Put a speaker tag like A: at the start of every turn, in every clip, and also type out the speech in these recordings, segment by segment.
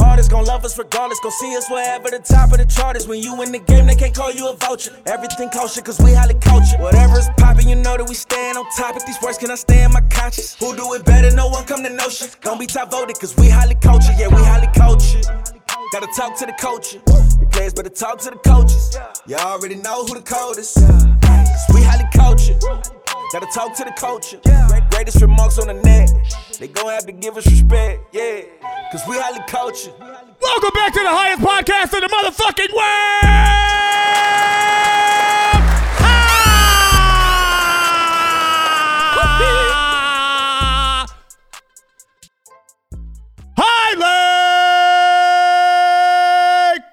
A: artists gon' love us regardless. Gon' see us wherever the top of the chart is. When you in the game, they can't call you a vulture. Everything culture, cause we highly cultured. Whatever is poppin', you know that we stand on top. If these words can I stay in my conscience? Who do it better? No one come to know shit. Don't be top voted, cause we highly cultured. Yeah, we highly cultured. Gotta talk to the culture. The players better talk to the coaches. You already know who the code is. 'Cause we highly cultured. Gotta talk to the culture. Great- Greatest remarks on the net. They gon' have to give us respect. Yeah, cause we highly cultured.
B: Welcome back to the highest podcast in the motherfucking world! Ah! Highland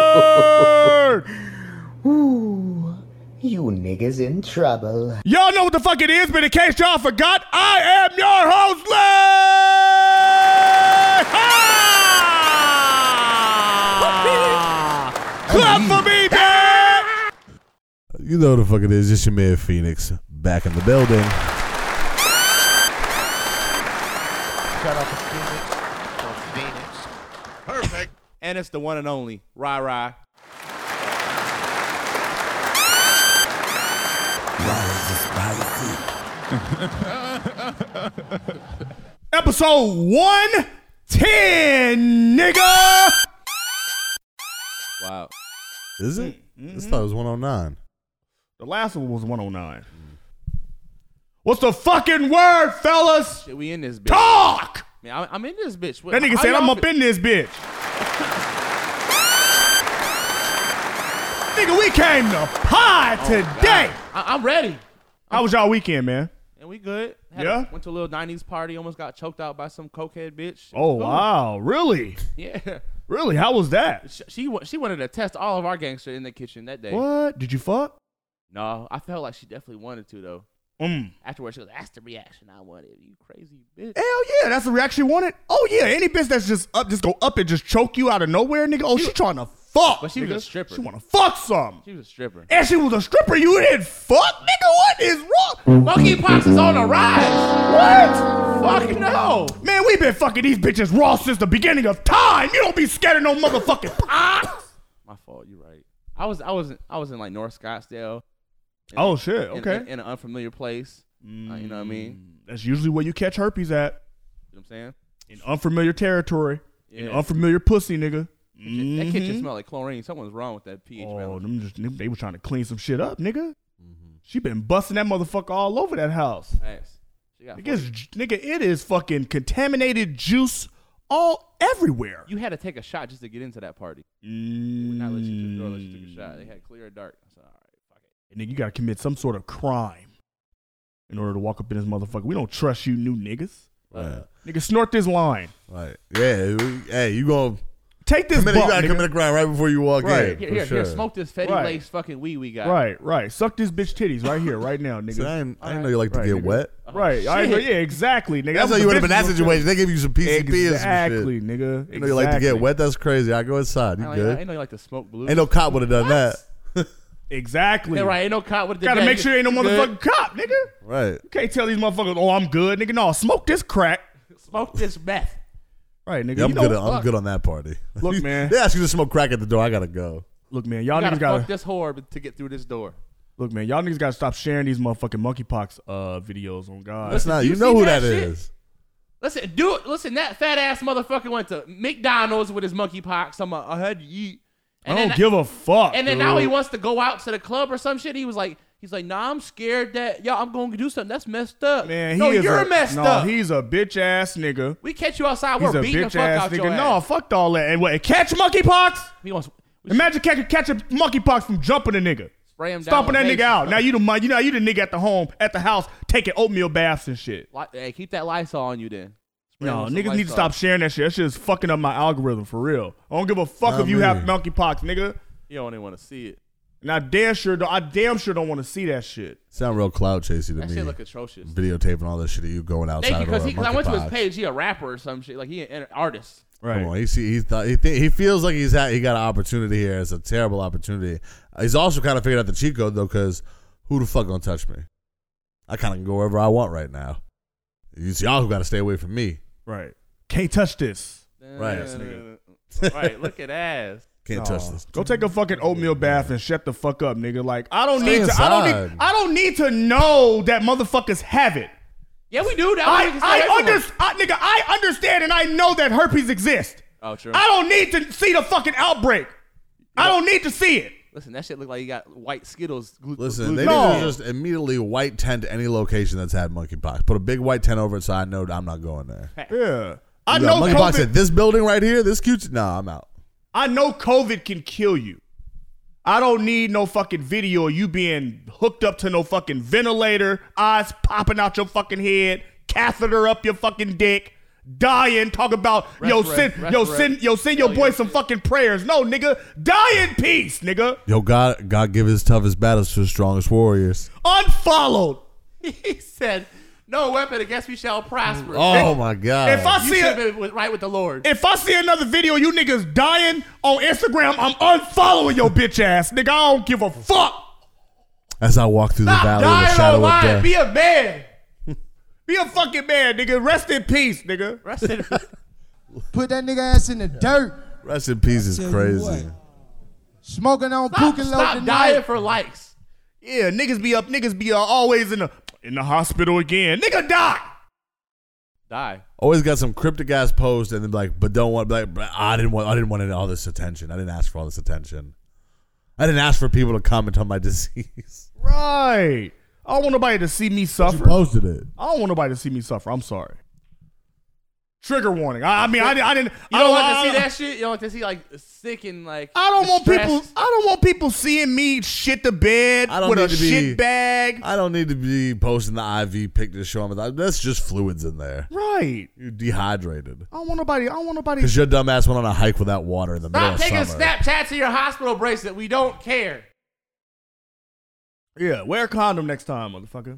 B: Culture!
C: Ooh, you niggas in trouble.
B: Y'all know what the fuck it is, but in case y'all forgot, I am your host, Larry! Ah! Clap for me, man!
D: You know the fuck it is. It's your man Phoenix back in the building.
E: Shout out to Phoenix. From Phoenix. Perfect.
F: And it's the one and only Rai Rai.
B: Episode 110, nigga!
F: Wow.
D: Is it? This thought it was 109.
B: The last one was 109. What's the fucking word, fellas?
F: Shit, we in this bitch.
B: Talk!
F: Man, I'm, I'm in this bitch. What-
B: That nigga
F: how
B: said,
F: y'all
B: I'm up
F: fe-
B: in this bitch. nigga, we came to pie today.
F: Oh, I, am ready.
B: How was y'all weekend, man?
F: And we good.
B: Yeah?
F: A, went to a little 90s party. Almost got choked out by some cokehead bitch.
B: Oh,
F: Cool.
B: wow. Really?
F: Yeah.
B: Really? How was that?
F: She, she, wa- she wanted to test all of our gangster in the kitchen that day.
B: What? Did you fuck?
F: No, I felt like she definitely wanted to, though.
B: Mm.
F: Afterwards, she goes, that's the reaction I wanted. You crazy bitch.
B: Hell yeah, that's the reaction you wanted. Oh yeah, any bitch that's just up, just go up and just choke you out of nowhere, nigga. Oh, she, trying to fuck.
F: But she was a
B: nigga.
F: stripper.
B: She want to fuck some.
F: She was a stripper.
B: And she was a stripper. You didn't fuck, nigga. What is wrong?
F: Monkeypox is on the rise.
B: What?
F: Fuck no.
B: Man, we been fucking these bitches raw since the beginning of time. You don't be scared of no motherfucking pox.
F: My fault. You're right. I was I was I was in like North Scottsdale. in-
B: Oh, shit,
F: in-
B: okay. Mm.
F: In, in an unfamiliar place. Uh, you know what I mean?
B: That's usually where you catch herpes at
F: You know what I'm saying?
B: in unfamiliar territory, in
F: Yeah.
B: unfamiliar pussy, nigga.
F: That kitchen
B: Mhm.
F: smelled like chlorine. Something's wrong with that pH
B: Oh,
F: balance.
B: them just them- they were trying to clean some shit up, nigga.
F: Mm-hmm.
B: She been busting that motherfucker all over that house.
F: Ass. She got
B: Nigga, it's- nigga, it is fucking contaminated juice all everywhere.
F: you had to take a shot just to get into that party. They would not let you to the door unless you took a
B: Mm.
F: shot. They had clear and dark. I said, all right, fuck it.
B: And then you gotta commit some sort of crime in order to walk up in this motherfucker. We don't trust you, new niggas.
D: Right.
B: Nigga, snort this line.
D: Right. Yeah. we- Hey, you gonna
B: Take this
D: commit, you
B: bump,
D: gotta
B: nigga.
D: commit a crime right before you walk
B: Right.
D: in.
F: Here,
D: for
F: here,
D: sure.
F: here, smoke this Fetty
B: Right.
F: Lace fucking weed we got.
B: Right, right. Suck this bitch titties right here, right now, nigga.
D: See, I didn't, I didn't know you like to
B: Right,
D: get
B: nigga.
D: wet.
B: right. I
F: shit.
B: agree. Yeah, exactly, nigga.
D: That's
B: That was
D: how
B: the
D: you would have been in
B: bitch
D: that
B: was-
D: situation. They give you some PCP and some
B: Exactly,
D: shit.
B: nigga.
D: You know you like to get
B: Exactly.
D: wet. That's crazy. I go inside.
F: I
D: You
F: ain't, like, I
D: good?
F: ain't know you like to smoke blue.
D: Ain't no cop would have done that.
B: Exactly.
F: Yeah, right. Ain't no cop with the
B: Gotta
F: dad.
B: make sure ain't no
F: You good?
B: motherfucking cop, nigga.
D: Right.
B: You can't tell these motherfuckers, oh, I'm good, nigga. No, smoke this crack.
F: Smoke this meth.
B: Right, nigga.
D: Yeah, I'm
B: you know,
D: good. on- I'm
B: fuck.
D: good on that party.
B: Look, man.
D: they ask you to smoke crack at the door. I gotta go.
B: Look, man, y'all
F: I gotta
B: niggas gotta
F: fuck this whore to get through this door.
B: look, man, y'all niggas gotta stop sharing these motherfucking monkeypox uh videos on God.
D: That's
F: Listen,
D: not.
F: you
D: You know
F: seen
D: who
F: that
D: that
F: shit?
D: is.
F: Listen, dude. Listen, that fat ass motherfucker went to McDonald's with his monkeypox. I'm like, I had to eat.
B: I
F: And
B: don't
F: then,
B: give a fuck.
F: And then now he
B: dude.
F: wants to go out to the club or some shit. He was like, he's like, nah, I'm scared that y'all, I'm going to do something. That's messed up.
B: Man, he
F: no,
B: is
F: you're
B: a,
F: messed
B: no,
F: up.
B: he's a bitch ass nigga.
F: we catch you outside.
B: He's
F: We're
B: a
F: beating the
B: bitch
F: fuck
B: ass
F: out your
B: nigga. No,
F: ass.
B: fuck all that. And what? Catch monkeypox?
F: He wants we
B: Imagine catch, catch a monkeypox from jumping a nigga.
F: spray him down.
B: Stomping
F: with
B: that nigga
F: mace.
B: out. Now you the mon- you know you the nigga at the home, at the house, taking oatmeal baths and shit.
F: Li- Hey, keep that Lysol on you then. Spray him
B: No,
F: with some
B: niggas need to
F: Lysol.
B: stop sharing that shit. That shit is fucking up my algorithm for real. I don't give a fuck
D: Not
B: if you
D: me.
B: have monkeypox, nigga.
F: You don't even want to see it.
B: And I damn sure don't. I damn sure don't want to see that shit.
D: Sound real cloud chasey to
F: That
D: me.
F: shit look atrocious.
D: Videotaping all this shit of you going outside.
F: Thank you,
D: of
F: because
D: a
F: I went to his
D: monkeypox.
F: page. He a rapper or some shit. Like he an artist.
D: Come on, he see, he thought he thi- he feels like he's had he got an opportunity here. It's a terrible opportunity. He's also kind of figured out the cheat code though, because who the fuck gonna touch me? I kind of can go wherever I want right now. It's y'all who got to stay away from me.
B: Right. Can't touch this.
D: Right. Ass
F: right. Look at ass.
D: Can't touch this.
B: Go take a fucking oatmeal bath and shut the fuck up, nigga. Like I don't
D: Stay
B: need to. I don't
D: inside.
B: need. I don't need to know that motherfuckers have it.
F: Yeah, we do. That
B: I I, under, I nigga. I understand and I know that herpes exists.
F: Oh, true.
B: I don't need to see the fucking outbreak. I don't need to see it.
F: Listen, that shit look like you got white Skittles. Glu-
D: Listen,
F: glued
D: they
F: to
B: No.
D: need
F: it.
D: to just immediately white tent any location that's had monkeypox. Put a big white tent over it so I know I'm not going there.
B: Yeah. I
D: You
B: know
D: got monkeypox
B: COVID.
D: at this building right here, this cute. Nah, I'm out.
B: I know COVID can kill you. I don't need no fucking video of you being hooked up to no fucking ventilator, eyes popping out your fucking head, catheter up your fucking dick, dying, talk about yo
F: ref,
B: send
F: ref,
B: yo
F: ref.
B: send yo send your
F: Hell
B: boy
F: yeah.
B: some fucking prayers. No, nigga, die in peace, nigga.
D: Yo, God, God give his toughest battles to his strongest warriors.
B: Unfollowed.
F: he said, "No weapon against me shall prosper."
D: Oh my God!
B: If I
F: you
B: see
F: should have
B: a,
F: been with- right with the Lord.
B: if I see another video of you niggas dying on Instagram, I'm unfollowing your bitch ass, nigga. I don't give a fuck.
D: As I walk through the
B: Stop
D: valley of the
B: dying
D: shadow of
B: online.
D: death,
B: Be a man. Be a fucking man, nigga. Rest in peace, nigga.
F: Rest in-
G: Put that nigga ass in the dirt.
D: rest in peace is
G: Tell you
D: crazy.
G: what. Smoking on
F: stop
G: Pookie Low
F: stop dying
G: tonight.
F: for likes.
B: Yeah, niggas be up. Niggas be uh, always in the in the hospital again. Nigga die.
F: Die.
D: Always got some cryptic ass post and then like, but don't want like, but I didn't want, I didn't want any, all this attention. I didn't ask for all this attention. I didn't ask for people to comment on my disease.
B: Right. I don't want nobody to see me suffer.
D: posted it.
B: I don't want nobody to see me suffer. I'm sorry. Trigger warning. I, I mean, I, di- I didn't.
F: You
B: I
F: don't want to see
B: I-
F: that shit. You don't want to see like sick and like.
B: I don't want people.
F: distressed.
B: I don't want people seeing me shit the bed
D: I don't
B: with a
D: need to be-
B: shit bag.
D: I don't need to be posting the IV pictures showing me that. That's just fluids in there.
B: right.
D: You're dehydrated.
B: I don't want nobody. I don't want nobody.
D: Because your dumbass went on a hike without water in the
F: Stop
D: middle
F: taking
D: of summer.
F: Snapchats of your hospital bracelet. We don't care.
B: Yeah, wear a condom next time, motherfucker.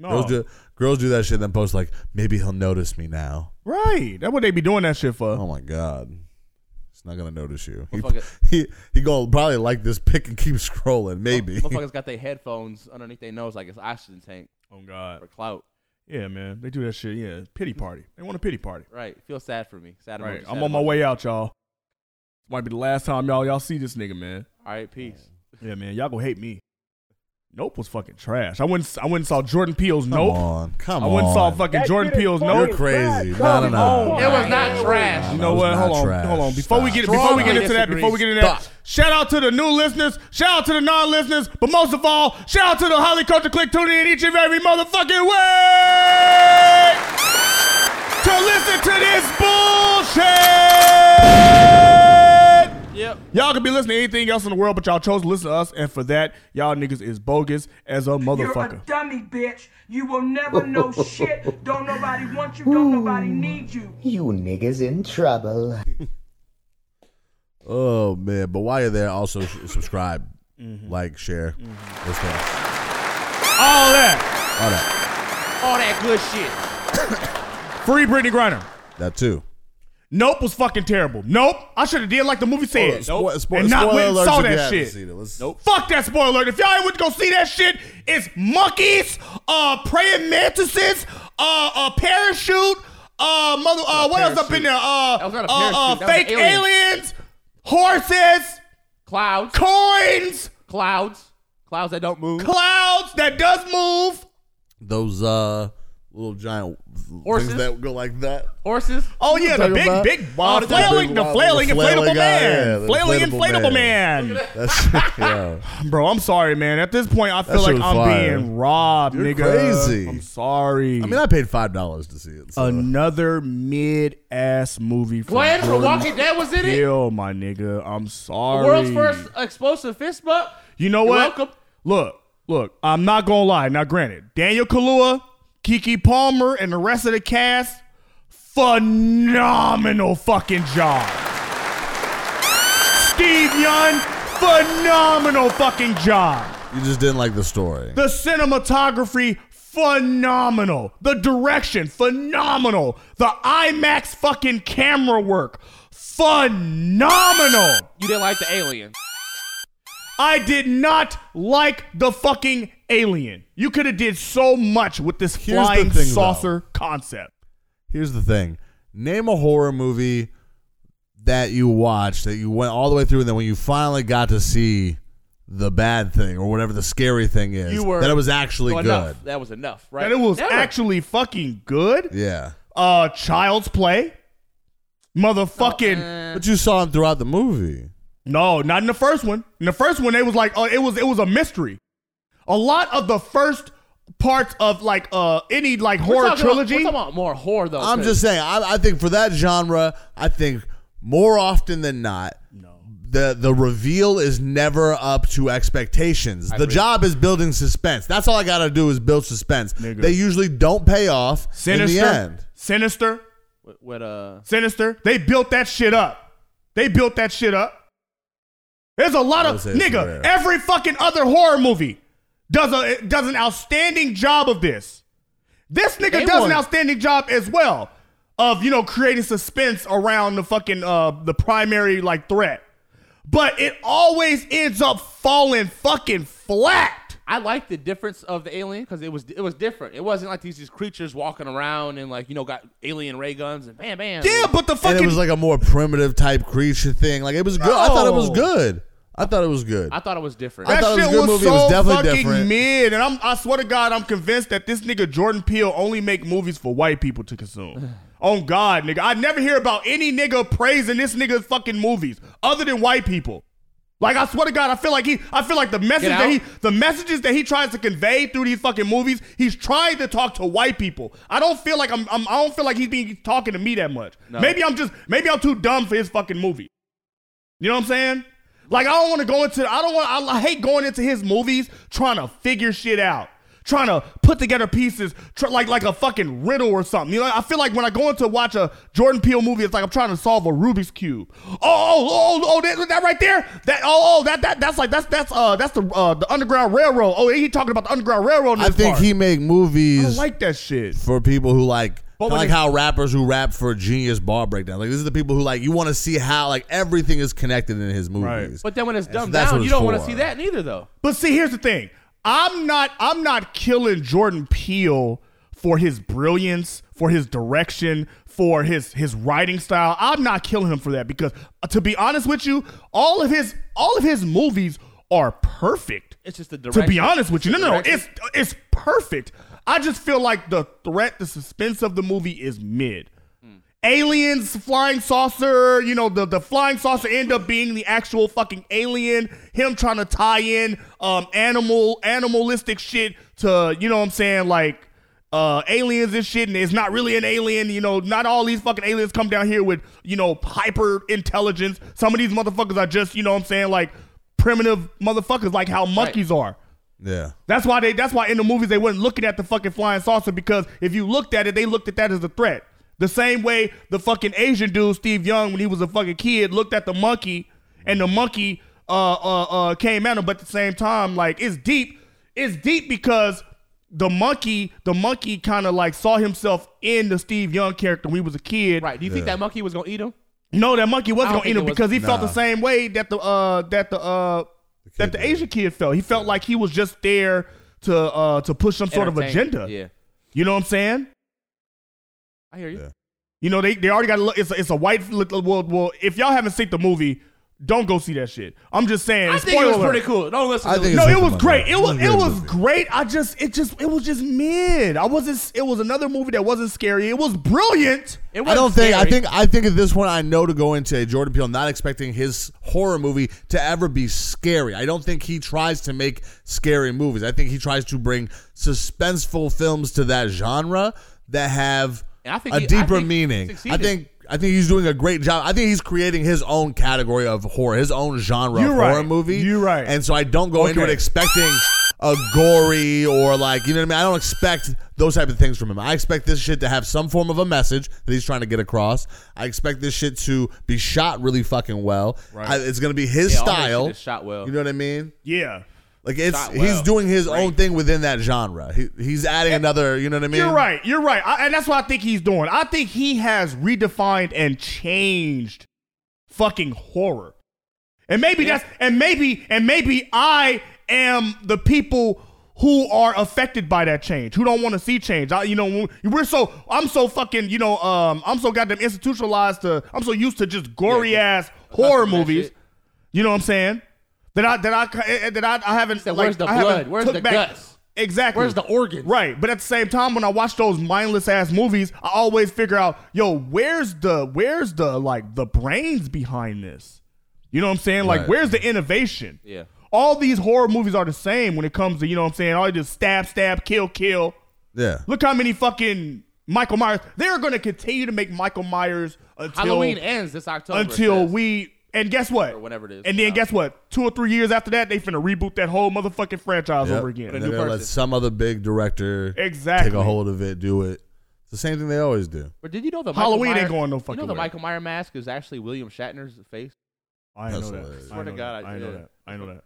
B: No,
D: Girls, do, girls do that shit then post like, maybe he'll notice me now.
B: right. That's what they be doing that shit for.
D: Oh my god. He's not gonna notice you. He,
F: Motherfucker.
D: he he gonna probably like this pic and keep scrolling, maybe.
F: Motherfuckers got their headphones underneath their nose like it's oxygen tank
B: Oh God.
F: for clout.
B: Yeah, man, they do that shit. Yeah, pity party. They want a pity party.
F: Right. Feel sad for me. Sad
B: Right.
F: emoji,
B: I'm
F: sad
B: on my
F: emoji.
B: way out, y'all. Might be the last time y'all y'all see this nigga, man.
F: All right. Peace.
B: Yeah, man, y'all gonna hate me. Nope was fucking trash. I went I went and saw Jordan Peele's
D: Come
B: Nope.
D: on. Come
B: I
D: on.
B: went and saw fucking Jordan Peele's Nope.
D: You're crazy. No, no, no.
F: It Oh, was not trash.
B: You know what? Hold on, hold on. Before we get before we get into that, before we get into that,
D: Stop.
B: shout out to the new listeners, shout out to the non-listeners, but most of all, shout out to the Holly Culture Click tuning in each and every motherfucking way to listen to this bullshit.
F: Yep.
B: Y'all could be listening to anything else in the world, but y'all chose to listen to us, and for that, y'all niggas is bogus as a
H: You're
B: motherfucker.
H: a dummy, bitch. You will never know shit. Don't nobody want you. Don't nobody need you.
C: You niggas in trouble.
D: Oh man! But while you're there, also sh- subscribe,
B: Mm-hmm.
D: like, share, Let's go.
B: All that
D: all that,
F: All that good shit.
B: free Brittany Griner.
D: that too.
B: Nope was fucking terrible. Nope. I should have did like the movie said.
D: Spo- spo-
B: and not
D: spoiler
B: went and
D: alerts
B: saw
D: if you
B: that
D: haven't
B: shit.
D: seen it. Let's-
B: Fuck that spoiler alert. If y'all ain't went to go see that shit, it's monkeys, uh, praying mantises, uh, a parachute, uh, mother, uh, what else up in there? Uh,
F: That was not a
B: uh, uh,
F: parachute. That was
B: fake
F: an alien.
B: aliens, horses,
F: Clouds.
B: coins,
F: Clouds. Clouds that don't move.
B: clouds that does move.
D: Those uh little giant
F: Horses.
D: things that go like that.
F: Horses.
B: Oh yeah, the
D: talking
B: big,
D: about?
B: big,
D: Oh,
B: uh,
D: the
B: flailing,
D: big
B: the
D: one,
B: flailing,
D: the flailing
B: inflatable
D: guy,
B: man,
D: yeah, the
B: flailing,
D: inflatable
B: inflatable
D: man.
B: man.
D: That's yeah.
B: Bro, I'm sorry, man. At this point, I feel
D: That shit
B: like
D: was
B: I'm
D: fire.
B: being robbed,
D: You're
B: nigga.
D: crazy.
B: I'm sorry.
D: I mean, I paid five dollars to see it. So.
B: Another mid ass movie. from
F: Glenn from
B: Jordan
F: Walking Dead was in it.
B: Peele, my nigga. I'm
F: The
B: sorry.
F: world's first explosive fist bump.
B: You know
F: You're
B: what?
F: welcome.
B: Look, look. I'm not gonna lie. Now, granted, Daniel Kalua, Kiki Palmer, and the rest of the cast, phenomenal fucking job. Steve Young, phenomenal fucking job.
D: you just didn't like the story.
B: The cinematography, phenomenal. The direction, phenomenal. The IMAX fucking camera work, phenomenal.
F: You didn't like the alien.
B: I did not like the fucking alien. You could have did so much with this
D: Here's the
B: flying
D: thing,
B: saucer concept.
D: Here's the thing. Name a horror movie that you watched that you went all the way through and then when you finally got to see the bad thing or whatever the scary thing is
F: You were-
D: that it was actually
F: Oh,
D: good.
F: enough. That was enough, right?
B: And it was
F: Never.
B: actually fucking good.
D: Yeah.
B: Uh, Child's Play. Motherfucking.
F: Oh, uh.
D: But you saw him throughout the movie.
B: No, not in the first one. In the first one, they was like, oh, it was it was a mystery. A lot of the first parts of like uh any like
F: We're
B: horror
F: talking about-
B: trilogy.
F: we're talking about more horror though.
D: I'm
F: 'cause
D: just saying. I, I think for that genre, I think more often than not, the the reveal is never up to expectations. the job is building suspense. That's all I gotta do is build suspense.
B: Nigga.
D: They usually don't pay off
B: sinister,
D: in the end.
B: sinister,
F: with, with uh,
B: sinister. They built that shit up. They built that shit up. There's a lot
D: would
B: of
D: say it's
B: nigga.
D: rare.
B: Every fucking other horror movie does a does an outstanding job of this. This nigga
F: They
B: does an
F: want-
B: outstanding job as well of you know creating suspense around the fucking uh the primary like threat, but it always ends up falling fucking flat.
F: I like the difference of the alien because it was it was different. It wasn't like these these creatures walking around and like you know got alien ray guns and bam bam.
B: Yeah, but the
D: And
B: fucking
D: it was like a more primitive type creature thing. Like it was good. I thought it was
F: No.
D: good. I thought it was good.
F: I thought it was different.
D: I
B: That
D: thought it was
B: shit
D: a good
B: was,
D: movie. It
B: so
D: was definitely
B: fucking
D: different.
B: mid, and I'm, I swear to God, I'm convinced that this nigga Jordan Peele only make movies for white people to consume. On God, nigga, I never hear about any nigga praising this nigga's fucking movies other than white people. Like I swear to God, I feel like he, I feel like the message
F: Get
B: that he,
F: Out?
B: the messages that he tries to convey through these fucking movies, he's trying to talk to white people. I don't feel like I'm, I'm I don't feel like he's being talking to me that much.
F: No.
B: Maybe I'm just, maybe I'm too dumb for his fucking movie. You know what I'm saying? Like I don't want to go into I don't want I, I hate going into his movies trying to figure shit out, trying to put together pieces tr- like like a fucking riddle or something. You know, I feel like when I go in to watch a Jordan Peele movie, it's like I'm trying to solve a Rubik's cube. Oh oh oh oh that, that right there that oh oh that that that's like that's that's uh that's the uh the Underground Railroad. Oh he talking about the Underground Railroad. in
D: I
B: this
D: think
B: part.
D: he make
B: I don't
D: movies
B: like that shit.
D: for people who like
B: But when
D: like
B: it-
D: how rappers who rap for genius bar breakdown. Like these are the people who like you want to see how like everything is connected in his movies.
B: Right.
F: but then when it's
D: And so
F: dumbed
D: that's what
F: down, you
D: it's
F: don't want to
D: for.
F: see that neither though.
B: But see, here's the thing. I'm not I'm not killing Jordan Peele for his brilliance, for his direction, for his his writing style. I'm not killing him for that because uh, to be honest with you, all of his all of his movies are perfect.
F: It's just the
B: To
F: direction.
B: be honest with you, no,
F: It's the
B: no, no, it's
F: direction.
B: it's perfect. I just feel like the threat, the suspense of the movie is mid. Aliens, flying saucer, you know, the, the flying saucer end up being the actual fucking alien, him trying to tie in um animal animalistic shit to, you know what I'm saying, like uh aliens and shit, and it's not really an alien, you know, not all these fucking aliens come down here with, you know, hyper intelligence. Some of these motherfuckers are just, you know what I'm saying, like primitive motherfuckers like how monkeys are.
D: Yeah.
B: That's why they. That's why in the movies they weren't looking at the fucking flying saucer because if you looked at it, they looked at that as a threat. The same way the fucking Asian dude Steve Young, when he was a fucking kid, looked at the monkey, and the monkey uh uh, uh came at him. But at the same time, like it's deep. It's deep because the monkey, the monkey kind of like saw himself in the Steve Young character when he was a kid.
F: Right? Do you think that monkey was gonna eat him?
B: No, that monkey
F: I
B: wasn't
F: don't
B: gonna eat
F: think
B: him
F: it was-
B: because he felt the
D: Nah.
B: same way that the uh that the uh that the
D: did.
B: Asian kid felt. He felt like he was just there to uh to push some sort of
F: Entertain-
B: agenda.
F: Yeah,
B: You know what I'm saying?
F: I hear you.
D: Yeah.
B: You know they, they already got a, li- it's a, it's a white li- well well if y'all haven't seen the movie don't go see that shit. I'm just saying.
F: I think it was
B: spoiler
F: pretty cool. Don't listen.
D: I
F: to
D: think
F: it.
D: it's
B: no, it
D: worth
B: was
D: the
B: great.
D: money.
B: It was
D: It
B: it
D: was a
B: was
D: good
B: great. I just it just it was just mid. I wasn't. It was another movie that wasn't scary. It was brilliant.
D: I
F: It wasn't
D: don't think. I
F: scary.
D: think. I think at this point, I know to go into a Jordan Peele not expecting his horror movie to ever be scary. I don't think he tries to make scary movies. I think he tries to bring suspenseful films to that genre that have
F: And I think
D: a
F: he- I
D: deeper
F: think he
D: meaning. I
F: succeeded.
D: think. I think he's doing a great job. I think he's creating his own category of horror, his own genre
B: You're
D: of
B: right.
D: horror movie.
B: You're right.
D: And so I don't go into
B: Okay.
D: it expecting a gory or like you know what I mean. I don't expect those type of things from him. I expect this shit to have some form of a message that he's trying to get across. I expect this shit to be shot really fucking well. I, it's gonna be his
F: Yeah, all that
D: style.
F: shit is shot well.
D: You know what I mean?
B: Yeah.
D: Like it's
F: Shot
D: he's
F: well.
D: doing his own thing within that genre. He, he's adding another. You know what I mean?
B: You're right. You're right. I, and that's what I think he's doing. I think he has redefined and changed fucking horror. And maybe that's and maybe and maybe I am the people who are affected by that change, who don't want to see change. I, you know, when- we're so I'm so fucking, you know, um, I'm so goddamn institutionalized to I'm so used to just gory ass horror
F: to that
B: movies.
F: shit.
B: You know what I'm saying? That I that I ca- eh, eh, that I, I haven't
F: that
B: like,
F: where's the
B: I haven't
F: blood? Where's
B: took
F: the
B: back-
F: guts?
B: Exactly.
F: Where's the organs?
B: Right. But at the same time, when I watch those mindless ass movies, I always figure out, yo, where's the where's the like the brains behind this? You know what I'm saying? Like,
D: Right.
B: where's the innovation?
F: Yeah.
B: All these horror movies are the same when it comes to, you know what I'm saying? All they just stab, stab, kill, kill.
D: Yeah.
B: Look how many fucking Michael Myers. They're gonna continue to make Michael Myers until
F: Halloween ends this October. it
B: until
F: says.
B: we and guess what?
F: Or whatever it is.
B: And then guess what? Two or three years after that, they finna reboot that whole motherfucking franchise
D: Yep.
B: over
D: And
B: again.
D: they're
F: new
D: gonna let
F: person.
D: some other big director
B: Exactly.
D: take a hold of it, do it. It's the same thing they always do.
F: But did you know the
B: Halloween
F: Michael
B: ain't
F: Myers-
B: going no
F: You know
B: fucking
F: the
B: way.
F: Michael Myers mask is actually William Shatner's face.
B: I know
D: That's
B: that.
D: hilarious.
B: I
F: Swear to
B: know
F: God,
B: that.
F: I
B: I know
F: did.
B: that. I know that.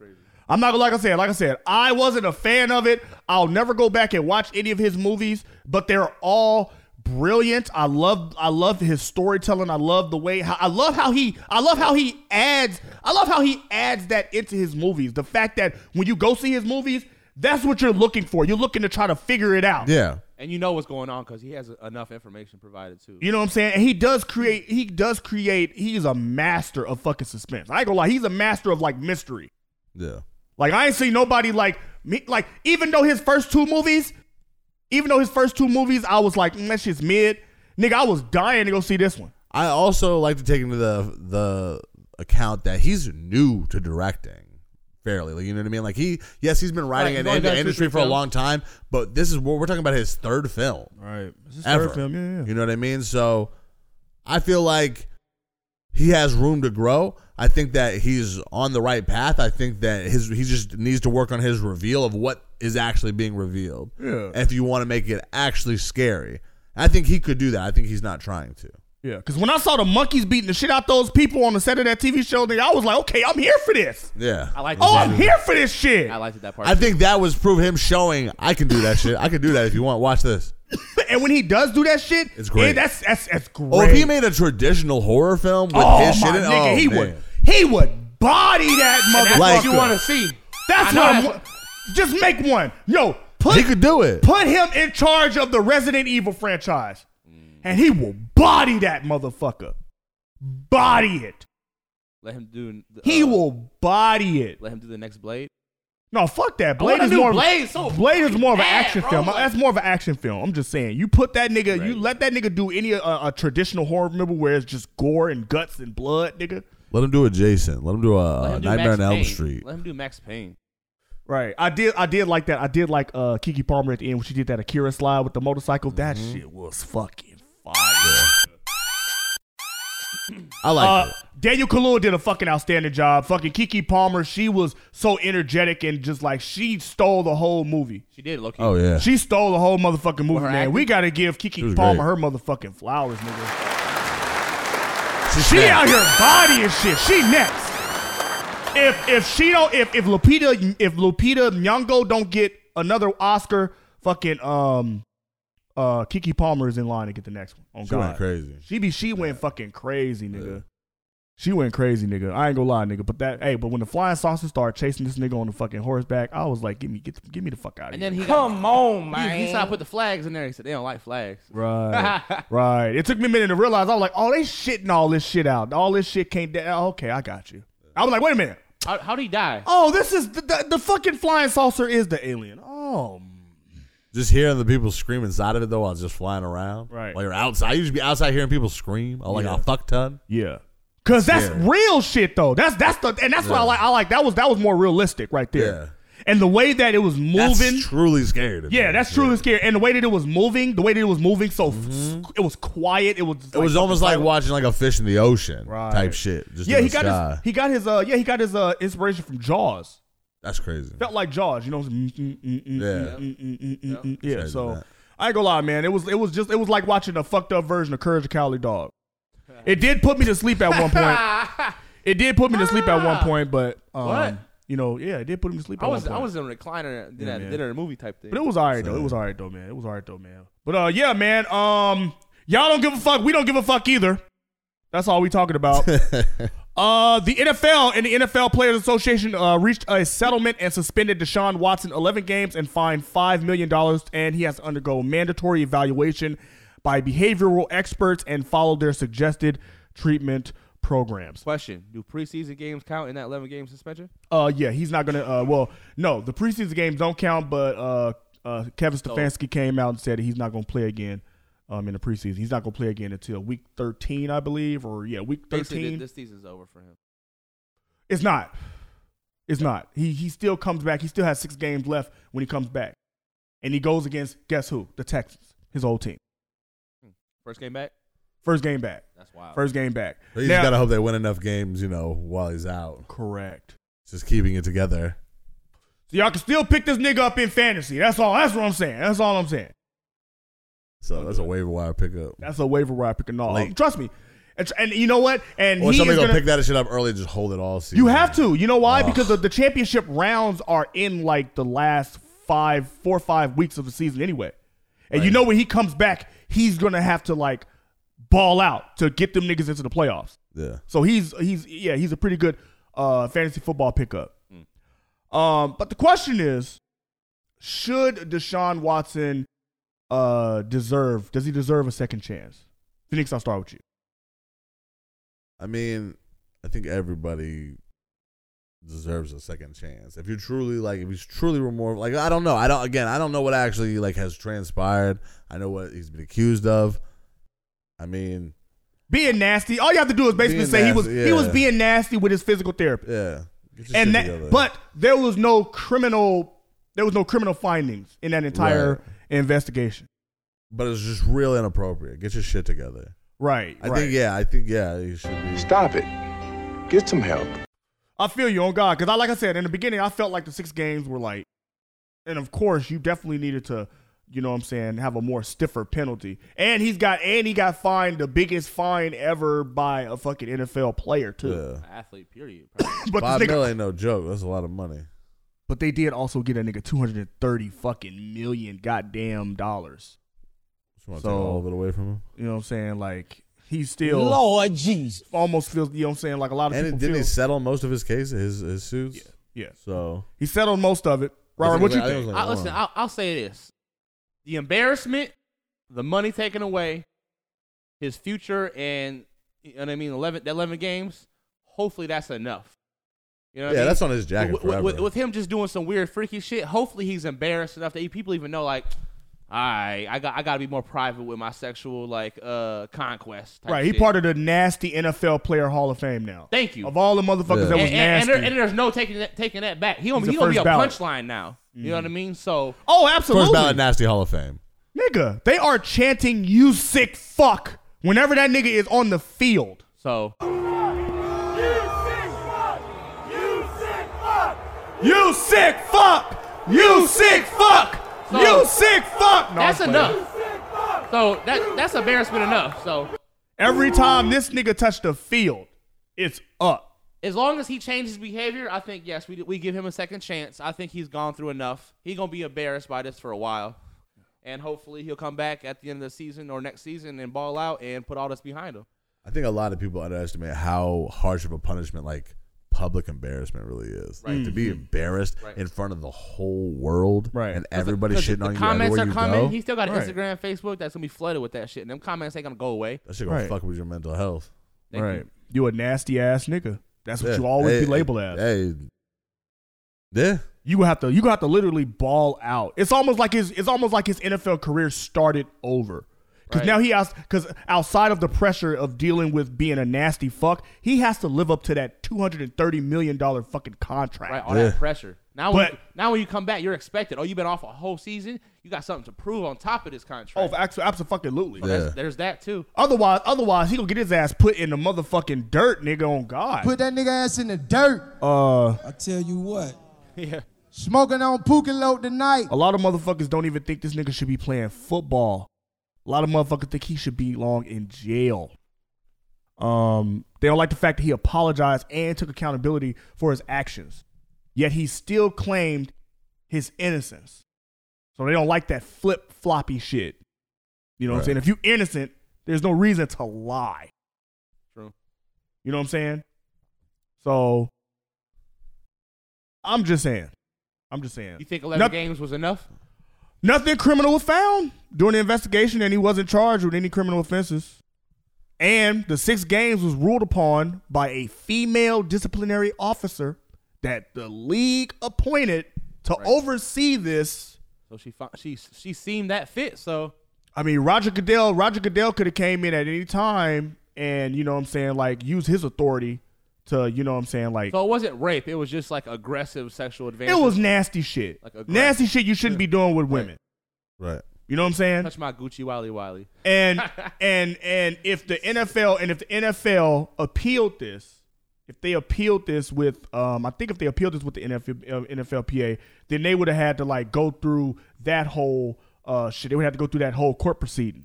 B: I'm not gonna like I said, like I said, I wasn't a fan of it. I'll never go back and watch any of his movies, but they're all brilliant. I love I love his storytelling. I love the way how I love how he I love how he adds I love how he adds that into his movies. The fact that when you go see his movies, that's what you're looking for. You're looking to try to figure it out.
D: Yeah.
F: And you know what's going on because he has enough information provided too.
B: You know what I'm saying? And he does create. He does create. He is a master of fucking suspense. I ain't gonna lie. He's a master of like mystery.
D: Yeah.
B: Like I ain't seen nobody like me. Like even though his first two movies, even though his first two movies, I was like, mm, that shit's mid. Nigga, I was dying to go see this one.
D: I also like to take into the the account that he's new to directing. Fairly, like you know what I mean. Like he, yes, he's been writing
F: Right, he's
D: and
F: only
D: in the
F: done two,
D: industry
F: three
D: for a
F: films.
D: long time, but this is what we're talking about his third film
B: Right. This is
D: ever.
B: third film. Yeah, yeah.
D: You know what I mean? So I feel like he has room to grow. I think that he's on the right path. I think that his he just needs to work on his reveal of what is actually being revealed.
B: Yeah.
D: If you want to make it actually scary. I think he could do that. I think he's not trying to.
B: Yeah. Because when I saw the monkeys beating the shit out those people on the set of that TV show, nigga, I was like, okay, I'm here for this.
D: Yeah.
F: I like.
B: Oh, I'm here for this shit.
F: I liked that part.
D: I think that was proof him showing I can do that shit. I can do that if you want. Watch this.
B: and when he does do that shit,
D: It's great.
B: eh, that's that's that's great.
D: Oh, if he made a traditional horror film with
B: oh,
D: his
B: my
D: shit in it,
B: nigga,
D: oh,
B: he
D: man.
B: would he would body that motherfucker.
F: that's
D: Like-
F: what you want to see.
B: That's
F: I know
B: what I'm.
F: that's-
B: just make one. Yo, put
D: He could do it.
B: put him in charge of the Resident Evil franchise, and he will body that motherfucker. Body it.
F: Let him do. the-
B: He
F: uh,
B: will body it.
F: Let him do the next Blade.
B: No, fuck that.
F: I want
B: Blade
F: a
B: is
F: new
B: more. of-
F: Blade, so
B: Blade is more of an
F: bad,
B: action
F: bro.
B: film. That's more of an action film. I'm just saying. You put that nigga. You
F: Right.
B: let that nigga do any uh, a traditional horror movie where it's just gore and guts and blood, nigga.
D: Let him do a Jason. Let him do a
F: Let him do
D: Nightmare
F: Max
D: on Elm
F: Payne.
D: Street.
F: Let him do Max Payne.
B: Right. I did. I did like that. I did like uh, Kiki Palmer at the end when she did that Akira slide with the motorcycle. That
D: Mm-hmm.
B: shit was fucking fire.
D: I like
B: Uh,
D: it.
B: Daniel Kaluuya did a fucking outstanding job. Fucking Kiki Palmer, she was so energetic and just like she stole the whole movie.
F: She did. Loki.
D: Oh yeah.
B: She stole the whole motherfucking movie,
F: her
B: man.
F: acting?
B: We gotta give Kiki
D: was great.
B: Palmer her motherfucking flowers, nigga.
D: She
B: She
D: snapped.
B: out here body and shit. She next. If if she don't if if Lupita if Lupita Nyong'o don't get another Oscar, fucking um uh Kiki Palmer is in line to get the next one. Oh
D: She
B: God,
D: went crazy.
B: She be she went fucking crazy, nigga. She went crazy, nigga. I ain't gonna lie, nigga. But that, hey, but when the flying saucer started chasing this nigga on the fucking horseback, I was like, give me, get, the, get me the fuck out of
F: And
B: here.
F: then he got.
H: Come on,
F: He,
H: man.
F: he said I put the flags in there. He said they don't like flags.
B: right, right. It took me a minute to realize. I was like, oh, they shitting all this shit out. All this shit can't. Da- okay, I got you. I was like, wait a minute.
F: How, how'd he die?
B: Oh, this is the, the, the fucking flying saucer is the alien. Oh,
D: Just hearing the people scream inside of it though, while it's just flying around.
B: Right.
D: While you're outside, you should be outside hearing people scream. Oh, like
B: Yeah.
D: a fuck ton.
B: yeah. Cause that's
D: Yeah.
B: real shit though. That's that's the and that's what I
D: Yeah.
B: like. I like that was that was more realistic right there. And the way that it was
D: That's
B: moving,
D: truly scary. To me.
B: Yeah, that's truly scary. And the way that it was moving, the way that it was moving, so it was quiet. It was.
D: Mm-hmm. It was almost like watching like a fish in the ocean
B: Right.
D: type shit. Just
B: Yeah,
D: in
B: he
D: the
B: got
D: sky.
B: his. He got his. Uh, yeah, he got his uh, inspiration from Jaws.
D: that's crazy.
B: Felt like Jaws, you know. mm, mm, mm, mm,
D: Yeah.
B: mm, mm, mm, mm, mm, yeah.
D: Sorry
B: So
D: about that.
B: I ain't gonna lie, man. It was. It was just. It was like watching a fucked up version of Courage the Cowardly Dog. It did put me to sleep at one point. It did put me to sleep at one point, but um,
F: Ah. What?
B: you know, yeah, it did put me to sleep.
F: I
B: at
F: was
B: one
F: I
B: point.
F: was in a recliner did
B: Yeah,
F: that
B: man.
F: dinner and movie type thing.
B: But it was alright though. It was alright though, man. It was alright though, man. But uh, yeah, man. Um, y'all don't give a fuck. We don't give a fuck either. That's all we talking about. Uh, the NFL and the NFL Players Association uh, reached a settlement and suspended Deshaun Watson 11 games and fined $5 million, and he has to undergo mandatory evaluation by behavioral experts and follow their suggested treatment programs.
F: Question: Do preseason games count in that 11 game suspension?
B: Uh, yeah, he's not gonna. Uh, well, no, the preseason games don't count. But uh, uh, Kevin Stefanski came out and said he's not gonna play again. Um, in the preseason, he's not gonna play again until week thirteen, I believe, or yeah, week
F: Basically,
B: thirteen.
F: this season's over for him.
B: it's not. It's not. He he still comes back. He still has six games left when he comes back, and he goes against guess who? The Texans, his old team.
F: First game back.
B: First game back.
F: That's wild.
B: First game back.
D: You just
B: Now-
D: gotta hope they win enough games, you know, while he's out.
B: correct.
D: Just keeping it together.
B: So y'all can still pick this nigga up in fantasy. That's all. That's what I'm saying. That's all I'm saying.
D: So that's a waiver wire pickup.
B: That's a waiver wire pick and all.
D: Late.
B: Trust me. And, and you know what? And
D: Or
B: he is
D: somebody gonna
B: gonna,
D: pick that shit up early and just hold it all season.
B: you have to. You know why?
D: Ugh.
B: Because the, the championship rounds are in like the last five, four or five weeks of the season anyway. And you know when he comes back, he's gonna have to like ball out to get them niggas into the playoffs.
D: Yeah.
B: So he's he's yeah, he's a pretty good uh, fantasy football pickup.
D: Mm.
B: Um, but the question is, should Deshaun Watson uh, deserve? Does he deserve a second chance? Phoenix, I'll start with you.
D: I mean, I think everybody deserves a second chance. If you're truly like, if he's truly remorseful, like I don't know, I don't. Again, I don't know what actually like has transpired. I know what he's been accused of. I mean,
B: Being nasty. All you have to do is basically
D: Being
B: say he was
D: nasty,
B: he was
D: yeah.
B: being nasty with his physical therapist,
D: yeah. Get your shit
B: and
D: together.
B: that. But there was no criminal. There was no criminal findings in that entire
D: Right.
B: investigation.
D: but it's just real inappropriate. Get your shit together.
B: Right.
D: I
B: right.
D: think yeah. I think yeah. You should be.
I: Stop it. Get some help.
B: I feel you on God because I like I said in the beginning I felt like the six games were like, and of course you definitely needed to, you know what I'm saying, have a more stiffer penalty. And he's got and he got fined the biggest fine ever by a fucking NFL player too.
D: Yeah.
F: Athlete. Period. probably.
B: But
D: Five
B: this nigga,
D: mil ain't no joke. That's a lot of money.
B: but they did also get a nigga 230 fucking million goddamn dollars.
D: Just want to
B: So-
D: take all of it away from him.
B: You know what I'm saying? Like he's still Lord Jesus almost feels. You know what I'm saying? Like a lot of
D: And it,
B: people
D: didn't
B: feel.
D: he settle most of his cases, his his suits?
B: yeah,
D: So
B: he settled most of it. Robert, what you
D: I it was
B: think?
D: like
F: I, listen,
D: one.
F: I'll, I'll say this: the embarrassment, the money taken away, his future, and you know what I mean. Eleven, that eleven games. Hopefully, that's enough. You know, what I
D: yeah,
F: mean?
D: that's on his jacket
F: with,
D: forever.
F: with- with- with him just doing some weird, freaky shit. Hopefully, he's embarrassed enough that people even know, like, all right, I got, I got to be more private with my sexual like uh conquest. Type
B: Right, he
F: shit.
B: part of the nasty NFL Player Hall of Fame now.
F: Thank you.
B: Of all the motherfuckers
D: Yeah.
B: that
F: and,
B: was
F: and, and,
B: nasty.
F: there- and there's no taking that, taking that back. He gonna,
B: He's
F: be- he
B: a
F: gonna be
B: first
F: a
B: ballot. Mm.
F: punchline now. You know what I mean? So
B: oh,
D: First
B: absolutely.
D: ballot nasty Hall of Fame.
B: Nigga, they are chanting "You sick fuck" whenever that nigga is on the field.
F: So
B: You sick fuck. You sick fuck.
F: So-
B: you sick fuck. No, I'm
F: that's
B: playing.
F: enough. So that that's embarrassment enough. So
B: Every time this nigga touched the field, it's up.
F: as long as he changes his behavior, I think yes, we we give him a second chance. I think he's gone through enough. He gonna be embarrassed by this for a while, and hopefully he'll come back at the end of the season or next season and ball out and put all this behind him.
D: I think a lot of people underestimate how harsh of a punishment like public embarrassment really is. Like to
F: Mm-hmm.
D: be embarrassed in front of the whole world
B: Right.
D: and
F: 'Cause the-
D: everybody
F: 'cause
D: shitting
F: the
D: on you
F: comments
D: everywhere
F: are
D: you
F: coming.
D: go.
F: He still got an
B: Right.
F: Instagram, Facebook that's gonna be flooded with that shit, and them comments ain't gonna go away.
D: that shit gonna
B: Right.
D: fuck with your mental health.
F: Thank
B: right. You. a nasty ass nigga. That's what
D: Yeah.
B: you
D: Hey,
B: always be labeled as.
D: Hey. Yeah.
B: You have to you have to literally ball out. It's almost like his it's almost like his NFL career started over. Cause
F: Right.
B: now he has cause outside of the pressure of dealing with being a nasty fuck, he has to live up to that two hundred and thirty million dollar fucking contract.
F: Right, all
D: Yeah.
F: that pressure. Now, when
B: But-
F: you, now when you come back, you're expected. Oh, you've been off a whole season. You got something to prove on top of this
B: Oh,
F: contract.
B: absolutely.
D: Yeah.
F: That's- There's that too.
B: Otherwise, otherwise he gonna get his ass put in the motherfucking dirt, nigga. On God.
G: Put that nigga ass in the dirt.
B: uh,
J: I tell you what.
F: yeah.
G: Smoking on Pukalote tonight.
B: a lot of motherfuckers don't even think this nigga should be playing football. A lot of motherfuckers think he should be long in jail. Um, they don't like the fact that he apologized and took accountability for his actions. Yet he still claimed his innocence. So they don't like that flip floppy shit. You know what I'm
D: Right.
B: saying? If you innocent, there's no reason to lie.
F: True.
B: You know what I'm saying? So I'm just saying. I'm just saying.
F: You think 11
B: Noth-
F: games was enough?
B: Nothing criminal was found during the investigation, and he wasn't charged with any criminal offenses. And the six games was ruled upon by a female disciplinary officer that the league appointed to oversee this.
F: So she fi- she she seemed that fit. So
B: I mean, Roger Goodell, Roger Goodell could have came in at any time and, you know what I'm saying, like use his authority to, you know what I'm saying, like
F: so it wasn't rape. It was just like aggressive sexual advance.
B: it was nasty shit.
F: Like aggressive.
B: nasty shit you shouldn't be doing with women.
D: Right.
B: You know what I'm saying?
F: touch my Gucci Wally Wally.
B: and and and if the NFL and if the NFL appealed this, if they appealed this with, um, I think if they appealed this with the NFL, uh, NFLPA, then they would have had to like go through that whole uh, shit. They would have to go through that whole court proceeding,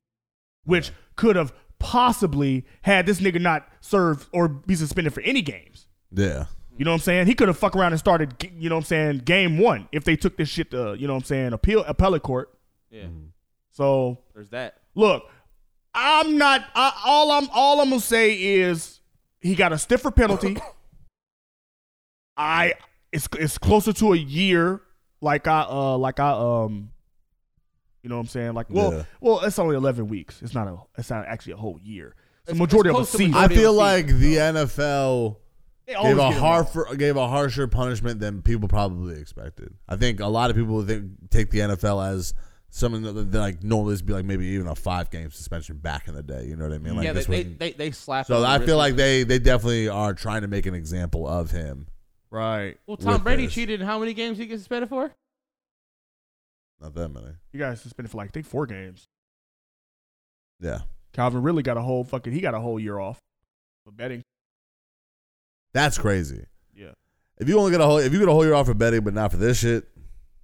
B: which could have possibly had this nigga not serve or be suspended for any games.
D: Yeah.
B: You know what I'm saying? He could have fuck around and started, g- you know what I'm saying, game one if they took this shit to, you know what I'm saying, appeal appellate court.
F: Yeah,
D: Mm-hmm.
B: So
F: there's that.
B: look, I'm not. I, all I'm all I'm gonna say is he got a stiffer penalty. I it's it's closer to a year. Like I uh like I um, you know what I'm saying. Like well
D: Yeah.
B: well it's only eleven weeks. It's not a it's not actually a whole year. It's the majority of a
F: close to
B: season.
D: I
F: majority
D: feel
F: of
D: like
F: season,
D: the NFL
B: They
D: gave
B: always
D: a
B: get it wrong.
D: harsher gave a harsher punishment than people probably expected. I think a lot of people would think take the NFL as something that that, like normally this would be like maybe even a five game suspension back in the day. You know what I mean? Like
F: yeah, they,
D: this
F: they,
D: wasn't-
F: they they slapped. him
D: so
F: on
D: I
F: the
D: feel
F: wrist.
D: like they they definitely are trying to make an example of him.
B: right.
F: well, Tom
D: with
F: Brady
D: this.
F: cheated. in How many games he gets suspended for?
D: Not that many.
B: You guys suspended for like I think four games.
D: Yeah.
B: Calvin really got a whole fucking he got a whole year off for betting.
D: That's crazy.
B: Yeah.
D: If you only get a whole if you get a whole year off for betting, but not for this shit,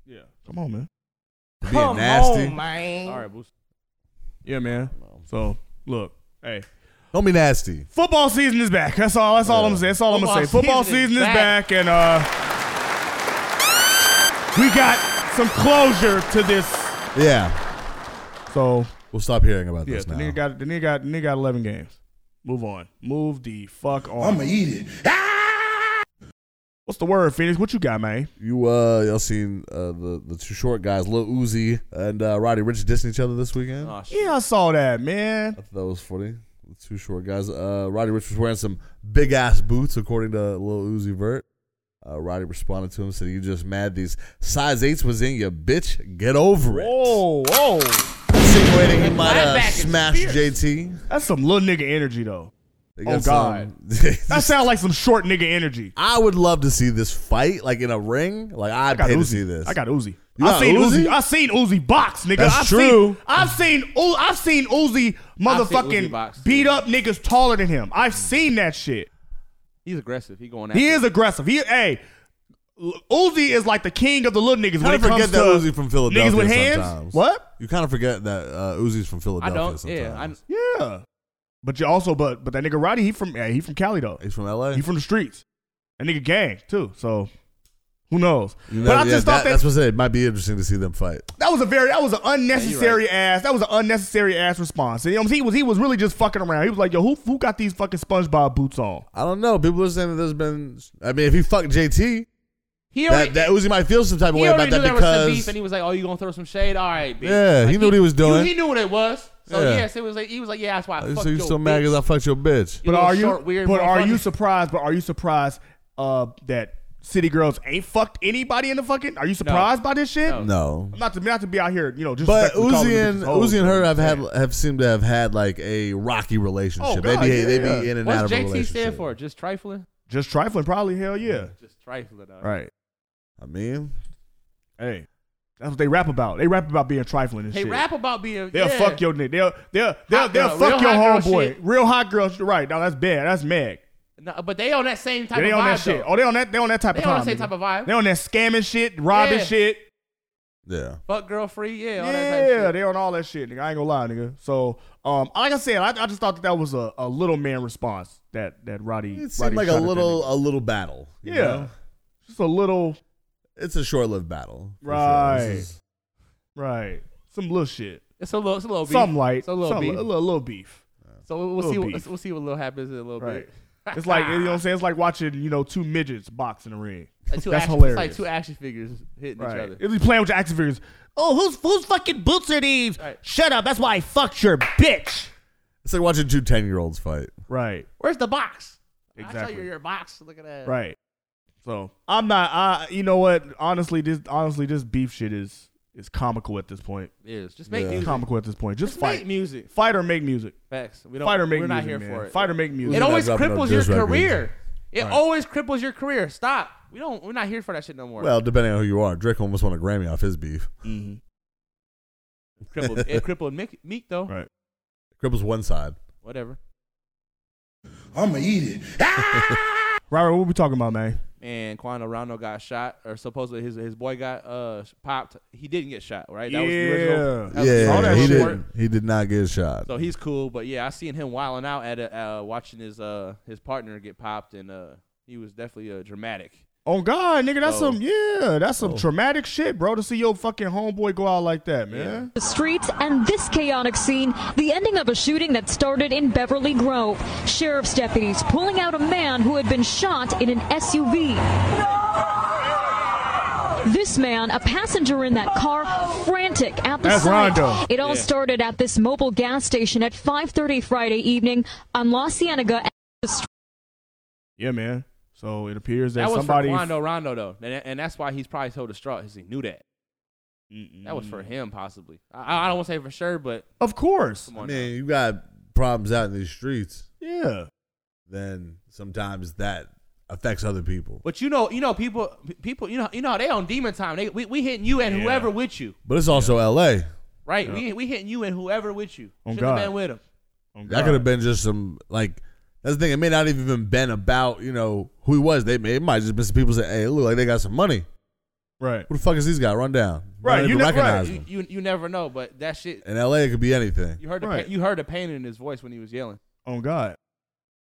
B: Yeah. Come on, man.
D: being nasty.
F: All right, Boost.
B: Yeah, man. So look, hey.
D: Don't be nasty.
B: Football season is back. That's all. That's all I'm gonna say. That's all I'm gonna say. Football
F: Football
B: season, is back, and uh, we got some closure to this.
D: Yeah.
B: So
D: We'll stop hearing about
B: yeah,
D: this
B: the
D: now.
B: nigga got the nigga got the nigga got 11 games. Move on. Move the fuck on.
I: I'ma eat it.
B: What's the word, Phoenix? What you got, man?
D: You uh, y'all seen uh, the the two short guys, Lil Uzi and uh, Roddy Rich dissing each other this weekend?
F: Oh, shit.
B: Yeah, I saw that, man.
D: I thought that was funny. The two short guys. Uh, Roddy Rich was wearing some big ass boots, according to Lil Uzi Vert. Uh, Roddy responded to him, said, "You just mad these size eights was in your bitch. Get over it."
B: Whoa, whoa.
D: Insinuating he might have
F: Linebacker is
D: smashed JT.
B: That's some little nigga energy, though.
D: They
B: Oh,
D: got
B: God.
D: some-
B: That sounds like some short nigga energy.
D: I would love to see this fight, like in a ring. Like I'd
B: I got
D: pay
B: Uzi.
D: to see this.
B: I got Uzi.
D: You
B: I
D: got
B: seen Uzi?
D: Uzi?
B: I seen Uzi box, nigga.
D: That's
B: I've
D: true.
B: Seen, I've seen Uzi. I've seen Uzi motherfucking
F: Uzi box, too.
B: beat up niggas taller than him. I've seen that shit.
F: he's aggressive. He going.
B: He
F: after
B: is aggressive. He hey, L- Uzi is like the king of the little niggas. When
D: Kinda
B: it comes
D: forget
B: to
D: that Uzi from Philadelphia
B: Niggas with hands.
D: sometimes.
B: What?
D: You kind of forget that uh, Uzi's from
F: I
D: Philadelphia.
F: don't.
D: Sometimes.
F: Yeah, I'm,
B: Yeah. But you also but but that nigga Roddy he from hey, he from Cali though.
D: He's from LA.
B: He from the streets. That nigga gang too. So who knows?
D: You
B: but
D: know, yeah,
B: I just
D: that-
B: thought that
D: that's what I said. It might be interesting to see them fight.
B: That was a very that was an
F: Yeah, you're
B: unnecessary ass. That was an unnecessary ass response. And, you know, he was he was really just fucking around. He was like, "Yo, who who got these fucking SpongeBob boots on?"
D: I don't know. People are saying that there's been. I mean, if he fucked JT,
F: he already.
D: that, that Uzi might feel some type of
F: he
D: way
F: already
D: about
F: knew
D: that
F: there was some beef,
D: because
F: and he was like, "Oh, you gonna throw some shade? All right, bitch.
D: Yeah, he
F: Like,
D: knew what he was doing.
F: He, knew what it was. So
D: Yeah.
F: yes, it was like he was like, "Yeah, that's why I
D: Oh,
F: fucked
D: so you
F: your
D: so mad
F: bitch,
D: because I fucked your bitch.
B: But
F: little
B: are you
F: short, weird
B: but are you
F: motherfucker."
B: surprised? But are you surprised uh, that city girls ain't fucked anybody in the fucking? Are you surprised by this shit?
F: No.
D: No,
B: Not to not to be out here, you know, just
D: but Uzi and Uzi and her have had have seemed to have had like a rocky relationship.
B: Oh,
D: they
B: God,
D: be
B: yeah,
D: they
B: yeah.
D: be in and out of
F: What's
D: a
F: JT
D: relationship.
F: stand for? Just trifling.
B: just trifling, probably hell yeah,
F: Just trifling. dog.
B: right.
D: I mean,
B: Hey, that's what they rap about. They rap about being trifling and
F: Hey,
B: shit.
F: rap about being.
B: They'll
F: yeah.
B: fuck your nigga. They'll they'll they'll,
F: Hot
B: they'll
F: girl.
B: fuck
F: Real
B: your
F: hot girl
B: homeboy.
F: shit.
B: Real hot girl. shit. Right now, that's bad. That's Meg.
F: No, but they on that same type
B: Yeah, they
F: of
B: on
F: vibe.
B: that shit.
F: though.
B: Oh, they on that. They on that type
F: They
B: of
F: on
B: time.
F: the same
B: nigga.
F: type of vibe.
B: They on that scamming shit, robbing
F: Yeah.
B: shit.
D: yeah.
F: Fuck girl free. Yeah, all that type of
B: Yeah,
F: shit.
B: they on all that shit, nigga. I ain't gonna lie, nigga. So, um, like I said, I, I just thought that that was a, a little man response that that Roddy.
D: It
B: Roddy
D: seemed like
B: shot
D: a
B: at that
D: little
B: nigga.
D: a little battle. you
B: Yeah.
D: know?
B: Just a little,
D: it's a short lived battle. for sure.
B: Right.
D: This is-
B: right? Some little shit.
F: It's a little. It's a little beef.
B: Some light.
F: It's a little
B: some-
F: beef.
B: A little, a little beef.
F: So we'll, we'll
B: Little
F: see.
B: beef.
F: What, we'll see what little happens in a little
B: Right.
F: bit.
B: It's like you know what I'm saying. It's like watching you know two midgets box in the ring.
F: Like two
B: That's
F: action,
B: hilarious.
F: It's like two action figures hitting each
B: right.
F: other.
B: If you playing with your action figures, oh who's who's fucking boots are these?
F: Right.
B: Shut up. That's why I fucked your bitch.
D: It's like watching two 10 year olds fight.
B: Right.
F: Where's the box? I saw
B: Exactly.
F: you your box. Look at that.
B: Right. So I'm not. I you know what? Honestly, this honestly this beef shit is is comical at this point.
F: It is. Just make music.
B: Comical at this point. Just,
F: Just
B: fight.
F: make music.
B: Fight or make music.
F: Facts. We don't.
B: Fight or make
F: we're
B: music.
F: not here
B: man.
F: for it.
B: Fight or make music.
F: It always
D: not dropping no
F: cripples your
D: diss records.
F: career. It always cripples your career. Stop. We don't. We're not here for that shit no more.
D: Well, depending on who you are, Drake almost won a Grammy off his beef.
F: Mm-hmm. it crippled,
B: Eh,
F: it crippled Meek, Meek though.
B: Right.
D: Cripples one side.
F: Whatever.
B: Robert, what we talking about, man?
F: And Quan Rondo got shot, or supposedly his his boy got uh sh- popped. He didn't get shot, right?
B: Yeah.
F: was the
D: Yeah,
B: all that
D: he
B: shit.
D: did. He did not get shot.
F: So he's cool, but yeah, I seen him wilding out at a, uh, watching his uh his partner get popped, and uh he was definitely uh, dramatic.
B: Oh God, nigga, that's
F: Oh.
B: some yeah, that's some traumatic shit, bro. To see your fucking homeboy go out like that, man.
J: the streets and this chaotic scene, the ending of a shooting that started in Beverly Grove. Sheriff's deputies pulling out a man who had been shot in an SUV. This man, a passenger in that car, frantic at the
B: That's
J: sight.
B: Rondo.
J: It all started at this mobile gas station at 5:30 Friday evening on La Cienega.
B: Yeah, man. So it appears that,
F: That was
B: somebody
F: for Quando Rondo though, and, and that's why he's probably so distraught because he knew that. That was for him possibly. I, I don't want to say for sure, but
B: Of course.
F: come
D: I
F: on. now.
D: mean, you got problems out in these streets,
B: Yeah.
D: then sometimes that affects other people.
F: But you know, you know, people, people, you know, you know, they on demon time. They we, we hitting you and whoever with you,
D: But it's also L.A.
F: right? We we hitting you and whoever with you.
B: Oh,
F: Should
B: God.
F: have been with him.
B: Oh,
D: That
B: God.
D: could have been just some like that's the thing. It may not have even been about you know who he was. They may it might have just been some people say, "Hey, look like they got some money.
B: right.
D: Who the fuck is these guys? Run down.
B: Right,
D: Don't
B: you
D: even
B: know- right.
D: recognize
F: You,
D: them.
F: you you never know, but that shit.
D: In L.A., it could be anything.
F: You heard the
B: Right.
F: pa- you heard the pain in his voice when he was yelling.
B: Oh God.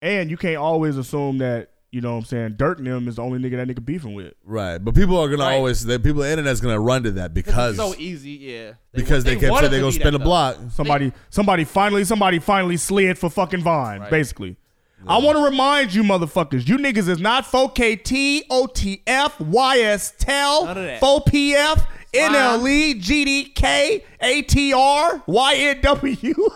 B: And you can't always assume that, you know what I'm saying, Dirt and them is the only nigga that nigga beefing with.
D: Right, but people are gonna
F: Right.
D: always the people. The internet's gonna run to that because
F: It's so easy, yeah. They
D: because
F: want-
D: they, kept
F: want
D: saying
F: it
D: they
F: to
D: gonna
F: be that,
D: spin a
F: though.
D: block.
B: Somebody somebody finally somebody finally slid for fucking Vine,
F: Right.
B: basically. I want to remind you motherfuckers, you niggas is not 4KT, OTF,
F: None of
B: YSTEL,
F: that.
B: 4PF,
F: Slime.
B: NLE, GDK, ATR, YNW,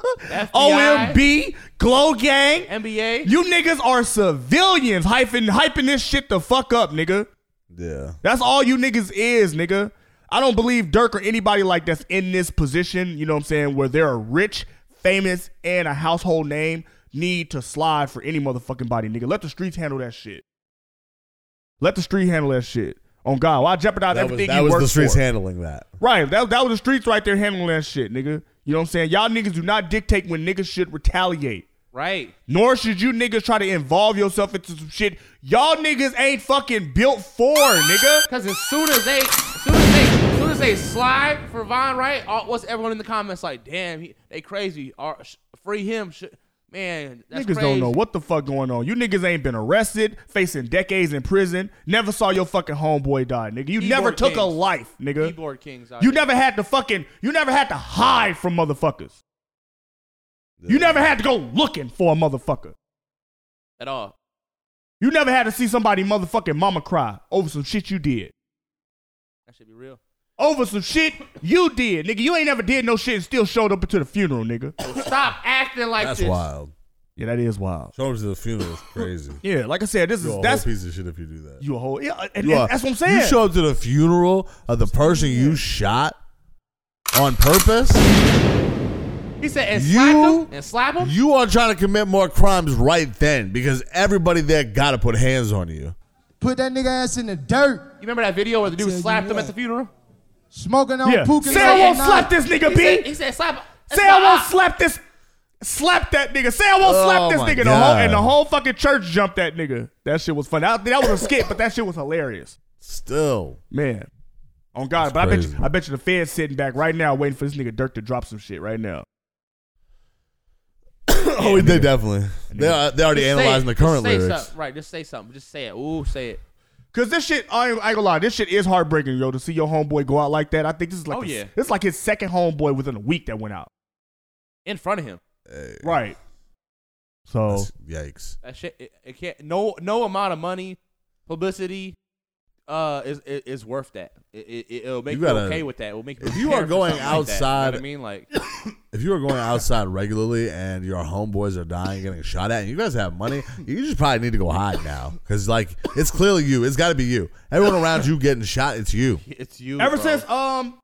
B: OMB, Glow Gang.
F: NBA.
B: You niggas are civilians hyping, hyping this shit the fuck up, nigga.
D: Yeah,
B: That's all you niggas is, nigga. I don't believe Dirk or anybody like that's in this position, you know what I'm saying, where they're rich, famous, and a household name need to slide for any motherfucking body, nigga. Let the streets handle that shit. Let the street handle that shit. On God, why jeopardize
D: that was
B: everything
D: that
B: you
D: was
B: work
D: the streets
B: for?
D: handling that.
B: Right. That, that was the streets right there handling that shit, nigga. You know what I'm saying? Y'all niggas do not dictate when niggas should retaliate.
F: Right.
B: Nor should you niggas try to involve yourself into some shit y'all niggas ain't fucking built for, nigga.
F: Because as soon as they, as soon as they, as soon as they slide for Von Wright, all, what's everyone in the comments like? Damn, he, they crazy. Or, sh- free him, sh- man. That's
B: niggas
F: crazy.
B: don't know what the fuck going on. You niggas ain't been arrested, facing decades in prison. Never saw your fucking homeboy die, nigga. You never
F: Keyboard
B: took a
F: kings.
B: life, nigga.
F: Keyboard kings. out
B: You
F: here.
B: never had to fucking. You never had to hide from motherfuckers. You never had to go looking for a motherfucker.
F: at all.
B: You never had to see somebody motherfucking mama cry over some shit you did.
F: That should be real.
B: Over some shit you did, nigga. You ain't never did no shit and still showed up to the funeral, nigga.
F: Stop acting like
D: That's
F: this.
D: wild.
B: Yeah, that is wild.
D: Show him to the funeral is crazy.
B: Yeah, like I said, this
D: You're
B: is
D: a whole
B: that's
D: piece of shit if you do that.
B: you a whole yeah, and,
D: You
B: and
D: are-
B: that's what I'm saying.
D: You show up to the funeral of the person you shot on purpose.
F: He said, and
D: You-
F: slap him, and slap him.
D: You are trying to commit more crimes right then because everybody there got to put hands on you.
G: Put that nigga ass in the dirt.
F: You remember that video where the dude
G: Tell you
F: slapped him
G: what.
F: at the funeral?
G: Smoking on
B: yeah,
G: Puka.
B: Sarah won't
G: Lotto Night.
B: slap this nigga,
F: He said,
B: B.
F: he said, slap him. That's
B: Sarah
F: not-
B: won't slap this. Slap that nigga. Sarah won't
D: Oh
B: slap this
D: my
B: nigga. The whole,
D: God.
B: and the whole fucking church jumped that nigga. That shit was funny. That, that was a skit, but that shit was hilarious.
D: Still,
B: Man. On God,
D: That's
B: but I bet
D: crazy.
B: you, I bet you the Fed's sitting back right now waiting for this nigga Dirk to drop some shit right now.
D: oh, they definitely they are, they already
F: Just say
D: analyzing
F: it.
D: the current
F: Just say
D: lyrics.
F: something. Right, just say something. Just say it. Ooh, say it.
B: Cause this shit, I ain't, I ain't gonna lie, this shit is heartbreaking, yo. To see your homeboy go out like that, I think this is like
F: Oh,
B: his-
F: yeah.
B: this is like his second homeboy within a week that went out.
F: In front of him.
B: Right. So
D: Yikes.
F: That shit, it, it can't. No, no amount of money, publicity, uh, is is, is worth that. It, it, it'll make
D: You
F: you,
D: gotta-
F: okay with that. It'll make
D: if you are
F: prepared for
D: going
F: something like that.
D: outside-
F: you know what I mean, like,
D: If you are going outside regularly and your homeboys are dying, getting shot at, and you guys have money, you just probably need to go hide now. Because, like, it's clearly you. It's got to be you. Everyone around you getting shot, it's you.
F: it's you.
B: ever
F: bro.
B: since um,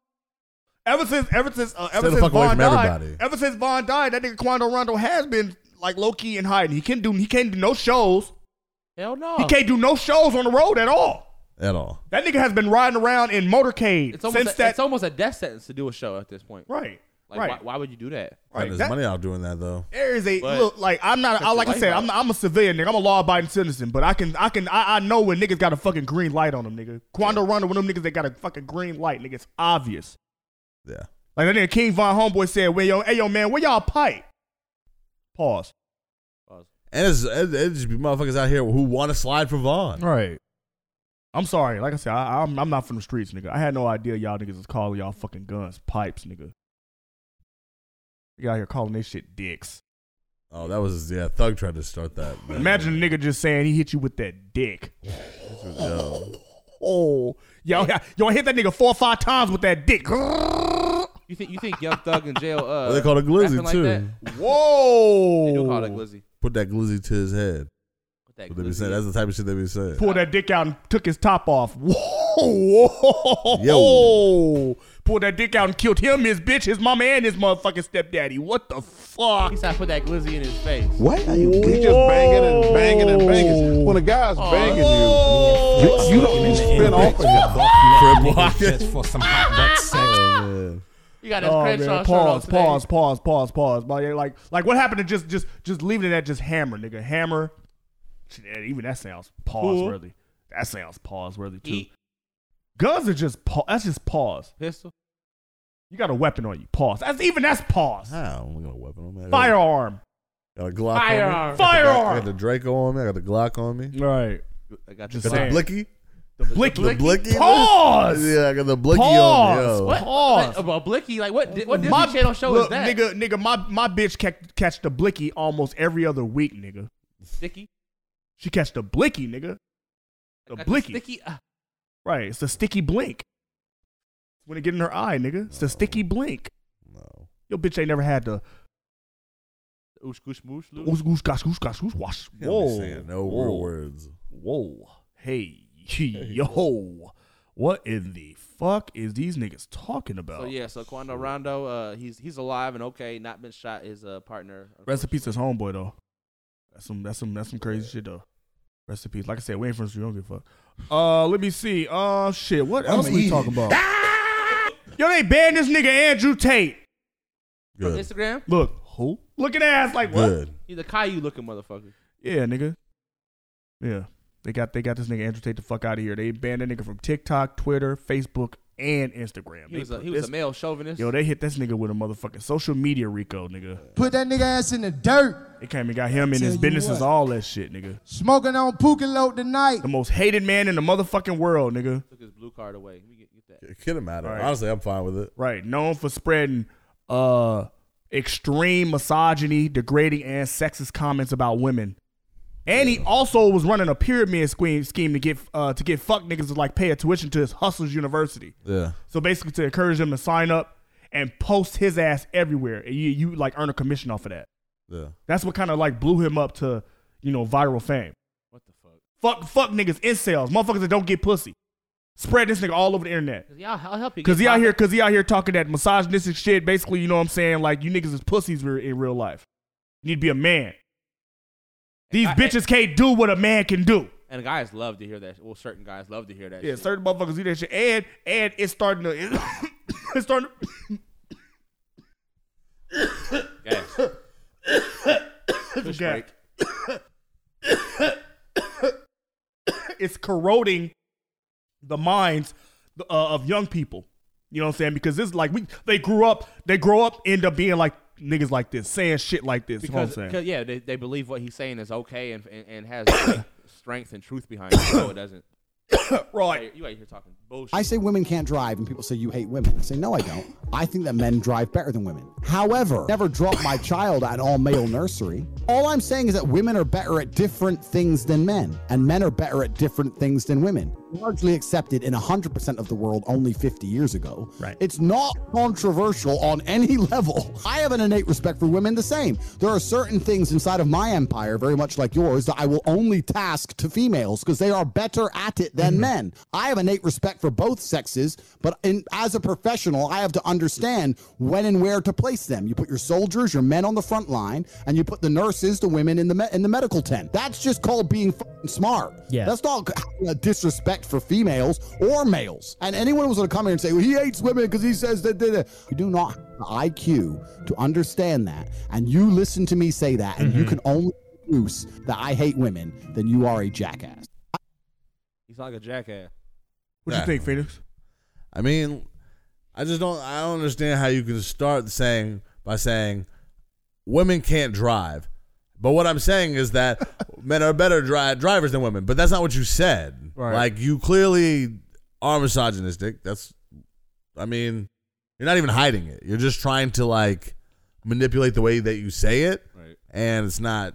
B: ever since ever since uh,
D: the
B: ever since
D: fuck away
B: Vaughn
D: from
B: died,
D: everybody.
B: ever since Vaughn died, that nigga Quando Rondo has been like low key in hiding. He can do he can't do no shows.
F: hell no,
B: He can't do no shows on the road at all.
D: At all.
B: That nigga has been riding around in motorcade
F: It's almost
B: since
F: a,
B: that.
F: it's almost a death sentence to do a show at this point.
B: right,
F: Like,
B: right,
F: Why, why would you do that?
B: right.
D: There's
B: That-
D: money out doing that, though.
B: There is a
F: But-
B: look like I'm not I,
F: your
B: like I
F: life
B: said
F: out.
B: I'm not, I'm a civilian nigga I'm a law abiding citizen but I can I can I, I know when niggas got a fucking green light on them nigga Quando Rondo when them niggas they got a fucking green light nigga it's obvious
D: Yeah.
B: like that nigga King Von Homeboy said where yo hey yo man where y'all pipe pause
D: And it's, it, it just be motherfuckers out here who want to slide for Vaughn.
B: right I'm sorry like I said I, I'm I'm not from the streets nigga I had no idea y'all niggas was calling y'all fucking guns pipes nigga you out here calling this shit dicks
D: Oh, that was, yeah, Thug tried to start that. man.
B: imagine a nigga just saying he hit you with that dick.
D: Yo.
B: Oh, yo, yo, I hit that nigga four or five times with that dick. Whoa.
F: You think you think Young Thug in jail? Uh,
D: Well, they called a glizzy,
F: rapping like
D: too.
F: that?
B: Oh!
F: They do call it a glizzy.
D: Put that glizzy to his head.
F: What that
D: What they be
F: glizzy
D: saying.
F: is.
D: That's the type of shit they be saying.
B: Pulled that dick out and took his top off. Whoa.
D: Yo.
B: Pulled that dick out and killed him, his bitch, his mama, and his motherfucking stepdaddy. What the fuck?
F: He said, "Put that glizzy in his face."
I: What? Are you
E: He's just banging and banging and banging. When a guy's
B: Oh.
E: banging you, you, you don't spin off of him.
D: Crib walk.
F: You got his
B: Oh, man.
F: Crenshaw shirt on
B: Pause,
F: today.
B: pause, pause, pause, pause. But yeah, like, like what happened to just, just, just leaving it at just hammer, nigga? Hammer. Shit, yeah, Even that sounds pause worthy. That sounds pause worthy too.
F: Eat
B: Guns are just pause. That's just pause.
F: pistol.
B: You got a weapon on you. Pause. That's even that's pause.
D: How? I'm looking at a weapon on me. I got-
B: Firearm.
D: Got a Glock on me.
F: Firearm.
D: I got
B: Firearm.
D: the Draco on me. I got the Glock on me.
B: Right.
F: I got
B: Just
F: the
D: Got the
B: saying.
F: glizzy.
D: blicky.
B: The blicky.
D: The blicky.
B: Pause.
D: Yeah, I got the blicky on me.
B: Pause.
D: Yo.
F: What?
B: Pause.
F: Like, a blicky? Like what? di- What Disney
B: My-
F: Channel show
B: look,
F: is that?
B: Nigga, nigga, my, my bitch catch, catch the blicky almost every other week, nigga.
F: Sticky.
B: She catch the blicky, nigga. The
F: Got
B: blicky.
F: Sticky. uh,
B: Right. It's the sticky blink. When it get in her eye, nigga. It's the sticky blink.
D: No.
B: Your bitch ain't never had the
F: oosh, goosh, moosh, loo.
B: oosh goosh gosh goosh gosh goosh wash.
D: You don't be
B: Whoa.
D: saying No
B: Whoa.
D: real words.
B: Whoa. Hey. Yo. What in the fuck is these niggas talking about?
F: So yeah, so Quando Rondo, uh, he's he's alive and okay, not been shot. His uh, partner.
B: Rest in peace, to his homeboy though. That's some that's some that's some crazy shit though. Rest in peace. Like I said, we ain't friends. We don't give a fuck. Uh, let me see. Uh, shit. What Ah! else we talking about? Yo, they banned this nigga Andrew Tate.
F: From
D: Good.
F: Instagram,
B: Look, who? Look at ass like what?
D: Good.
F: he's a Caillou looking motherfucker.
B: Yeah, nigga. Yeah, they got they got this nigga Andrew Tate the fuck out of here. They banned that nigga from TikTok, Twitter, Facebook, and Instagram.
F: He
B: They
F: was a
B: put
F: he was
B: this-
F: a male chauvinist.
B: Yo, they hit this nigga with a motherfucking social media Rico, nigga.
G: Put that nigga ass in the dirt.
B: They came and got him and his
G: Tell you
B: businesses,
G: what.
B: all that shit, nigga.
G: Smoking on Puka Lote tonight.
B: The most hated man in the motherfucking world, nigga.
F: took his blue card away. Let me get, get that.
D: Kid him out of it.
B: Right.
D: Honestly, I'm fine with it.
B: Right, known for spreading uh extreme misogyny, degrading, and sexist comments about women. And he also was running a pyramid scheme scheme to get uh, to get fuck niggas to like pay a tuition to his hustlers university.
D: Yeah.
B: So basically, to encourage them to sign up and post his ass everywhere, and you you like earn a commission off of that.
D: Yeah.
B: That's what kind of like blew him up to you know viral fame.
F: What the fuck?
B: Fuck fuck niggas, incels, motherfuckers that don't get pussy. Spread this nigga all over the internet.
F: Cause y'all, I'll help you.
B: Cause
F: get
B: he out
F: popped.
B: here, cause he out here talking that misogynistic shit. Basically, you know what I'm saying? Like you niggas is pussies re- in real life. You need to be a man. These
F: I-
B: bitches can't do what a man can do.
F: And guys love to hear that. Well, certain guys love to hear that.
B: Yeah,
F: shit.
B: certain motherfuckers do that shit, and and it's starting to, it's starting. To,
F: Gas. Push
B: gap.
F: break.
B: it's corroding the minds uh, of young people. You know what I'm saying? Because this is like we, they grew up, they grow up, end up being like niggas like this, saying shit like this. You know what I'm
F: Because,
B: saying?
F: because, yeah, they, they believe what he's saying is okay and and, and has strength and truth behind it. No, it doesn't.
B: right.
F: Hey, you out here talking
K: I say women can't drive, and people say you hate women. I say no, I don't. I think that men drive better than women. However, never drop my child at an all-male nursery. All I'm saying is that women are better at different things than men, and men are better at different things than women. Largely accepted in 100% of the world only 50 years ago. Right. It's not controversial on any level. I have an innate respect for women the same. There are certain things inside of my empire, very much like yours, that I will only task to females because they are better at it than men. I have innate respect for both sexes, but in, as a professional, I have to understand when and where to place them. You put your soldiers, your men on the front line, and you put the nurses, the women in the me- in the medical tent. That's just called being fucking smart.
L: Yeah.
K: That's not having a disrespect for females or males. And anyone who's going to come here and say well, he hates women because he says that, that, that. you do not have the IQ to understand that, and you listen to me say that, and you can only deduce that I hate women, then you are a jackass.
F: He's like a jackass.
B: What
D: Yeah.
B: you think, Phoenix?
D: I mean, I just don't. I don't understand how you can start saying by saying women can't drive, but what I'm saying is that men are better dri- drivers than women. But that's not what you said.
B: Right.
D: Like you clearly are misogynistic. That's. I mean, you're not even hiding it. You're just trying to like manipulate the way that you say it,
F: Right.
D: and it's not.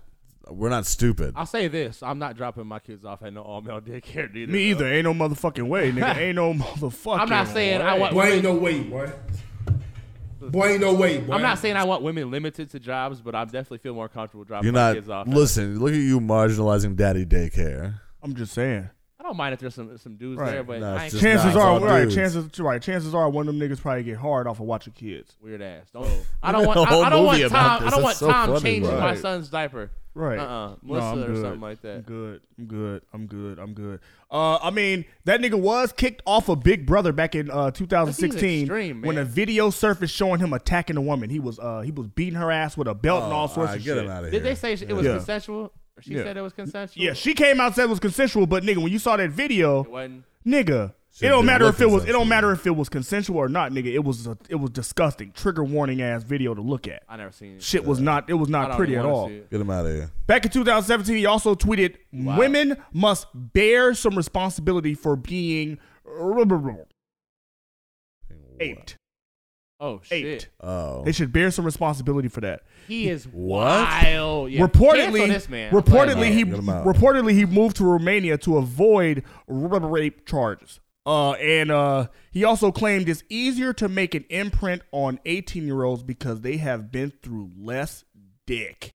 D: We're not stupid.
F: I'll say this: I'm not dropping my kids off at no all male daycare neither.
B: Me either. Ain't no motherfucking way, nigga. Ain't no motherfucking.
F: I'm not saying I
B: way.
F: want.
M: boy. Boy, ain't no way, boy.
F: I'm not saying I want women limited to jobs, but I definitely feel more comfortable dropping
D: You're
F: my
D: not.
F: kids off.
D: Listen, look at you marginalizing daddy daycare.
B: I'm just saying.
F: I don't mind if there's some some dudes
B: Right.
F: there, but
D: Nah,
F: I
D: it's
F: ain't
D: just
B: Chances
D: not.
B: are,
D: It's all
B: right?
D: dudes.
B: Chances, right? Chances are, one of them niggas probably get hard off of watching kids.
F: weird ass. Don't. I don't
B: made
F: want.
B: a
F: I,
B: whole
F: I don't want
B: movie about this.
F: Tom. I don't
B: That's
F: want
B: so
F: Tom
B: funny,
F: changing
B: bro.
F: my
B: Right.
F: son's diaper.
B: Right.
F: Uh-uh.
B: No, I'm
F: Melissa or
B: good.
F: something like that.
B: I'm good. I'm good. I'm good. I'm good. Uh, I mean, that nigga was kicked off of Big Brother back in uh, 2016
F: extreme,
B: when a video surfaced showing him attacking a woman. He was uh, he was beating her ass with a belt and
F: Oh,
B: all sorts
F: alright,
B: of
F: get
B: shit.
F: him outta Did they here. say it was consensual? She
B: Yeah.
F: said it was consensual.
B: Yeah, she came out and said it was consensual, but nigga, when you saw that video,
F: wasn't.
B: nigga,
D: She
B: it don't
D: didn't
B: matter
D: look
B: if it was. It
D: consensual.
B: don't matter if it was consensual or not, nigga. It was a, it was disgusting, trigger warning ass video to look at.
F: I never seen it.
B: Shit was not. It was
F: I
B: not
F: don't
B: pretty at
F: even wanna
B: all.
F: see it.
D: Get him out of here.
B: Back in 2017, he also tweeted,
D: Wow.
B: "Women must bear some responsibility for being raped.
F: Oh
B: shit!
D: Oh,
B: They should bear some responsibility for that."
F: He is
D: What?
F: wild. Yeah,
B: reportedly,
F: cancel this man. I'm playing
B: reportedly
F: with
B: he
F: him.
B: reportedly he moved to Romania to avoid rubber rape charges. Uh, and uh, he also claimed it's easier to make an imprint on 18 year olds because they have been through less dick.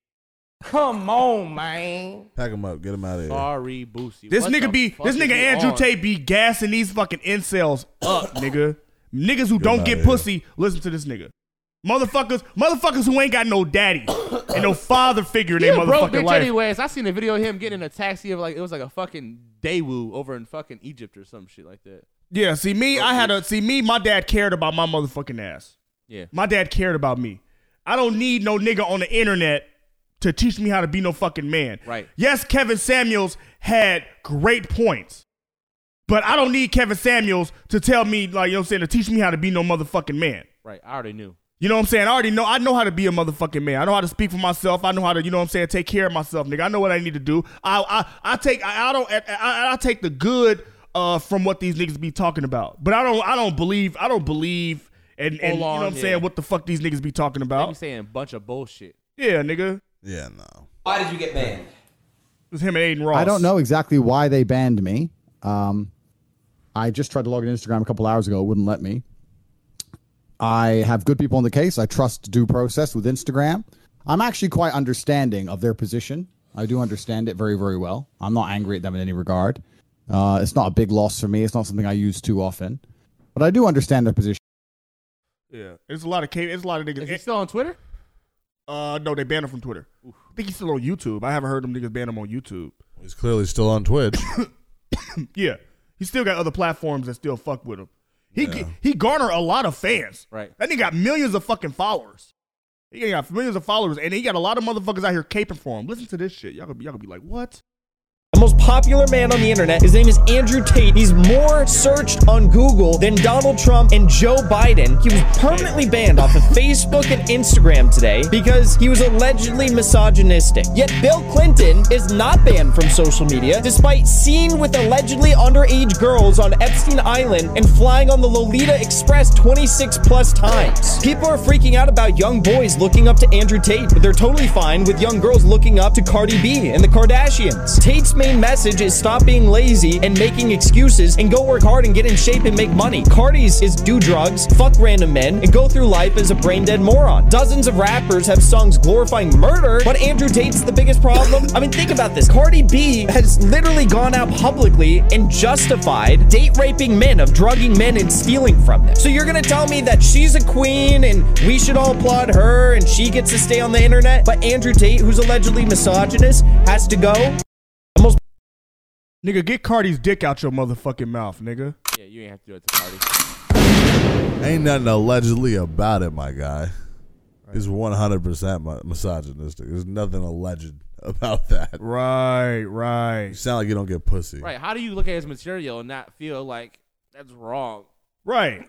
M: Come on, man.
D: Pack him up. Get him out of here.
F: Sorry, Boosie.
B: This
F: What the
B: nigga be
F: fuck
B: this
F: is
B: nigga
F: you
B: Andrew
F: on?
B: Tate be gassing these fucking incels up, nigga. Niggas who
D: Get
B: don't
D: outta
B: get
D: here.
B: pussy, listen to this nigga. Motherfuckers, motherfuckers who ain't got no daddy and no father figure in
F: He
B: their
F: a broke
B: motherfucking
F: bitch
B: life.
F: anyways. I seen a video of him getting in a taxi of like it was like a fucking Daewoo over in fucking Egypt or some shit like that.
B: Yeah, see me, I had a see me, my dad cared about my motherfucking ass.
F: Yeah.
B: My dad cared about me. I don't need no nigga on the internet to teach me how to be no fucking man.
F: Right.
B: Yes, Kevin Samuels had great points. But I don't need Kevin Samuels to tell me, like, you know what I'm saying, to teach me how to be no motherfucking man.
F: Right. I already knew.
B: You know what I'm saying? I already know. I know how to be a motherfucking man. I know how to speak for myself. I know how to, you know what I'm saying, take care of myself, nigga. I know what I need to do. I I, I take I, I don't I, I, I take the good uh from what these niggas be talking about. But I don't I don't believe I don't believe and, and you know
F: Full-on,
B: what I'm
F: yeah.
B: saying what the fuck these niggas be talking
F: You
B: about.
F: saying a bunch of bullshit.
B: Yeah, nigga.
D: Yeah, no.
M: Why did you get banned?
B: It was him and Aiden Ross.
K: I don't know exactly why they banned me. Um, I just tried to log in Instagram a couple hours ago. It wouldn't let me. I have good people in the case. I trust due process with Instagram. I'm actually quite understanding of their position. I do understand it very, very well. I'm not angry at them in any regard. Uh, it's not a big loss for me. It's not something I use too often, but I do understand their position.
B: Yeah. It's a lot of ca- it's a lot of niggas.
F: Is he still on Twitter?
B: Uh no, they banned him from Twitter. I think he's still on YouTube. I haven't heard them niggas ban him on YouTube.
D: He's clearly still on Twitch.
B: Yeah. He still got other platforms that still fuck with him. He he garner a lot of fans.
F: Right.
B: That nigga got millions of fucking followers. He got millions of followers, and he got a lot of motherfuckers out here caping for him. Listen to this shit. Y'all gonna be, y'all gonna be like, what?
L: the most popular man on the internet. His name is Andrew Tate. He's more searched on Google than Donald Trump and Joe Biden. He was permanently banned off of Facebook and Instagram today because he was allegedly misogynistic. Yet Bill Clinton is not banned from social media despite seen with allegedly underage girls on Epstein Island and flying on the Lolita Express 26 plus times. People are freaking out about young boys looking up to Andrew Tate, but they're totally fine with young girls looking up to Cardi B and the Kardashians. Tate's main message is stop being lazy and making excuses and go work hard and get in shape and make money. Cardi's is do drugs, fuck random men, and go through life as a brain dead moron. Dozens of rappers have songs glorifying murder, but Andrew Tate's the biggest problem. I mean, think about this. Cardi B has literally gone out publicly and justified date raping men, of drugging men and stealing from them. So you're gonna tell me that she's a queen and we should all applaud her and she gets to stay on the internet, but Andrew Tate, who's allegedly misogynist, has to go?
B: Nigga, get Cardi's dick out your motherfucking mouth, nigga.
F: Yeah, you ain't have to do it to Cardi.
D: Ain't nothing allegedly about it, my guy. It's 100% mi- misogynistic. There's nothing alleged about that.
B: Right, right. You
D: sound like you don't get pussy.
F: Right. How do you look at his material and not feel like that's wrong?
B: Right.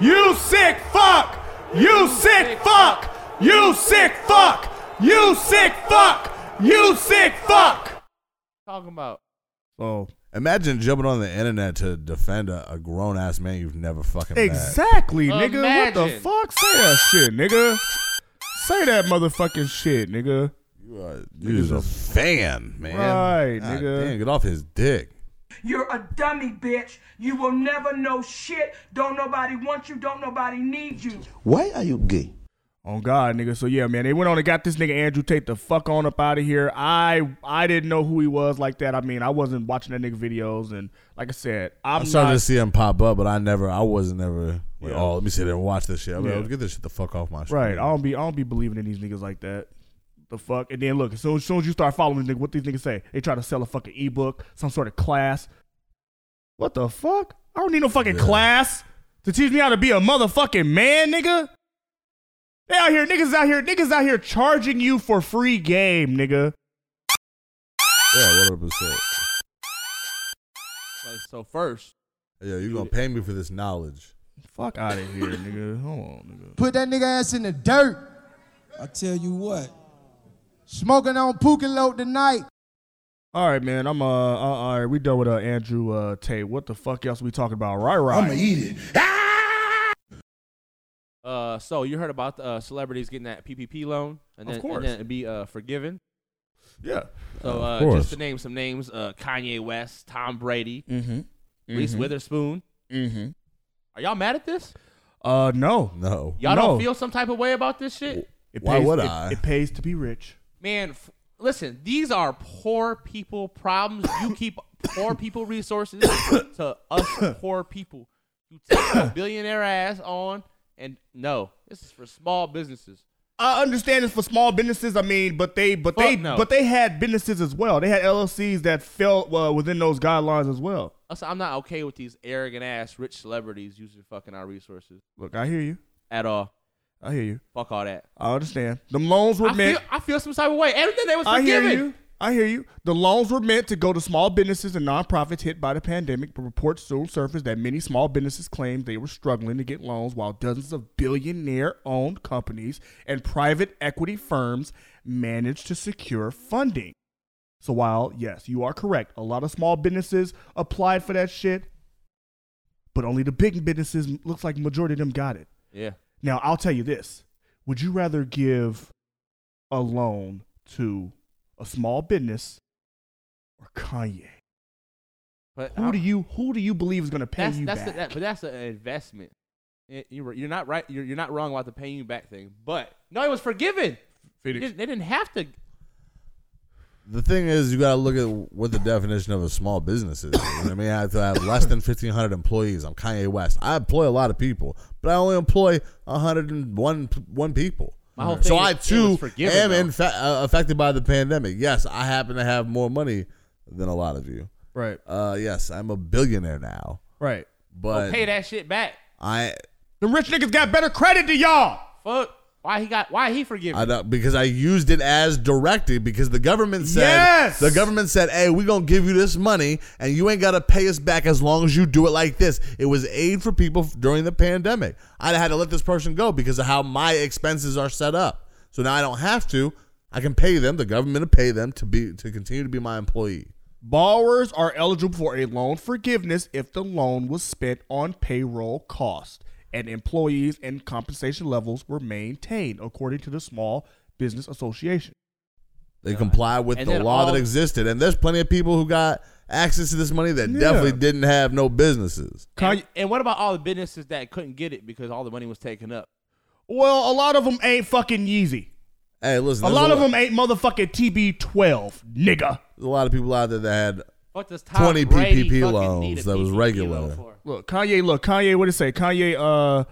B: You sick fuck! You sick fuck! You sick fuck! You sick fuck! You sick fuck!
F: Talking about.
B: So
D: imagine jumping on the internet to defend a, a grown ass man you've never fucking met.
B: Exactly, nigga. What the
F: Imagine.
B: fuck? Say that shit, nigga. Say that motherfucking shit, nigga.
D: You are You just a fan, man.
B: Right,
D: God
B: nigga.
D: Damn, get off his dick.
H: You're a dummy, bitch. You will never know shit. Don't nobody want you. Don't nobody need you.
B: Why are you gay? On Oh, God, nigga. So yeah, man, they went on and got this nigga Andrew Tate the fuck on up out of here. I I didn't know who he was like that. I mean, I wasn't watching that nigga videos, and like I said, I'm,
D: I'm, starting
B: not-
D: to see him pop up, but I never, I wasn't ever like,
B: Yeah.
D: oh, let me sit there and watch this shit. I'm like,
B: Yeah.
D: "Oh, get this shit the fuck off my shit.
B: Right. I don't be I don't be believing in these niggas like that. The fuck. And then look, as soon as, soon as you start following this nigga, what these niggas say? They try to sell a fucking ebook, some sort of class. What the fuck? I don't need no fucking class to teach me how to be a motherfucking man, nigga. They out here, niggas out here, niggas out here charging you for free game, nigga.
D: Yeah, 100%.
F: Like, so first,
D: Yeah, you're going to pay me for this knowledge.
B: Fuck out of here, nigga. Hold on,
G: Put that nigga ass in the dirt. I tell you what. Smoking on Pukalote tonight.
B: All right, man. I'm uh, uh all right. We done with uh, Andrew uh, Tate. What the fuck else we talking about? Right, right.
M: I'ma eat
B: it.
F: Uh, so you heard about uh, celebrities getting that PPP loan and
B: Of
F: then,
B: course.
F: and then it'd be uh, forgiven.
B: Yeah.
F: So
B: Of
F: uh,
B: course.
F: just to name some names: uh, Kanye West, Tom Brady,
B: Mhm.
F: Reese
B: Mhm.
F: Witherspoon.
B: Mm-hmm.
F: Are y'all mad at this?
B: Uh, no,
D: no.
F: Y'all
B: no.
F: don't feel some type of way about this shit?
B: It
D: Why
B: pays,
D: would
B: it-
D: I?
B: It pays to be rich.
F: Man, f- listen, these are poor people problems. You keep poor people resources to us poor people. You take a billionaire ass on, and no, this is for small businesses.
B: I understand it's for small businesses. I mean, but they, but they,
F: Fuck no.
B: but they had businesses as well. They had LLCs that fell uh, within those guidelines as well.
F: Also, I'm not okay with these arrogant ass rich celebrities using fucking our resources
B: Look, I hear you.
F: at all.
B: I hear you.
F: Fuck all that.
B: I understand. The loans were
F: I
B: meant.
F: feel, I feel some type of way. Everything they was
B: I hear
F: forgiven.
B: you. I hear you. The loans were meant to go to small businesses and nonprofits hit by the pandemic, but reports soon surfaced that many small businesses claimed they were struggling to get loans while dozens of billionaire owned companies and private equity firms managed to secure funding. So, while, yes, you are correct, a lot of small businesses applied for that shit, but only the big businesses, looks like majority of them got it.
F: Yeah.
B: Now, I'll tell you this. Would you rather give a loan to a small business or Kanye?
F: But
B: Who
F: I'm-
B: do you who do you believe is going to pay
F: that's,
B: you
F: that's
B: back?
F: A, that, but that's an investment. It- you're, you're not right. You're, you're not wrong about the paying you back thing. But no, it was forgiven. They, they didn't have to.
D: The thing is, you gotta look at what the definition of a small business is. You know what I mean, I have to have less than fifteen hundred employees. I'm Kanye West. I employ a lot of people, but I only employ hundred and one one people.
F: My whole
D: so
F: thing
D: I
F: is- it
D: too
F: was forgiven,
D: am
F: though.
D: in fa- uh, affected by the pandemic. Yes, I happen to have more money than a lot of you.
B: Right.
D: Uh, yes, I'm a billionaire now.
B: Right.
D: But
F: pay that shit back.
D: I
B: The rich niggas got better credit than y'all.
F: Fuck. Why he got? Why he forgiven?
D: I don't, because I used it as directed because the government said
F: Yes!
D: the government said, "Hey, we're going to give you this money and you ain't got to pay us back as long as you do it like this." It was aid for people f- during the pandemic. I had to let this person go because of how my expenses are set up. So now I don't have to. I can pay them, the government to pay them to be to continue to be my employee.
B: Borrowers are eligible for a loan forgiveness if the loan was spent on payroll cost and employees and compensation levels were maintained, according to the Small Business Association.
D: They comply with
B: And
D: the
B: then
D: law
B: all-
D: that existed. And there's plenty of people who got access to this money that
B: Yeah.
D: definitely didn't have no businesses.
F: And, and what about all the businesses that couldn't get it because all the money was taken up?
B: Well, a lot of them ain't fucking Yeezy.
D: Hey, listen.
B: A
D: there's
B: lot of them ain't motherfucking TB12, nigga.
D: There's a lot of people out there that had
F: What does Tom
D: 20
F: Brady
D: PPP
F: fucking need
D: loans
F: a
D: that was
F: PPP
D: regular.
B: Look, Kanye. Look, Kanye. What it say? Kanye. Uh,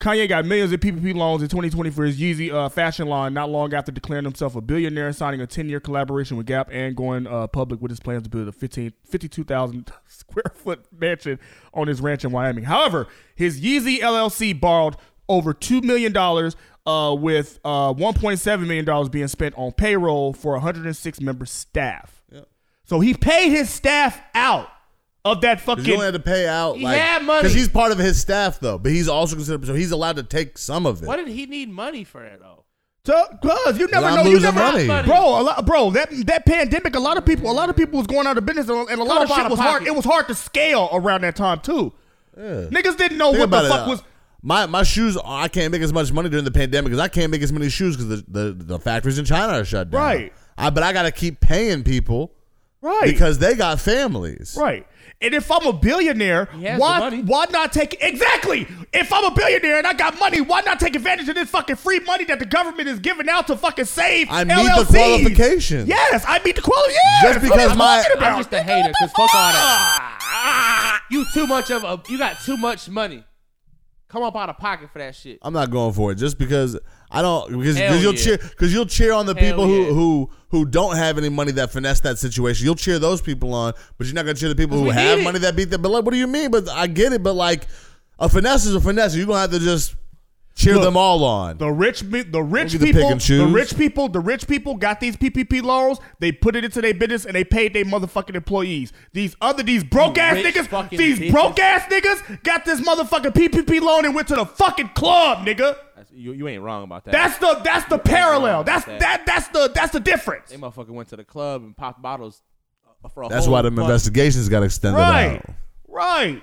B: Kanye got millions of PPP loans in 2020 for his Yeezy uh, fashion line. Not long after declaring himself a billionaire, and signing a 10-year collaboration with Gap and going uh, public with his plans to build a 15, 52,000 square foot mansion on his ranch in Wyoming. However, his Yeezy LLC borrowed over two million dollars, uh, with uh, 1.7 million dollars being spent on payroll for 106 member staff. So he paid his staff out of that fucking.
D: You only had to pay out.
F: He
D: like,
F: had money.
D: Because he's part of his staff, though. But he's also considered, so he's allowed to take some of it.
F: What did he need money for it though?
B: So, cause Uh, you never
D: I'm
B: know, you
D: losing
B: never
D: money.
B: bro. A lot, bro. That that pandemic, a lot of people, a lot of people was going out of business, and a- and a lot
F: Come
B: of
F: up
B: shit
F: outta
B: was hard.
F: pocket.
B: It was hard to scale around that time too. Niggas didn't know
D: Think
B: what
D: about
B: the
D: it,
B: fuck
D: though.
B: was.
D: My my shoes. I can't make as much money during the pandemic because I can't make as many shoes because the, the the factories in China are shut down.
B: Right.
D: I, but I got to keep paying people.
B: Right.
D: Because they got families.
B: Right. And if I'm a billionaire,
D: has
B: why why not take exactly? If I'm a billionaire and I got money, why not take advantage of this fucking free money that the government is giving out to fucking save?
D: I meet
B: LLCs?
D: the qualifications.
B: Yes, I meet the qualifications. Yes,
D: Just because
B: I'm
D: my-
B: talking about.
F: I'm just a hater because fuck all that. You too much of a. You got too much money. Come up out of pocket for that shit.
D: I'm not going for it just because I don't because
F: Hell
D: 'cause you'll
F: yeah.
D: cheer because you'll cheer on the
F: Hell
D: people who
F: yeah.
D: who who don't have any money that finesse that situation. You'll cheer those people on, but you're not gonna cheer the people
F: 'Cause
D: who
F: we need
D: have
F: it.
D: money that beat them. But like, what do you mean? But I get it. But like, a finesse is a finesse. You're gonna have to just cheer them all on.
B: The rich, me- the rich
D: get to pick
B: people,
D: and choose.
B: the rich people, the rich people got these PPP loans. They put it into their business and they paid their motherfucking employees. These other, these broke ass
F: rich
B: niggas,
F: fucking
B: these
F: bitches.
B: broke ass niggas got this motherfucking PPP loan and went to the fucking club, nigga.
F: That's- You, you ain't wrong about that.
B: That's the that's the parallel. That's that that's the that's the difference.
F: They motherfucker went to the club and popped bottles uh, for a
D: That's
F: whole
D: why them
F: month.
D: investigations got extended
B: Right.
D: out.
B: Right.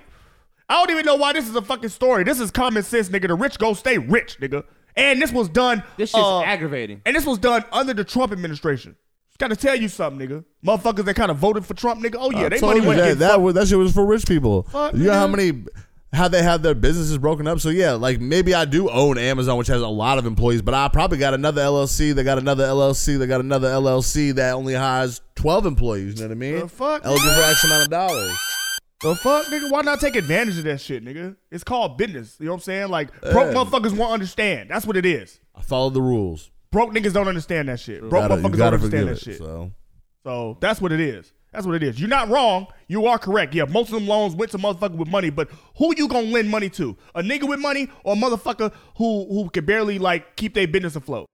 B: I don't even know why this is a fucking story. This is common sense, nigga. The rich go stay rich, nigga. And this was done.
F: This shit's
B: uh,
F: aggravating.
B: And this was done under the Trump administration. Just gotta tell you something, nigga. Motherfuckers that kind of voted for Trump, nigga. Oh yeah,
D: I
B: they
D: told
B: money
D: you
B: went.
D: that that, was, that shit was for rich people.
B: Fuck,
D: you know how
B: nigga.
D: many how they have their businesses broken up. So yeah, like maybe I do own Amazon, which has a lot of employees, but I probably got another LLC. They got another LLC. They got another LLC that only hires twelve employees. You know what I mean?
B: The fuck?
D: Eligible for X amount of dollars.
B: The fuck, nigga? Why not take advantage of that shit, nigga? It's called business. You know what I'm saying? Like
D: Yeah.
B: broke motherfuckers won't understand. That's what it is.
D: I follow the rules.
B: Broke niggas don't understand that shit.
D: You
B: Broke
D: gotta- you
B: motherfuckers don't
D: gotta
B: understand
D: forgive
B: that
D: it,
B: shit.
D: So
B: So that's what it is. That's what it is. You're not wrong. You are correct. Yeah, most of them loans went to motherfucker with money, but who you gonna lend money to? A nigga with money or a motherfucker who who can barely like keep their business afloat?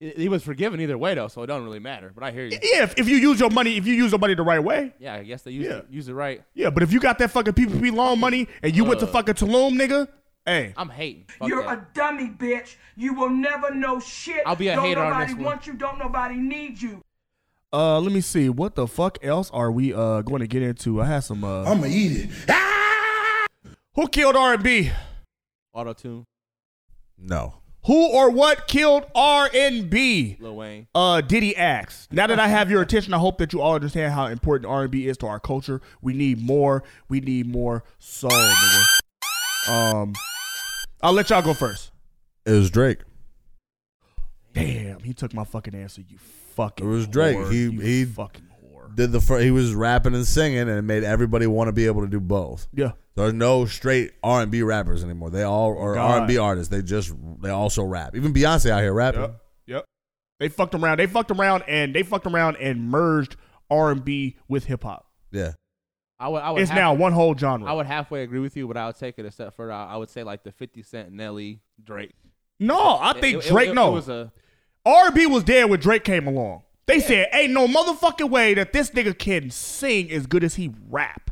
F: He- He was forgiven either way though, so it don't really matter. But I hear you.
B: Yeah, if, if you use your money, if you use your money the right way.
F: Yeah, I guess they use
B: Yeah.
F: it, use it right.
B: Yeah, but if you got that fucking PPP loan money and you went to
F: Uh.
B: fucking Tulum, nigga, hey,
F: I'm hating. Fuck
H: You're
F: that.
H: a dummy, bitch. You will never know shit.
F: I'll be a
H: don't
F: hater on
H: nobody
F: this one.
H: want you. Don't nobody need you.
B: uh, let me see, what the fuck else are we uh going to get into? I had some. uh
M: I'ma eat it.
B: Who killed R and B?
F: Auto tune.
D: no.
B: Who or what killed R and B?
F: Lil Wayne.
B: Uh, Diddy asks. Now that I have your attention, I hope that you all understand how important R and B is to our culture. We need more. We need more soul, nigga. Um, I'll let y'all go first.
D: It was Drake.
B: Damn, he took my fucking answer. You fucking.
D: It was Drake.
B: whore.
D: he
B: You
D: he
B: fucking
D: did the fir- he was rapping and singing, and it made everybody want to be able to do both.
B: Yeah.
D: There's no straight R and B rappers anymore. They all are
B: God.
D: R and B artists. They just they also rap. Even Beyonce out here rapping.
B: Yep. Yep. They fucked around. They fucked around and they fucked around and merged R and B with hip hop.
D: Yeah.
F: I would. I would
B: It's
F: half-
B: now one whole genre.
F: I would halfway agree with you, but I would take it a step further. I I would say like the Fifty Cent, Nelly, Drake.
B: No, I think
F: It- it-
B: Drake.
F: it- it
B: no,
F: was a-
B: RB was there when Drake came along. They said, "Ain't no motherfucking way that this nigga can sing as good as he rap."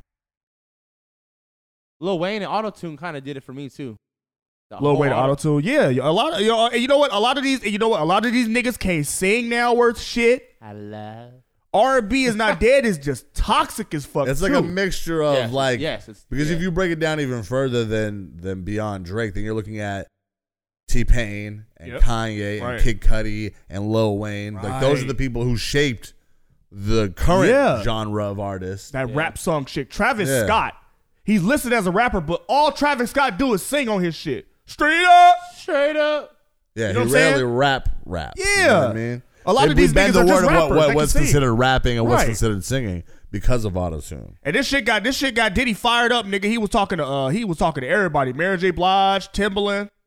F: Lil Wayne and Auto Tune kind of did it for me too. The
B: Lil
F: whole
B: Wayne
F: auto-
B: auto tune, yeah. A lot of you know, and you know what? A lot of these, and you know what? A lot of these niggas can't sing now worth shit.
F: I love.
B: R&B is not dead is just toxic as fuck.
D: It's like a
B: too.
D: mixture of
B: Yes,
D: like
B: yes, it's-
D: because if you break it down even further than than beyond Drake, then you're looking at T Pain and
B: Yep.
D: Kanye
B: Right.
D: and Kid Cudi and Lil Wayne. Like those are
B: Right.
D: the people who shaped the current
B: Yeah.
D: genre of artists.
B: that rap song shit. Travis
D: Yeah.
B: Scott, he's listed as a rapper, but all Travis Scott do is sing on his shit. Straight up,
F: straight up.
D: Yeah,
B: You know
D: he
B: what I'm saying?
D: rarely rap rap. You know
B: Yeah.
D: what I mean,
B: A lot of
D: we
B: these
D: bend
B: niggas
D: the
B: are
D: word
B: just
D: of
B: rappers.
D: what,
B: They
D: what,
B: can
D: what's
B: sing.
D: considered rapping and what's
B: Right.
D: considered singing because of autotune.
B: And this shit got this shit got Diddy fired up, nigga. He was talking to uh he was talking to everybody. Mary J. Blige, Timbaland.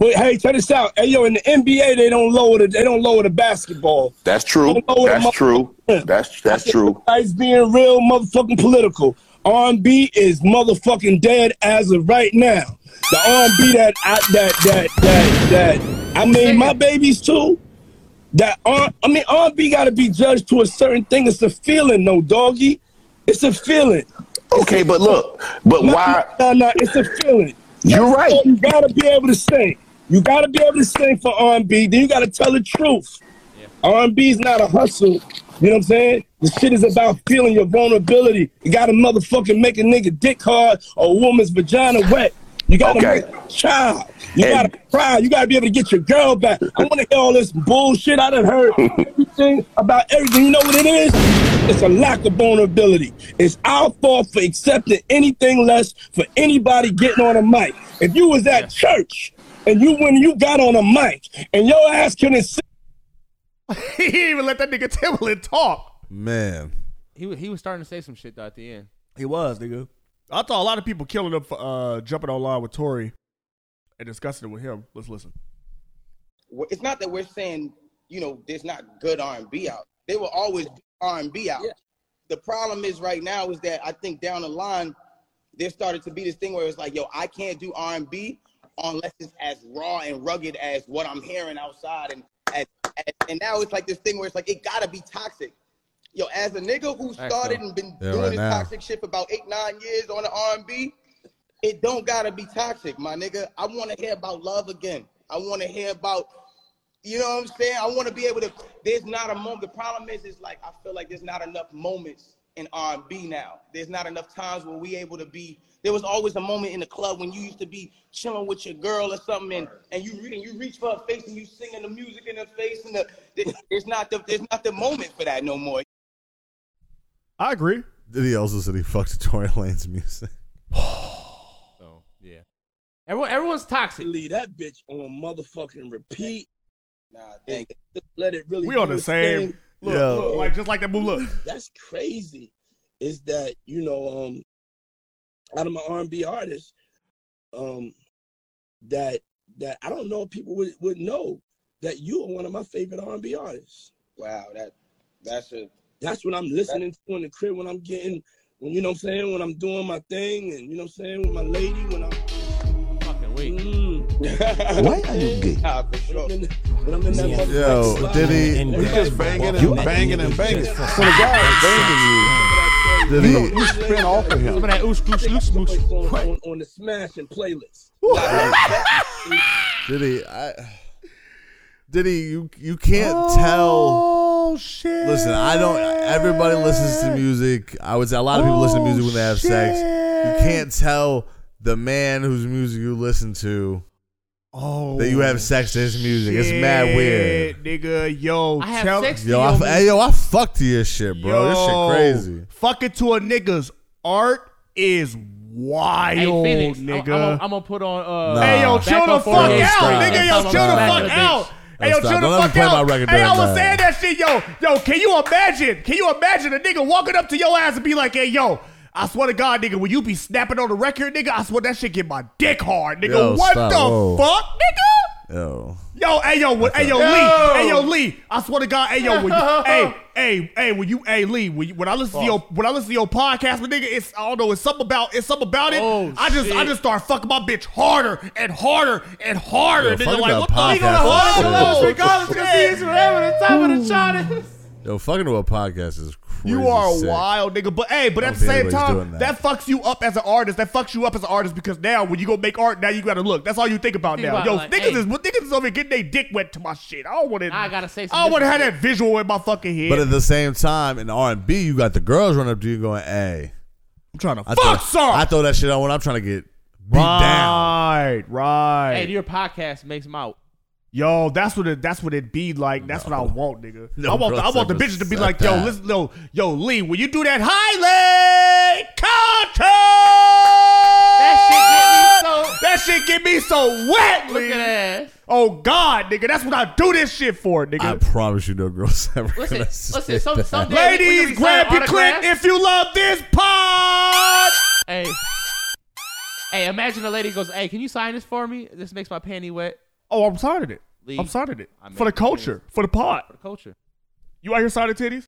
N: But hey, check this out. Hey, yo, in the NBA, they don't lower the they don't lower the basketball.
I: That's true.
N: Don't lower the
I: That's
N: mo-
I: true. That's that's true.
N: It's being real motherfucking political. R&B is motherfucking dead as of right now. The R&B that I that that that that I made my babies too. That R I mean R&B got to be judged to a certain thing. It's a feeling, no doggy. It's a feeling.
I: Okay, but look, but
N: No,
I: why-
N: No, no, it's a feeling. You're right. You gotta be able to sing. You gotta be able to sing for R&B. Then you gotta tell the truth. R&B is not a hustle. You know what I'm saying? This shit is about feeling your vulnerability. You gotta motherfucking make a nigga dick hard or a woman's vagina wet. You gotta
I: Okay.
N: make a child. You
I: And-
N: gotta cry. You gotta be able to get your girl back. I wanna hear all this bullshit I done heard. Everything about everything. You know what it is? It's a lack of vulnerability. It's our fault for accepting anything less for anybody getting on a mic. If you was at church and you when you got on a mic and your ass couldn't sing
B: he didn't even let that nigga Timbaland talk.
D: Man,
F: He wa- he was starting to say some shit though at the end.
B: He was, nigga. I thought a lot of people killing him for uh jumping online with Tory and discussing it with him. Let's listen.
O: we're- it's not that we're saying you know there's not good r&b out they will always be r&b out the problem is right now is that i think down the line there started to be this thing where it's like yo i can't do r&b unless it's as raw and rugged as what i'm hearing outside and as, as, and now it's like this thing where it's like it gotta be toxic yo as a nigga who
P: Facts,
O: started
P: though.
O: and been
P: Yeah,
O: doing
P: right
O: this
P: now.
O: toxic shit for about eight nine years on the r&b it don't gotta be toxic my nigga i want to hear about love again i want to hear about you know what I'm saying? I want to be able to. There's not a moment. The problem is, is like I feel like there's not enough moments in R&B now. There's not enough times where we able to be. There was always a moment in the club when you used to be chilling with your girl or something, and, and you re- and you reach for her face and you singing the music in her face, and the, there- there's not the there's not the moment for that no more.
B: I agree.
D: Did he also said he fucked Tory Lane's music?
F: So yeah, everyone everyone's toxic.
N: Leave that bitch on motherfucking repeat. Nah, thank you. Just Let it really.
B: We on
N: do
B: the
N: its
B: same
N: thing.
B: look, look, like just like that move. Look.
N: That's crazy. Is that you know um out of my R and B artists um that that I don't know if people would, would know that you are one of my favorite R and B artists.
O: Wow, that that's a
N: That's what I'm listening to in the crib when I'm getting when you know what I'm saying when I'm doing my thing and you know what I'm saying with my lady when I'm
F: fucking weak.
N: Why are you gay? When I'm in that motherfucking
D: Yo,
N: slide.
D: did he?
E: He's just banging and banging and banging. When a guy is banging you,
D: Did
E: you,
D: he-
E: know, you spin off of him.
F: that oosh, goosh, loosh,
N: goosh. On, on, on the smashing playlist.
D: Did he? I, did he? You you can't tell.
B: Oh shit.
D: Listen, I don't. Everybody listens to music. I would say a lot of people listen to music when they have sex.
B: Oh,
D: You can't tell the man whose music you listen to
B: Oh,
D: that you have sex to his music. It's mad weird.
B: Shit, nigga. Yo,
F: I have
B: tell-
F: sex
D: Yo, I, f- hey, yo, I fucked to your shit, bro.
B: Yo,
D: this shit crazy.
B: Fuck it to a nigga's art is
F: Hey,
B: wild,
F: Phoenix, I-
B: nigga.
F: I'm, I'm gonna put on. Uh,
B: Nah. Hey, yo, chill the fuck out, nigga. Yo, chill the fuck out. Hey, yo,
D: That's not-
B: chill the
D: don't ever
B: fuck
D: play my
B: out.
D: record
B: Hey, I
D: during
B: was
D: that.
B: saying that shit, yo. Yo, can you imagine? Can you imagine a nigga walking up to your ass and be like, hey, yo, I swear to God, nigga, when you be snapping on the record, nigga, I swear that shit get my dick hard, nigga.
D: Yo,
B: what
E: Oh.
D: stop.
B: the
D: Whoa.
B: fuck, nigga?
D: Oh.
B: Yo, hey yo, what, hey yo,
D: Yo!
B: Lee, hey yo, Lee. I swear to God, hey yo, when you, hey, hey, hey, when you, hey Lee, when, you, when I listen to your, when I listen to your podcast, but nigga, it's I don't know, it's something about, it's something about it.
D: Oh,
B: I just, I
D: shit.
B: just start fucking my bitch harder and harder and harder.
D: Yo,
B: nigga,
D: fuck
B: like
D: about
B: what the?
D: podcasts, that's
F: Regardless,
D: Oh.
F: regardless, because he's whatever the top of the chart is.
D: Yo, fucking to a podcast is crazy.
B: You are a
D: sick.
B: wild nigga, but hey, but
D: I
B: at
D: don't
B: the
D: think
B: same
D: anybody's
B: time,
D: doing
B: that. fucks you up as an artist. That fucks you up as an artist because now when you go make art, now you gotta look. That's all you think about
F: Think
B: now.
F: about,
B: Yo,
F: like,
B: niggas
F: hey.
B: is niggas is over here getting their dick wet to my shit. I don't want to.
F: I gotta say some
B: I don't want to have
F: different
B: that visual in my fucking head.
D: But at the same time, in R and B, you got the girls running up to you going, "Hey,
B: I'm trying to
D: I
B: fuck
D: throw,
B: some."
D: I throw that shit on when I'm trying to get beat down.
B: Right, right.
F: Hey, your podcast makes him out.
B: Yo, that's what it, that's what it be like. That's what I want, nigga.
D: No,
B: I want the,
D: bro,
B: I want the
D: never
B: bitches to be
D: said
B: like, yo,
D: that.
B: listen, yo, yo, Lee, when you do that highlight content, that shit get me so that shit get me so wet, Lee.
F: Look at that.
B: Oh God, nigga, that's what I do this shit for,
D: I
B: nigga.
D: promise you, no girls ever.
F: Listen,
D: gonna
F: listen,
D: say
F: some-
D: that.
F: someday- Yeah, we- we
B: Ladies,
F: gonna be
B: grab
F: signing
B: your clip
F: autographs.
B: if you love this pod.
F: Hey. Hey, imagine a lady goes, "Hey, can you sign this for me? This makes my panty wet."
B: Oh, I'm tired of it.
F: Lee,
B: I'm tired of it
F: I
B: for the
F: make
B: culture,
F: titties.
B: for the pod.
F: For the culture.
B: You out here signing titties?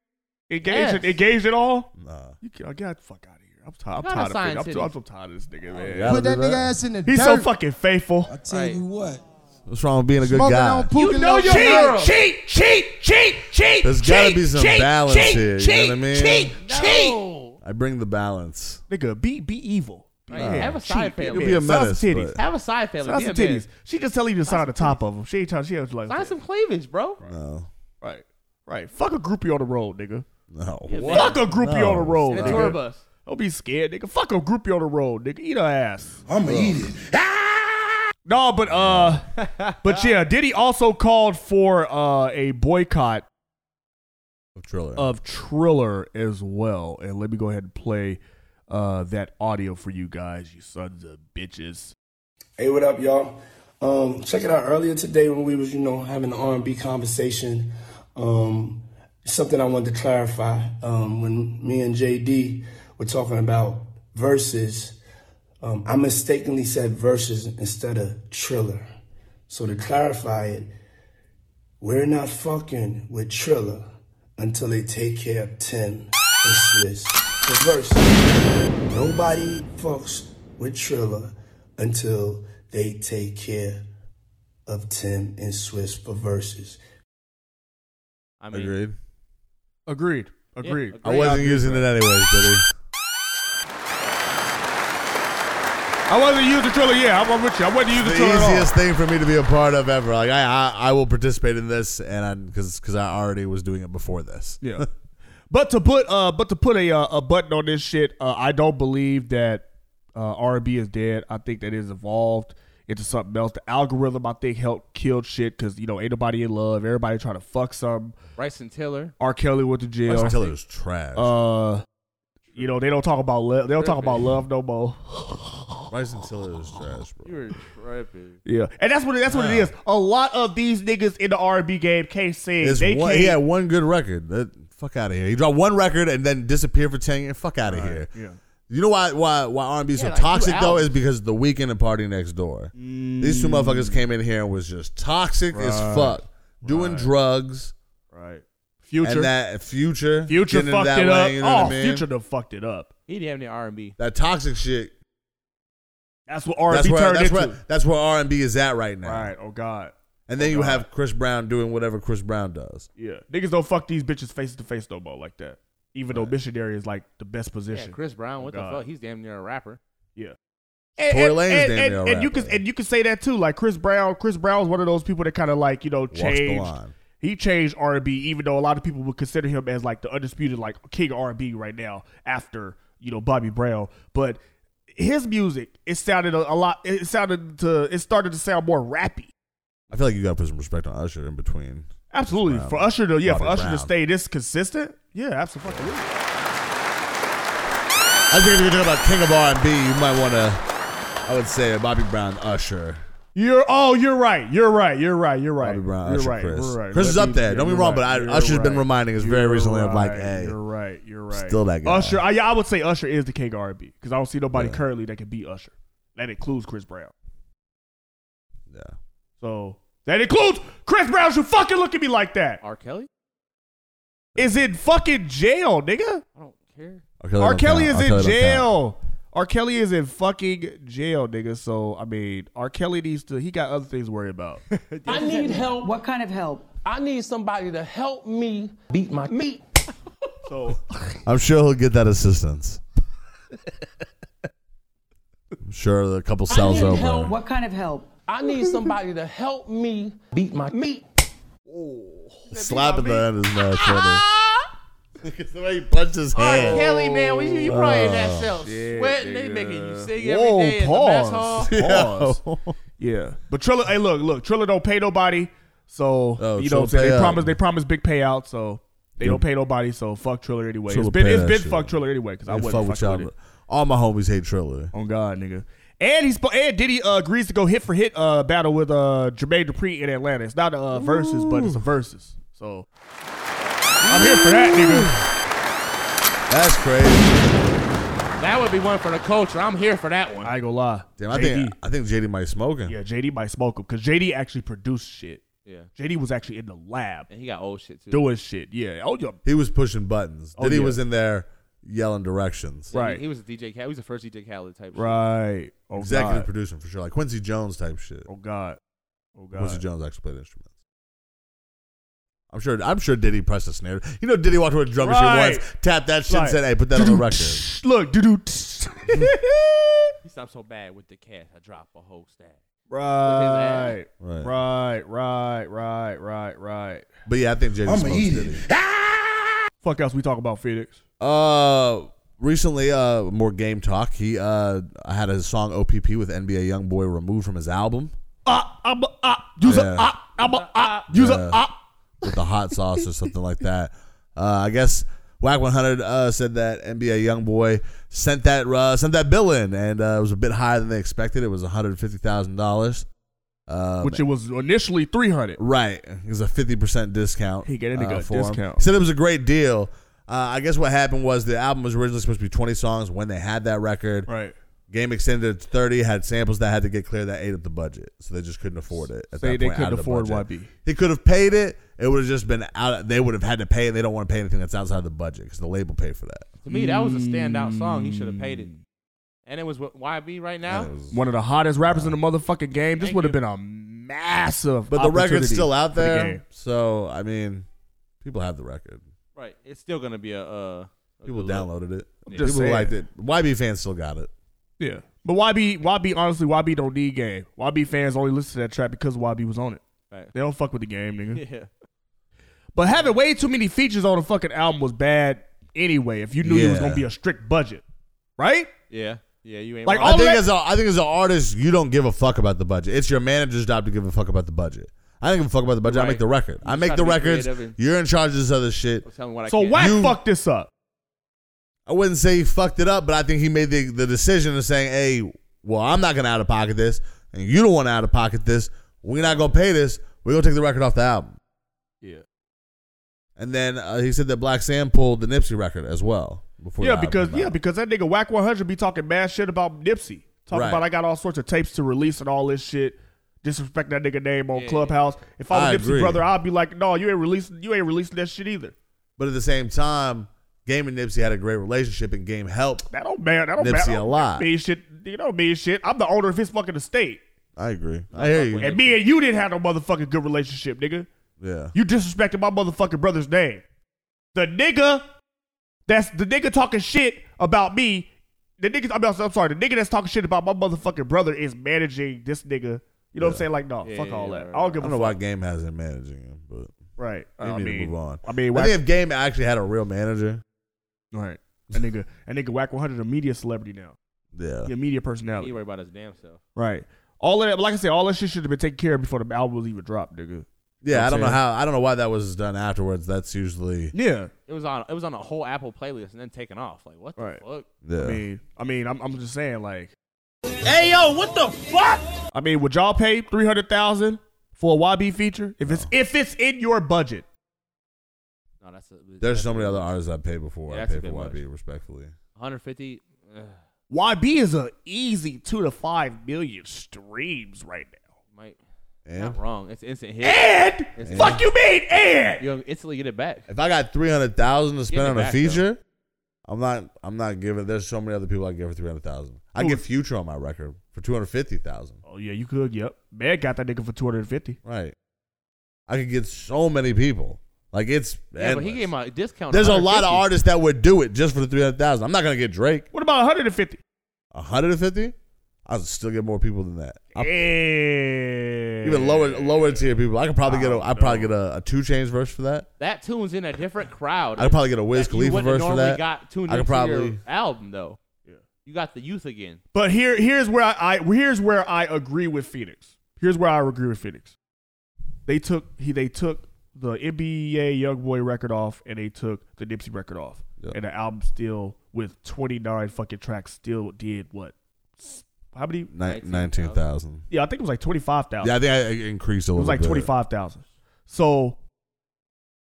B: Engaged?
F: Yes.
B: Engaged at all?
D: Nah.
B: You can't, get the fuck out of here. I'm tired.
F: Gotta
B: I'm tired of
F: sign
B: it. I'm,
F: titties.
B: so- I'm so tired of this nigga, man.
D: gotta Put that do that. nigga
G: ass in the
B: He's so
G: dirt.
B: fucking faithful.
G: I tell you what.
D: What's wrong with being a good
G: Smoking
D: guy?
G: on poop
F: You know your
B: cheat,
F: girl.
B: cheat, cheat, cheat, cheat.
D: There's
B: cheat,
D: gotta be some
B: cheat,
D: balance
B: cheat,
D: here, you know
B: Cheat,
D: what I mean?
B: Cheat,
F: No.
D: I bring the balance.
B: cheat. Nigga, be be evil. Be
F: Right,
B: a man.
F: have a side
B: Cheat,
F: family.
D: You'll be a
B: man.
D: menace,
B: Sign some titties.
D: but-
F: Have a side family.
B: Sign
F: Be
B: some
F: a
B: titties.
F: man.
B: She just telling you to sign the top of them. She ain't trying. She ain't like.
F: Sign some cleavage, bro.
D: No,
B: Right, right. Fuck a groupie on the road, nigga.
D: no.
F: Yeah, man.
B: Fuck a groupie
D: No,
B: on the road,
F: In a
B: nigga.
F: tour bus.
B: Don't be scared, nigga. Fuck a groupie on the road, nigga. Eat her ass.
M: I'm gonna eat it.
B: No, but uh, but yeah, Diddy also called for uh a boycott
D: Triller.
B: of Triller as well. And let me go ahead and play uh that audio for you guys, you sons of bitches.
P: Hey, what up, y'all? Um, check it out. Earlier today, when we was, you know, having the R&B conversation, um, something I wanted to clarify. Um, when me and JD were talking about verses, um, I mistakenly said verses instead of Triller. So to clarify it, we're not fucking with Triller until they take care of Tim and Swiss. The verses. Nobody fucks with Triller until they take care of Tim and Swiss for verses.
F: I mean,
D: Agreed.
B: Agreed. Agreed.
D: I wasn't using it anyways, buddy.
B: I wasn't using Triller. Yeah, I'm, I'm with you. I wasn't using
D: the
B: Triller. at all.
D: easiest thing for me to be a part of ever. Like I, I, I will participate in this, and because because I already was doing it before this.
B: Yeah. But to put uh, but to put a uh, a button on this shit, uh, I don't believe that uh, R&B is dead. I think that it's evolved into something else. The algorithm, I think, helped kill shit because you know ain't nobody in love. Everybody trying to fuck something.
F: Bryson Tiller.
B: R. Kelly went to jail.
D: Bryson Tiller is trash.
B: Uh, you know they don't talk about love. They don't talk about love no more.
D: Bryson Tiller is trash, bro.
F: You were tripping.
B: Yeah, and that's what that's what it is. A lot of these niggas in the R&B game can't sing.
D: It's
B: they
D: one,
B: can't.
D: he had one good record. That, fuck out of here. He dropped one record and then disappeared for ten years. Fuck out of here.
B: Yeah.
D: You know why why why R and B so
F: Yeah, like,
D: toxic
F: two
D: though
F: albums.
D: is because of the weekend and party next door. These two motherfuckers came in here and was just toxic as
B: Right.
D: fuck, doing
B: Right.
D: drugs
B: Right. Future.
D: and that future
B: Future
D: getting
B: fucked
D: that
B: it
D: way,
B: up.
D: you know what
B: oh,
D: I mean?
B: Future done fucked it up.
F: He didn't have any R and B.
D: That toxic shit
B: That's what R&B
D: that's where
B: turned
D: that's
B: into.
D: where that's where R and B is at right now.
B: Right. Oh God.
D: And then
B: Oh,
D: you
B: God.
D: have Chris Brown doing whatever Chris Brown does.
B: Yeah. Niggas don't fuck these bitches face to face no more like that. Even though missionary is like the best
F: Yeah,
B: position.
F: Chris Brown. What
B: Oh, God.
F: the fuck? He's damn near a rapper.
B: Yeah.
D: Tory Lane's
B: and,
D: damn
B: and-
D: near a
B: and you
D: rapper.
B: can and you can say that too. Like Chris Brown, Chris Brown's one of those people that kind of like you know
D: the
B: changed.
D: line.
B: He changed R and B, even though a lot of people would consider him as like the undisputed like king R and B right now after you know Bobby Brown. But his music, it sounded a, a lot. It sounded to it started to sound more rappy.
D: I feel like you gotta put some respect on Usher in between.
B: Absolutely.
D: Brown.
B: For Usher to yeah, for
D: Bobby
B: Usher to
D: Brown.
B: stay this consistent, yeah, absolutely.
D: I think if you're talking about King of R and B, you might wanna I would say Bobby Brown, Usher.
B: You're oh, you're right. You're right. You're right. You're right.
D: Bobby Brown,
B: you're
D: Usher,
B: right.
D: Chris.
B: We're right.
D: Chris is
B: Let
D: up
B: me-
D: there. Don't
B: yeah,
D: be wrong,
B: you're
D: but I,
B: right.
D: Usher's
B: You're
D: been
B: right.
D: reminding us very
B: You're
D: recently of like,
B: right.
D: hey,
B: you're right. You're right.
D: still that guy.
B: Usher. I, yeah, I would say Usher is the king of R&B because I don't see nobody currently that can beat Usher. That includes Chris Brown.
D: yeah.
B: So That includes Chris Brown should fucking look at me like that.
F: R. Kelly?
B: Is in fucking jail, nigga.
F: I don't care.
D: R.
B: Kelly, is
D: don't count. R. Kelly
B: in
D: don't
B: jail. R. Kelly is in fucking jail, nigga. So I mean, R. Kelly needs to. He got other things to worry about.
Q: I need help. What kind of help? I need somebody to help me beat my meat.
B: so
D: I'm sure he'll get that assistance. I'm sure the couple
Q: I
D: cells
Q: need
D: over.
Q: help. What kind of help? I need somebody to help me beat my meat.
D: Slap at the end is not funny.
Q: Ah!
D: Because the way he punched his hand.
F: Kelly, man, we, you probably in that
D: Oh,
F: cell
D: shit,
F: sweating. They
D: nigga.
F: making you sing
B: Whoa,
F: every day in the mess hall.
B: pause. Pause. yeah, but Triller, hey, look, look, Triller don't pay nobody. So you know,
D: Triller
B: what I'm saying?
D: pay
B: they
D: up.
B: promise they promise big payout. So they
D: Yeah.
B: don't pay nobody. So fuck Triller anyway.
D: Triller
B: it's been
D: pay
B: it's
D: that
B: been
D: shit.
B: fuck Triller anyway because I
D: They
B: wasn't
D: fuck with
B: fucking
D: y'all,
B: with it.
D: but All my homies hate Triller.
B: On God, nigga. And he's and Diddy uh, agrees to go hit for hit uh, battle with uh, Jermaine Dupri in Atlanta. It's not a uh, versus, but it's a versus. So I'm here for that, nigga.
D: That's crazy.
F: That would be one for the culture. I'm here for that one.
B: I ain't gonna lie.
D: Damn, I
B: JD.
D: think I think JD might smoke him.
B: Yeah, JD might smoke him because JD actually produced shit.
F: Yeah.
B: JD was actually in the lab
F: And he got old shit too.
B: doing shit. Yeah. Oh, yeah.
D: He was pushing buttons.
B: Oh,
D: Then he
B: yeah.
D: was in there yelling directions.
F: He- He, was a DJ Khaled. He was the first DJ Khaled type.
B: Right. Oh,
D: Executive
B: God.
D: producing for sure, like Quincy Jones type shit.
B: Oh God. Oh God.
D: Quincy Jones actually played instruments. I'm sure. I'm sure Diddy pressed a snare. You know, Diddy walked over to the drum
B: Right.
D: machine once, tapped that shit,
B: Right.
D: and said, "Hey, put that on the record."
B: Look, doo doo.
F: He stopped so bad with the cash. I dropped a whole stack.
B: Right.
D: Look at that.
B: Right. Right. Right. Right. Right.
D: But yeah, I think JD
B: I'ma
D: smokes
B: eat
D: Diddy.
B: Fuck else we talk about Phoenix.
D: Uh, recently, uh, more game talk. He uh had a song OPP with NBA YoungBoy removed from his album.
B: Ah, I'm a ah, use
D: Yeah.
B: a ah, I'm a ah, use
D: Yeah.
B: a ah.
D: with the hot sauce or something like that. Uh, I guess Whack 100 uh, said that NBA YoungBoy sent that uh, sent that bill in, and uh, it was a bit higher than they expected. It was one hundred fifty thousand dollars, Um,
B: Which it was initially three hundred.
D: right. It was a fifty percent discount. He
B: gave that nigga a
D: for him.
B: discount.
D: He said it was a great deal. Uh, I guess what happened was the album was originally supposed to be twenty songs when they had that record.
B: Right.
D: Game extended to thirty. Had samples that had to get cleared that ate up the budget, so they just couldn't afford it. At
B: So
D: that
B: they
D: point, out
B: couldn't
D: of the
B: afford
D: budget.
B: YB.
D: He could have paid it. It would have just been out. They would have had to pay, and they don't want to pay anything that's outside the budget because the label paid for that.
F: To me, that was a standout song. He should have paid it.
D: Mm.
F: And it was with YB right now.
B: One of the hottest rappers in the motherfucking game. This
F: Thank
B: would have
F: you.
B: been a massive.
D: But the record's
B: opportunity
D: still out
B: for the
D: there,
B: game.
D: so I mean, people have the record.
F: Right. It's still gonna be a. Uh, a
D: People
F: good look.
D: downloaded it.
F: I'm
D: People
F: just saying.
D: liked it. YB fans still got it.
B: Yeah. But YB, YB, honestly, YB don't need game. YB fans only listen to that track because YB was on it.
F: Right.
B: They don't fuck with the game, nigga.
F: Yeah.
B: But having way too many features on a fucking album was bad anyway. If you knew it was
D: Yeah.
B: gonna be a strict budget, right?
F: Yeah. Yeah. You ain't
B: Like,
F: wrong.
B: all
D: I think
B: that-
D: as a, I think as an artist, you don't give a fuck about the budget. It's your manager's job to give a fuck about the budget. I don't give a fuck about the budget. I make
F: Right.
D: the record.
F: You
D: I
F: just
D: make
F: gotta
D: the
F: be
D: records.
F: creative and-
D: You're in charge of this other shit.
F: Tell me what I
B: So
F: can.
B: why fuck this up?
D: I wouldn't say he fucked it up, but I think he made the, the decision of saying, hey, well, I'm not going to out of pocket this, and you don't want to out of pocket this. We're not going to pay this. We're going to take the record off the album.
F: Yeah.
D: And then uh, he said that Black Sam pulled the Nipsey record as well. Before
B: yeah,
D: the album
B: because
D: came out.
B: yeah, because that nigga Whack 100 be talking bad shit about Nipsey. Talking
D: Right.
B: about I got all sorts of tapes to release and all this shit. Disrespect that nigga name on
F: Yeah.
B: Clubhouse. If I was
D: I
B: Nipsey
D: agree.
B: brother, I'd be like, no, you ain't releasing, you ain't releasing that shit either.
D: But at the same time, Game and Nipsey had a great relationship, and Game helped.
B: That don't Oh, man, that don't
D: Nipsey
B: that
D: a
B: don't
D: lot.
B: Mean shit, you know, mean shit. I'm the owner of his fucking estate,
D: I agree. I hear you.
B: and me and you didn't have no motherfucking good relationship, nigga.
D: Yeah.
B: You disrespected my motherfucking brother's name. The nigga that's the nigga talking shit about me. The nigga, I'm, I'm sorry, the nigga that's talking shit about my motherfucking brother is managing this nigga. You know what I'm saying? Like, no, fuck all that. I don't
D: I
B: give
D: don't
B: a
D: know
B: fuck.
D: why Game hasn't managing him, but
B: Right.
D: we
B: I
D: need to
B: mean-
D: move on.
B: I mean,
D: I
B: whack,
D: think if Game actually had a real manager,
B: right. A nigga, a nigga whack 100 a media celebrity now.
D: yeah,
B: He a media
F: He
B: personality.
F: worry about his damn self.
B: Right. All of that, like I said, all that shit should have been taken care of before the album was even dropped, nigga. You
D: yeah. I
B: what I'm
D: don't know
B: saying?
D: how. I don't know why that was done afterwards. That's usually
B: Yeah.
F: It was on. It was on a whole Apple playlist and then taken off. Like what the
B: Right.
F: fuck?
D: Yeah.
B: I mean, I mean, I'm, I'm just saying, like,
F: Hey yo, what the fuck?
B: I mean, would y'all pay three hundred thousand for a YB feature if it's if it's in your budget?
F: No, that's a,
D: There's so many other artists I paid before.
F: Yeah,
D: I
F: that's a
D: paid for
F: bit much.
D: YB respectfully.
F: 150. Ugh,
B: YB is a easy two to five million streams right now.
F: might Not wrong. It's instant hit.
B: And?
F: It's-
B: Fuck you mean, and?
F: You'll instantly get it back.
D: If I got three hundred thousand to
F: Give
D: spend
F: it
D: on a
F: back,
D: feature, I'm not. I'm not giving. There's so many other people I give for three hundred thousand. I
B: Who?
D: get Future on my record for two hundred fifty thousand.
B: Oh yeah, you could. Yep. Man got that nigga for two hundred and fifty.
D: Right. I could get so many people. Like it's.
F: Yeah, but he
D: endless.
F: gave him a discount.
D: There's a lot of
F: $150.
D: artists that would do it just for the three hundred thousand. I'm not gonna get Drake.
B: What about one hundred and fifty?
D: hundred and fifty. I'll still get more people than that. I-
B: Yeah.
D: Even lower lower tier people. I could probably get a. I probably get a, a two chains verse for that.
F: That tune's in a different crowd.
D: I could probably get a Wiz
F: That you
D: Khalifa
F: wouldn't
D: verse for
F: normally
D: that.
F: Got tuned
D: I could
F: into
D: probably-
F: your album though. Yeah. You got the youth again.
B: But here, here's where I, I here's where I agree with Phoenix. Here's where I agree with Phoenix. They took he they took the NBA YoungBoy record off, and they took the Nipsey record off, and the album still with 29 fucking tracks still did what? S- How many?
D: Nin- Nineteen thousand.
B: Yeah, I think it was like 25,000.
D: Yeah, I think I I increased a
B: It
D: little.
B: was like
D: bit.
B: twenty five thousand. So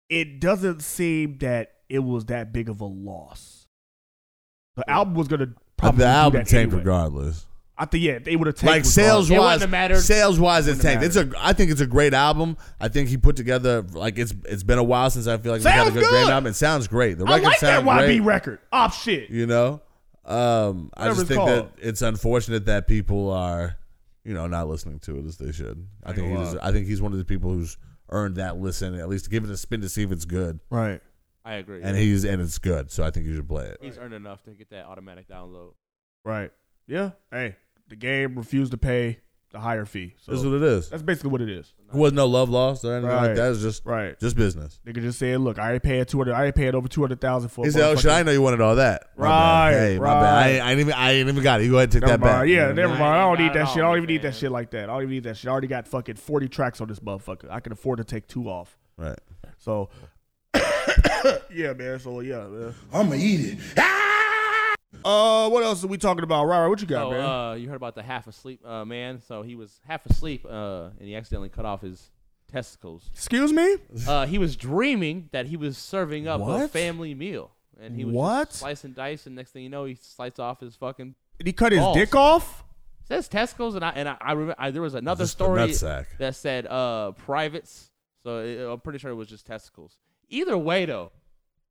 B: it doesn't seem that it was that big of a loss. The album was gonna probably
D: The album
B: do that
D: tanked
B: anyway.
D: regardless.
B: I think yeah, they would have taken
D: Like sales wise, sales wise, it
B: Wouldn't
D: tanked.
B: have
D: It's a. I think it's a great album. I think he put together like it's. It's been a while since I feel like we had a
B: Sounds
D: good, grand
B: good.
D: album. It sounds great. The
B: I
D: record
B: like that
D: sounds
B: YB
D: great.
B: record. Op shit.
D: You know, um, I
B: Whatever
D: just
B: it's
D: think
B: called.
D: that it's unfortunate that people are, you know, not listening to it as they should. I
B: Ain't
D: think he
B: gonna
D: deser-
B: lie.
D: I think he's one of the people who's earned that listen at least give it a spin to see if it's good.
B: Right.
F: I agree.
D: And he's and it's good, so I think you should play it.
F: He's earned enough to get that automatic download.
B: Right. Yeah. Hey, the game refused to pay the higher fee. So
D: That's what it is.
B: That's basically what it is.
D: There was no love lost or anything like that. It's just
B: right.
D: just business.
B: Nigga just said, "Look, I ain't paying two hundred. I ain't paying over two hundred thousand for." a
D: He said, "Oh shit,
B: motherfucking-
D: I didn't know you wanted all that." My bad.
B: Right,
D: Hey, my bad. I ain't, I ain't even. I ain't even got it. You go ahead and take that
B: Never
D: back.
B: mind. Yeah, never mind. I don't need that shit. I don't even need that shit like that. I don't even need that shit. I already got fucking 40 tracks on this motherfucker. I can afford to take two off.
D: Right.
B: So, yeah, man. So, yeah, man.
M: I'm going to eat it.
B: Uh, what else are we talking about? Right, what you got,
F: So,
B: man?
F: uh, you heard about the half asleep uh, man. So he was half asleep, uh, and he accidentally cut off his testicles.
B: Excuse me?
F: Uh, he was dreaming that he was serving up a
B: What?
F: family meal, and he was
B: What?
F: just slicing dice. And next thing you know, he sliced off his fucking.
B: Did he cut his
F: balls.
B: dick off?
F: says Tesco's, and I and I, I remember I, there was another
D: Just the
F: story
D: nutsack.
F: that said uh privates. So it, I'm pretty sure it was just testicles. Either way, though,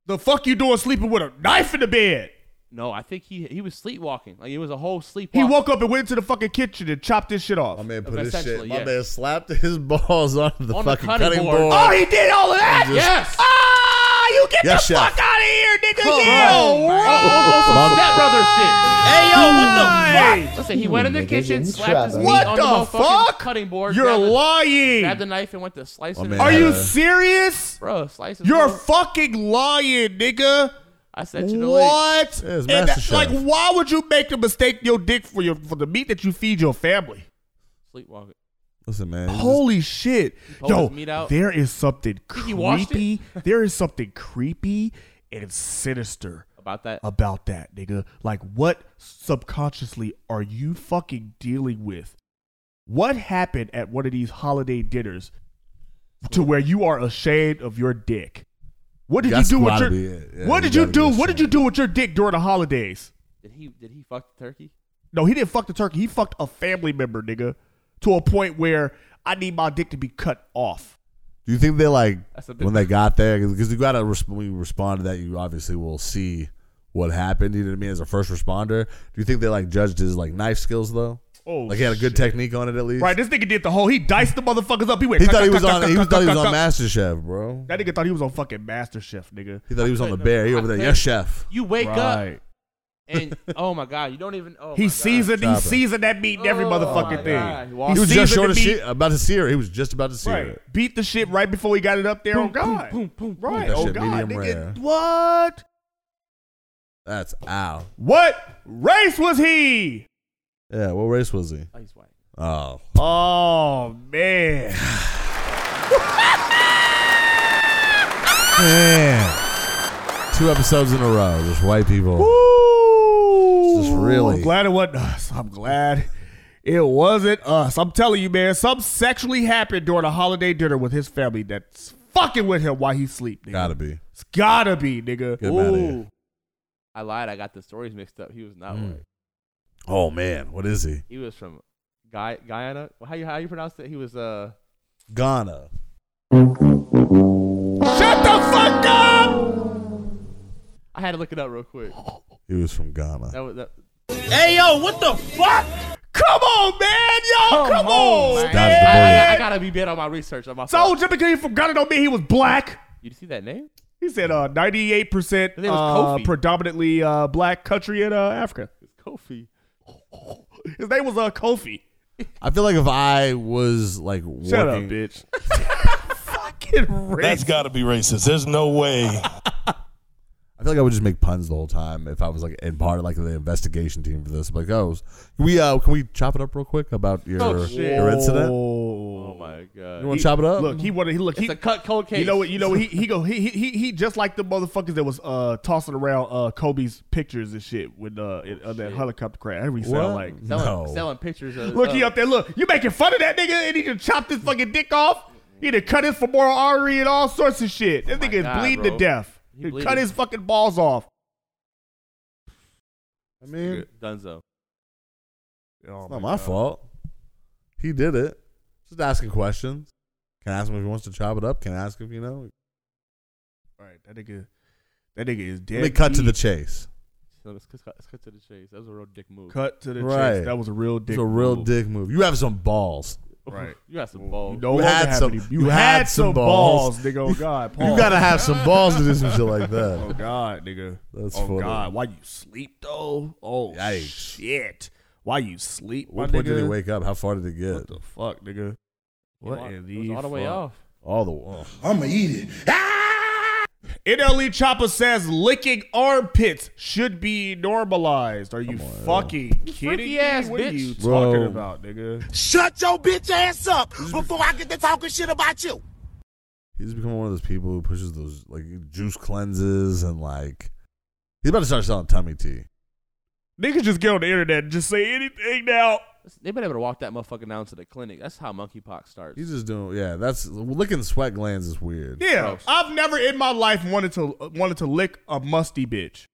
B: The fuck you doing sleeping with a knife in the bed?
F: no, I think he he was sleepwalking. Like it was a whole sleepwalk.
B: He woke up and went to the fucking kitchen and chopped this shit off.
D: My man put his shit.
F: Essentially,
D: My
F: yeah.
D: man slapped his balls on the
F: On the
D: fucking
F: cutting
D: cutting,
F: board.
D: board.
B: Oh, he did all of that?
D: And just-
F: yes.
B: Ah, you get
D: Yes,
B: the
D: chef.
B: fuck out of here, nigga.
F: Come
B: yeah,
F: on, man.
B: right.
F: Oh, some stepbrother shit. Hey
B: yo, what the fuck?
F: Listen, he went in the
B: Niggas
F: kitchen,
B: in
F: slapped his
B: trouble.
F: meat
B: What
F: on
B: the
F: the, motherfucking
B: fuck?
F: Oh, cutting board.
B: You're
F: grabbed the-
B: lying.
F: Grabbed the knife and went to slice
D: My
F: it.
D: Oh, man
B: Are
D: had
B: you
D: a-
B: serious?
F: bro? Slice it.
B: You're fucking lying, nigga.
F: I sent you the link.
B: What?
D: Yeah, it's
B: And
D: Master
B: that-
D: Chef.
B: like, why would you make the mistake your dick for your for the meat that you feed your family?
F: Sleepwalking.
D: Listen, man. you just-
B: Holy shit!
F: pulled
B: Yo,
F: his meat out?
B: there is something
F: Think he washed it?
B: creepy. there is something creepy and sinister
F: About that.
B: about that, nigga. Like, what subconsciously are you fucking dealing with? What happened at one of these holiday dinners to where you are ashamed of your dick? What did you
D: That's
B: do with
D: gotta
B: your?
D: be it. Yeah,
B: what
D: you
B: did you
D: gotta be
B: do? What did you do with your dick during the holidays?
F: Did he did he fuck the turkey?
B: No, he didn't fuck the turkey. He fucked a family member, nigga, to a point where I need my dick to be cut off.
D: Do you think they like
F: That's a bit-
D: when they got there? Because you gotta resp- when you respond to that, you obviously will see what happened. You know what I mean? As a first responder, do you think they like judged his like knife skills though?
B: Oh,
D: like he had a good technique on it at least.
B: Right, this nigga did the whole. He diced the motherfuckers up. He went.
D: He
B: cut,
D: thought he
B: cut,
D: was
B: cut,
D: on.
B: cut,
D: He
B: cut,
D: was thought he
B: cut,
D: was on
B: cut.
D: MasterChef, bro.
B: That nigga thought he was on fucking MasterChef, nigga.
D: He thought he was on the bear. He over there. Yes, chef.
F: You wake
B: Right.
F: up and oh my god, you don't even. Oh my
B: he
F: God.
B: seasoned. He
D: Stop it.
B: seasoned that meat and every
F: Oh,
B: motherfucking
F: my God.
B: thing.
F: He walked-
D: He was
B: seasoned
D: just short
B: the
D: of
B: meat,
D: shit about to sear it. He was just about to sear
B: Right,
D: it.
B: beat the shit right before he got it up there. oh god.
F: boom, boom, boom.
B: right.
D: That
B: Oh
D: shit medium
B: god, nigga.
D: rare.
B: What?
D: That's ow.
B: What race was he?
D: Yeah. What race was he?
F: Oh, he's white.
D: Oh,
B: Oh man.
D: man. Two episodes in a row, just white people.
B: Woo!
D: This is really-
B: I'm glad it wasn't us. I'm glad it wasn't us. I'm telling you, man, something sexually happened during a holiday dinner with his family that's fucking with him while he sleep, nigga.
D: Gotta be.
B: It's gotta be, nigga.
D: Get him outta here.
F: Ooh. I lied. I got the stories mixed up. He was not
D: Mm.
F: white.
D: Oh man, what is he?
F: He was from Guy, Guyana. How you how you pronounce it? He was uh.
D: Ghana.
B: Shut the fuck up!
F: I had to look it up real quick.
D: He was from Ghana.
F: That was that.
Q: Hey yo, what the fuck?
B: Come on, man, yo, come, on,
F: man.
B: man.
F: I, I gotta be better on my research. On my
B: So just because he from Ghana don't mean he was black.
F: You see that name?
B: He said uh, 98%
F: it was
B: uh,
F: Kofi.
B: predominantly uh, black country in uh, Africa.
F: Kofi.
B: His name was uh, Kofi.
D: I feel like if I was like
B: Shut up,
D: working-
B: bitch.
M: That's got to be racist. There's no way.
D: I feel like I would just make puns the whole time if I was like in part of like the investigation team for this. Like, oh, can we uh, can we chop it up real quick about your
F: Oh, shit.
D: your incident?
B: Oh
F: my god!
D: You wanna chop it up?
B: Look, he wanted. He look.
F: It's
B: he,
F: a cut cold case.
B: You know what? You know what? He he go. He he- he he. Just like the motherfuckers that was uh tossing around uh Kobe's pictures and shit with uh, in, uh that helicopter crash. Every sound like
F: selling, selling pictures of
B: Look, he
F: of-
B: up there. Look, you making fun of that nigga, and he just chopped his fucking dick off. He done cut his femoral artery and all sorts of shit. That nigga
F: Oh God,
B: is bleeding
F: bro.
B: to death.
F: He
B: He
F: bleeding.
B: cut his fucking balls off.
D: I mean, it's
F: Dunzo.
D: not my fault. He did it. Just asking questions. Can I ask him if he wants to chop it up? Can I ask if you know?
B: All right, that nigga, that nigga is dead.
D: Let me cut to
B: beat.
D: the chase.
F: So Let's, let's cut- let's cut to the chase. That was a real dick move.
B: Cut to the
D: right,
B: chase. That was a real dick.
D: It's a real
B: move.
D: dick move. You have some balls.
B: Right.
F: You got some balls.
B: You
D: You
B: no longer
D: had
B: have
D: some-
B: any-
D: you had some balls.
B: nigga. Oh God,
D: You
B: Paul.
D: gotta have some balls to do some shit like that.
B: Oh God, nigga.
D: That's
B: oh
D: funny.
B: God, why you sleep though? Oh shit, why you sleep?
D: What
B: my
D: point did he
B: nigga?
D: wake up? How far did it get?
B: the fuck, nigga? What in the
F: all the way
B: fuck?
F: off.
D: All the oh.
M: I'ma eat it. Ah!
B: NLE E Chopper says licking armpits should be normalized. Are you fucking kidding
F: freaky
B: me?
F: ass
B: what are
F: bitch.
B: you
D: Bro.
B: talking about, nigga?
M: Shut your bitch ass up before I get to talking shit about you.
D: He's becoming one of those people who pushes those like juice cleanses and like he's about to start selling tummy tea.
B: Niggas just get on the internet and just say anything now.
F: They've been able to walk that motherfucker down to the clinic. That's how monkeypox starts.
D: He's just doing yeah. That's licking sweat glands is weird.
B: Yeah,
F: Gross.
B: I've never in my life wanted to wanted to lick a musty bitch.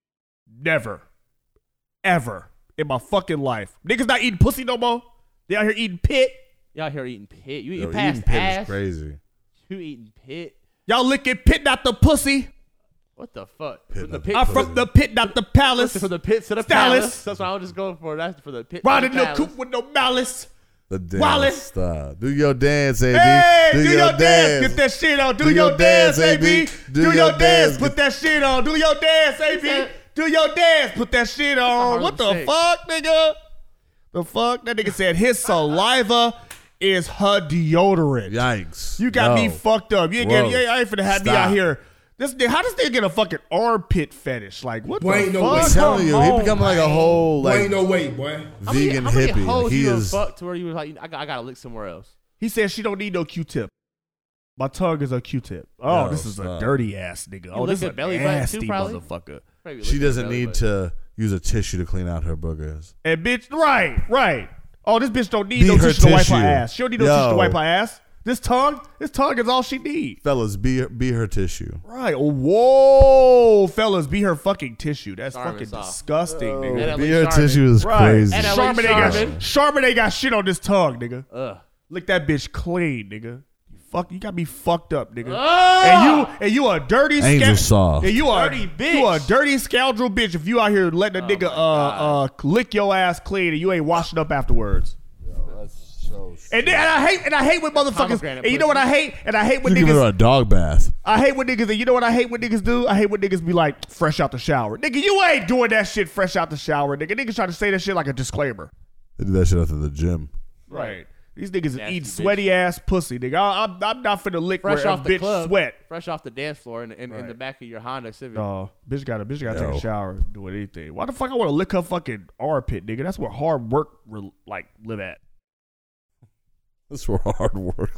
B: Never, ever in my fucking life. Niggas not eating pussy no more. They out here eating pit.
F: Y'all here eating pit. You
D: Yo,
F: eating
D: eating
F: past
D: pit
F: ass.
D: is crazy.
F: You eating pit.
B: Y'all licking pit, not the pussy.
F: What the fuck?
D: Pit
F: From the
D: not
F: pit.
B: I'm from the pit, not the palace.
F: from the pit to the
B: Stylus.
F: palace. That's what I was just going for. That's for the pit.
B: Riding
F: to
B: the
F: the palace.
B: coop with no malice.
D: The dance.
B: Wallace.
D: uh, do your dance, AB.
B: Hey, do, your, dance. Get that shit on. Do, your, dance, AB. Do, your dance. Put that shit on. Do your dance, AB. Do your dance. Put that shit on. What the
F: Harlem Shake.
B: fuck, nigga? The fuck? That nigga said his saliva is her deodorant.
D: Yikes.
B: You got me
D: No.
B: fucked up. You ain't, get,
D: Gross.
B: you ain't finna have me
D: Stop.
B: out here. This nigga, how does nigga get a fucking armpit fetish? Like what
M: Boy,
B: the
M: ain't no
B: fuck?
M: way.
D: I'm telling you, he
F: on,
D: becoming like a
F: Oh, man.
D: whole
M: Boy,
D: like
M: ain't no way, boy.
F: How many-
D: vegan
F: how many
D: hippie.
F: hoes
D: He
F: you done
D: is.
F: fucked to where you was like, I, got, I gotta lick somewhere else.
B: He said she don't need no Q-tip. My tongue is a Q-tip. Oh,
D: No,
B: this is
D: stop.
B: a dirty ass nigga. Oh,
F: lick
B: this is
F: your
B: a
F: belly button too,
B: nasty
F: probably?
B: motherfucker.
F: Probably
D: She
F: lick your
D: doesn't
F: belly
D: need
F: button.
D: to use a tissue to clean out her boogers.
B: And bitch, right, right. Oh, this bitch don't need
D: Be
B: no
D: her
B: tissue to wipe
D: tissue.
B: her ass. She don't need no
D: Yo.
B: tissue to wipe her ass. This tongue, this tongue is all she need.
D: Fellas, be be her tissue.
B: Right. Whoa, fellas, be her fucking tissue. That's
F: Starving
B: fucking
F: soft.
B: disgusting, nigga.
F: That
D: be
F: LA
D: her
F: Charmin.
D: tissue is
B: Right.
D: crazy.
F: And LA
B: Charmin ain't got
F: Charmin.
B: Charmin ain't got shit on this tongue, nigga.
F: Ugh.
B: Lick that bitch clean, nigga. You Fuck, you got me fucked up, nigga.
F: Ah!
B: And you and you a dirty
D: Angel
B: scoundrel.
D: soft.
B: And you a
F: Dirty bitch. Oh
B: You a dirty scoundrel bitch if you out here letting a nigga uh, uh lick your ass clean and you ain't washing up afterwards.
D: That's so
B: And, then, and I hate and I hate when motherfuckers.
F: Pomegranate
B: And you know what I hate? And I hate when
D: You give her
B: niggas.
D: a dog bath.
B: I hate when niggas. And you know what I hate when niggas do? I hate when niggas be like fresh out the shower. Nigga, you ain't doing that shit fresh out the shower. Nigga, niggas try to say that shit like a disclaimer.
D: They do that shit after the gym.
B: Right. These niggas
F: Nasty
B: eating
F: bitch.
B: sweaty ass pussy, nigga. I, I'm, I'm not finna lick
F: Fresh
B: where
F: off
B: a
F: the
B: bitch
F: club.
B: sweat.
F: Fresh off the dance floor in, in, in the
B: Right.
F: back of your Honda Civic.
B: No, bitch got to bitch got to take
D: No.
B: a shower, do anything. Why the fuck I want to lick her fucking armpit, nigga? That's where hard work re- like live at.
D: That's where hard work.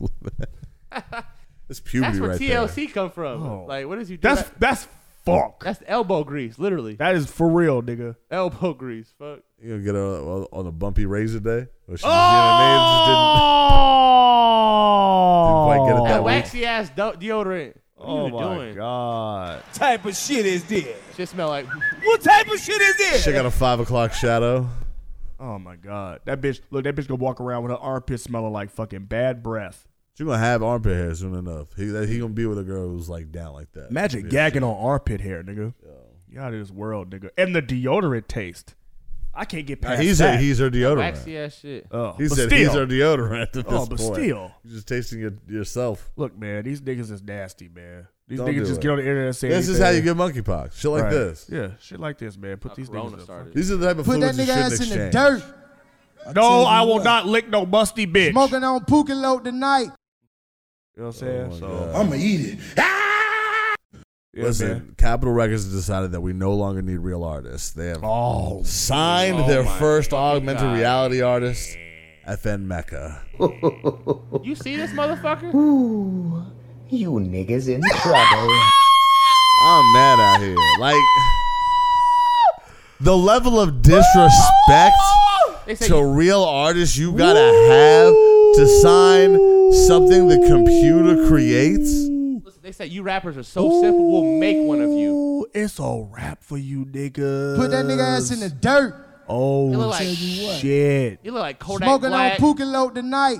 D: That's puberty
F: That's where
D: right
F: TLC
D: there.
F: come from.
B: Oh.
F: Like, what is you do?
B: That's
F: that-
B: that's fuck.
F: that's elbow grease, literally.
B: That is for real, nigga.
F: elbow grease. Fuck.
D: You gonna get her on- on a bumpy razor day? Or she just, you know what I mean? Just didn't-
B: Oh,
D: didn't quite get it
F: That
D: that week.
F: waxy ass do- deodorant. What are
B: Oh
F: you
B: my
F: doing?
B: god.
M: type of shit is this?
F: Shit smell like.
M: What type of shit is this?
D: She got a five o'clock shadow.
B: Oh my god, that bitch! Look, that bitch gonna walk around with her armpit smelling like fucking bad breath.
D: She gonna have armpit hair soon enough. He that, he gonna be with a girl who's like down like that.
B: Magic
D: Yeah.
B: gagging on armpit hair, nigga. You out of this world, nigga. And the deodorant taste. I can't get
D: Nah,
B: past
D: he's
B: that.
D: a, he's her deodorant.
F: Waxy ass shit.
B: Oh,
D: he
B: but
D: said
B: still.
D: he's her deodorant at this
B: Oh, but
D: point.
B: still.
D: You're just tasting it yourself.
B: Look, man, these niggas is nasty, man. These
D: Don't do
B: niggas just
D: it.
B: get on the internet and say
D: This is
B: anything.
D: how you get monkeypox. Shit like
B: Right.
D: this.
B: Yeah, shit like this, man. Put these
F: Corona
B: niggas.
F: started.
B: Started.
D: These are the type of
G: Put that
D: fluids you
G: nigga
D: shouldn't
G: ass in the
D: exchange.
G: dirt.
B: No,
G: tell you
B: I will
G: what.
B: not lick no musty bitch.
G: Smoking on Pookie Load tonight.
B: You know what I'm saying? so
M: Oh I'ma eat it.
B: Yeah,
D: Listen,
B: man.
D: Capitol Records decided that we no longer need real artists. They have
B: Oh,
D: signed
B: oh
D: their
B: my
D: first augmented
B: God.
D: reality artist, FN Mecca.
F: You see this motherfucker?
C: Ooh, you niggas in trouble.
D: I'm mad out here. Like the level of disrespect
F: They say
D: to real artists you gotta have to sign something the computer creates.
F: Listen, they say you rappers are so simple. We'll make one of you.
B: Ooh, it's a wrap for you, nigga.
G: Put that nigga ass in the dirt.
B: Oh
F: It look like-
B: shit!
F: You look like Kodak
G: Smoking on
F: Black.
G: Pookie Load tonight.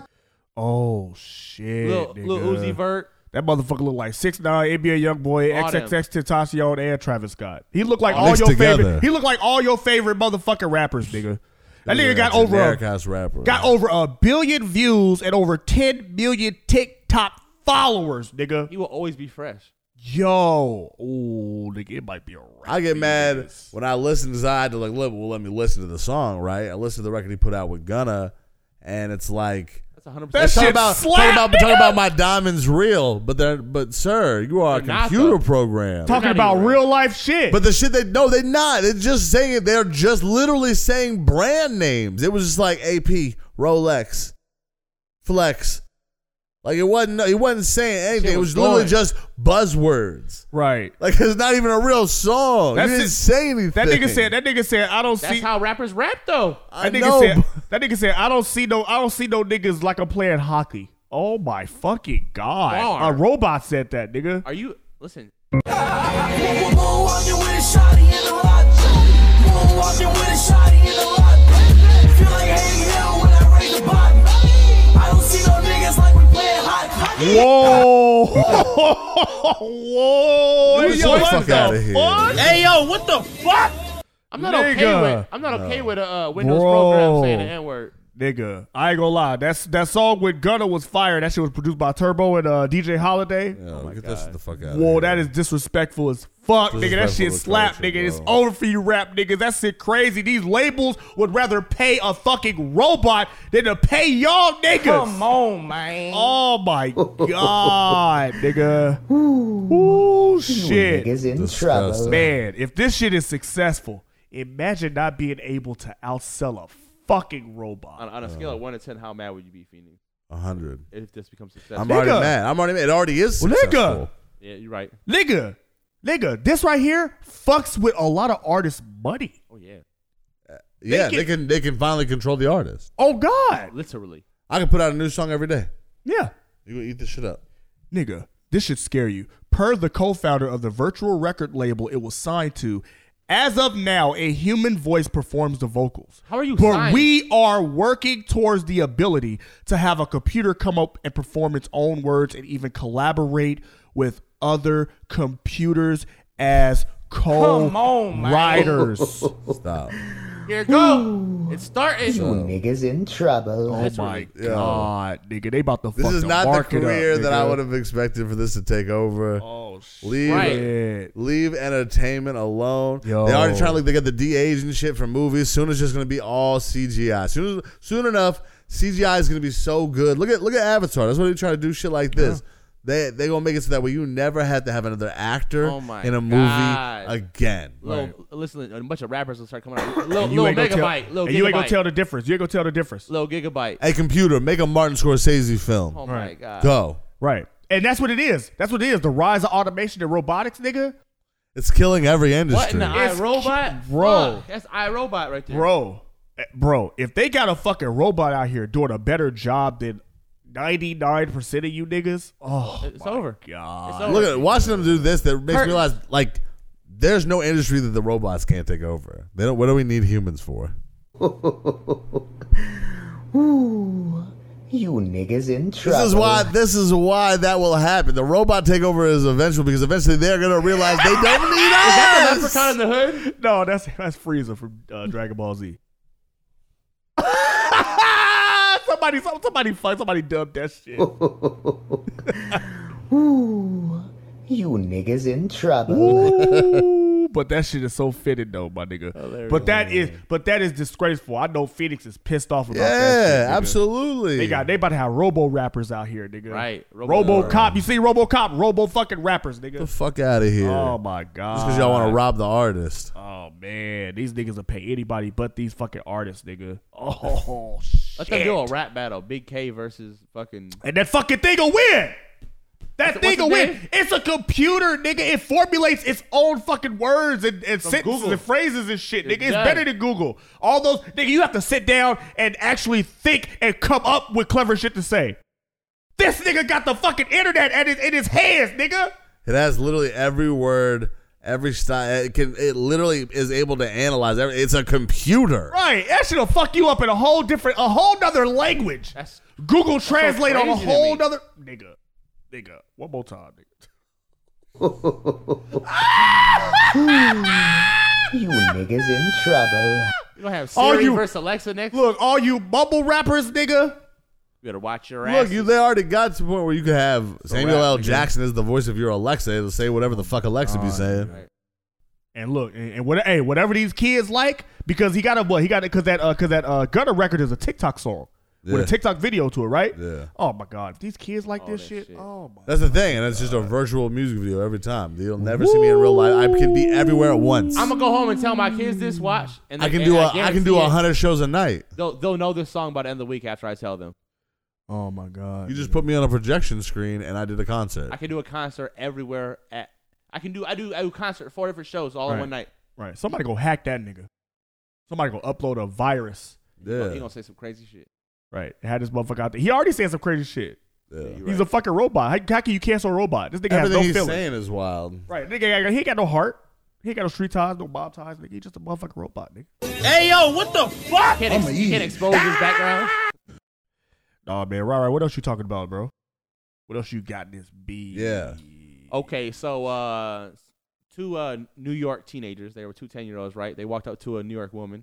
B: Oh shit!
F: Lil-
B: nigga.
F: Lil Uzi Vert.
B: That motherfucker look like six nine NBA young boy,
F: All them.
B: XXX Tentacion, and Travis Scott. He look like
D: All
B: all,
D: mixed
B: your
D: together.
B: favorite. He look like all your favorite motherfucking rappers, nigga. That
D: Dude,
B: nigga got
D: a
B: over a-
D: generic ass rapper.
B: got over a billion views and over ten million TikTok followers, nigga.
F: He will always be fresh.
B: Yo, oh nigga, it might be a wrap.
D: I get mad when I listen to Zod to like, look, well, let me listen to the song, right? I listen to the record he put out with Gunna, and it's like
F: That's 100.
D: Let's talk
B: shit
D: about
B: slap,
D: talk about talk
B: nigga!
D: about my diamonds real, but then but sir, you are a
F: They're not,
D: computer
F: though.
D: program.
B: Talking
F: Not
B: about
F: even
B: real life shit.
D: But the shit they no, they not. They're just saying it. They're just literally saying brand names. It was just like AP, Rolex, Flex. Like it wasn't. It wasn't saying anything.
F: Shit
D: It was
F: was
D: literally
F: boring.
D: just buzzwords.
B: right.
D: Like it's not even a real song.
B: That's
D: Oh, you didn't
B: it.
D: say anything.
B: That nigga said. That nigga said. I don't
F: That's
B: see.
F: how rappers rap though.
D: I
B: That nigga
D: know,
B: said.
D: but-
B: That nigga said. I don't see no. I don't see no niggas like I'm playing hockey. Oh my fucking god!
F: Bar.
B: A robot said that, nigga.
F: Are you? Listen,
A: Moonwalking with a shotty in the lot. Moonwalking with a shotty in the lot. Feel like Hank Hill when I raise the bottom. I don't see no niggas like we playing hot.
B: Whoa! Whoa!
D: Get the fuck outta here.
B: Hey yo, what the fuck?
F: I'm not okay
B: Nigga.
F: with. I'm not okay with a uh, Windows
B: Bro.
F: program saying the N word.
B: Nigga, I ain't gonna lie. That's that song with Gunna was fire. That shit was produced by Turbo and uh, DJ Holiday.
D: Oh get this the fuck out.
B: Whoa, that is disrespectful as fuck, nigga. That
D: Disrespectful
B: shit
D: to
B: slap,
D: culture,
B: nigga. It's
D: bro.
B: over for you rap niggas. That shit crazy. These labels would rather pay a fucking robot than to pay y'all niggas.
H: Come on, man.
B: Oh my god, nigga. Ooh,
C: You
B: shit.
C: niggas in
D: Disgusting.
C: trouble.
B: Man, if this shit is successful, imagine not being able to outsell a fucking robot.
F: On, on a scale of one to ten, how mad would you be, Feeny,
D: hundred.
F: if this becomes successful?
D: I'm already
B: Nigga.
D: mad. I'm already mad. It already is
B: Well, nigga.
D: successful.
F: yeah, you're right.
B: Nigga, nigga, this right here fucks with a lot of artists' money.
F: Oh yeah,
D: Uh, Yeah,
B: They
D: they can they can finally control the artist.
B: Oh god.
F: literally.
D: I can put out a new song every day.
B: Yeah.
D: You gonna eat this shit up.
B: Nigga, this should scare you. Per the co founder of the virtual record label it was signed to, as of now, a human voice performs the vocals.
F: How are you
B: But
F: signed?
B: we are working towards the ability to have a computer come up and perform its own words and even collaborate with other computers as
H: Come on, man.
B: co-writers.
D: Stop.
F: Here it go. It's starting.
C: You niggas in trouble.
B: oh my god, nigga, they about to
D: This
B: fuck
D: is
B: the
D: not the
B: market up,
D: career that I
B: nigga.
D: would have expected for this to take over. Oh shit. Leave
F: Right.
B: Shit.
D: leave entertainment alone.
B: Yo.
D: They already trying to they got the de aging shit for movies. Soon it's just gonna be all CGI. Soon as- soon enough, CGI is gonna be so good. Look at look at Avatar. That's why they try to do shit like
F: Uh-huh.
D: this. They they gonna make it so that way you never had to have another actor
F: Oh my
D: in a movie
F: God.
D: again.
F: Lil, Listen, a bunch of rappers will start coming out. Lil,
B: And you
F: Lil
B: ain't gonna tell-
F: Megabyte. Lil
B: and you ain't gonna
F: Gigabyte.
B: tell the difference. You ain't gonna tell the difference.
F: Lil Gigabyte.
D: Hey computer, make a Martin Scorsese film.
F: Oh my god.
D: Go.
B: Right. And that's what it is. That's what it is. The rise of automation and robotics, nigga.
D: It's killing every
F: What
D: industry.
F: in the
B: It's
F: iRobot?
B: bro.
F: Fuck, that's iRobot right there.
B: Bro, eh, bro, if they got a fucking robot out here doing a better job than 99% of you niggas, oh,
F: It's over.
B: God.
F: It's over.
D: Look at watching them do this that makes me
F: Hurt.
D: realize like there's no industry that the robots can't take over. They don't what do we need humans for?
C: Ooh, you niggas in trouble.
D: This is why. This is why that will happen. The robot takeover is eventual because eventually they're gonna realize they don't need us.
B: that the leprechaun in the hood? No, that's that's Frieza from uh, Dragon Ball Z. somebody, some- somebody, fuck, somebody dubbed that shit.
C: Ooh, you niggas in trouble.
B: Ooh, but that shit is so fitted though, my nigga. But that is, but that is disgraceful. I know Phoenix is pissed off about that.
D: Yeah,
B: shit, nigga.
D: absolutely.
B: They got they about to have robo rappers out here, nigga.
F: Right.
B: Robo
F: Robo-
B: cop. You see robo cop, robo fucking rappers, nigga.
D: the fuck out of here.
B: Oh my god.
D: Just because y'all want to rob the artist.
B: Oh man, these niggas will pay anybody but these fucking artists, nigga. Oh shit.
F: Let them do a rap battle. Big K versus fucking.
B: And that fucking thing will win. That
F: What's
B: thing
F: it-
B: will
F: what's it
B: win. It's a computer, nigga. It formulates its own fucking words and, and
F: From
B: sentences
F: Google.
B: and phrases and shit, nigga. It's
F: does.
B: better than Google. All those, nigga, you have to sit down and actually think and come up with clever shit to say. This nigga got the fucking internet at his, in his hands, nigga.
D: It has literally every word, every style. It can. It literally is able to analyze. Every, it's a computer.
B: Right. That shit'll fuck you up in a whole different, a whole nother language. Google Translate on a
D: crazy to
B: whole
D: me.
B: nother. Nigga. Nigga. One more time, nigga.
C: you niggas in trouble.
F: You gonna have
B: All
F: Siri
B: you-
F: versus Alexa next?
B: Look, all you bubble rappers, nigga.
F: You better watch your ass.
D: Look, you, they already got to the point where you could have Samuel
F: rap,
D: L.
F: nigga.
D: Jackson is the voice of your Alexa. It'll say whatever the fuck Alexa be saying.
B: And look, and, and what, hey, whatever these kids like, because he got a what he got because that uh, because that uh, Gunner record is a TikTok song with
D: Yeah.
B: a TikTok video to it, right?
D: Yeah.
B: Oh my God, if these kids like this shit, Oh my.
D: That's the thing, and it's just a virtual music video every time. You'll never see me in real life. I can be everywhere at once.
F: I'm gonna go home and tell my kids this. Watch, and
D: I can
F: and
D: do a I can do
F: guarantee
D: a
F: it,
D: hundred shows a night.
F: They'll, they'll know this song by the end of the week after I tell them.
B: Oh my god!
D: You just put me on a projection screen and I did a concert.
F: I can do a concert everywhere at. I can do I do I do concert four different shows all in
B: Right.
F: one night.
B: Right. Somebody go hack that nigga. Somebody go upload a virus.
F: He gonna say some crazy shit.
B: Right. Had this mototherfucker out there. He already said some crazy shit.
D: You're
B: He's a fucking robot. How, how can you cancel a robot? This nigga
D: Everything
B: has no
D: he's
B: feelings.
D: saying is wild.
B: Right. Nigga, he ain't got no heart. He ain't got no street ties, no mob ties. Nigga, he just a motherfucking robot, nigga.
F: Hey yo, what the fuck? Can't, ex- can't expose his background.
B: Nah, man. Right, right. What else you talking about, bro? What else you got in this B?
D: Yeah.
F: Okay, so uh, two uh, New York teenagers, they were two 10 year olds, right? They walked up to a New York woman.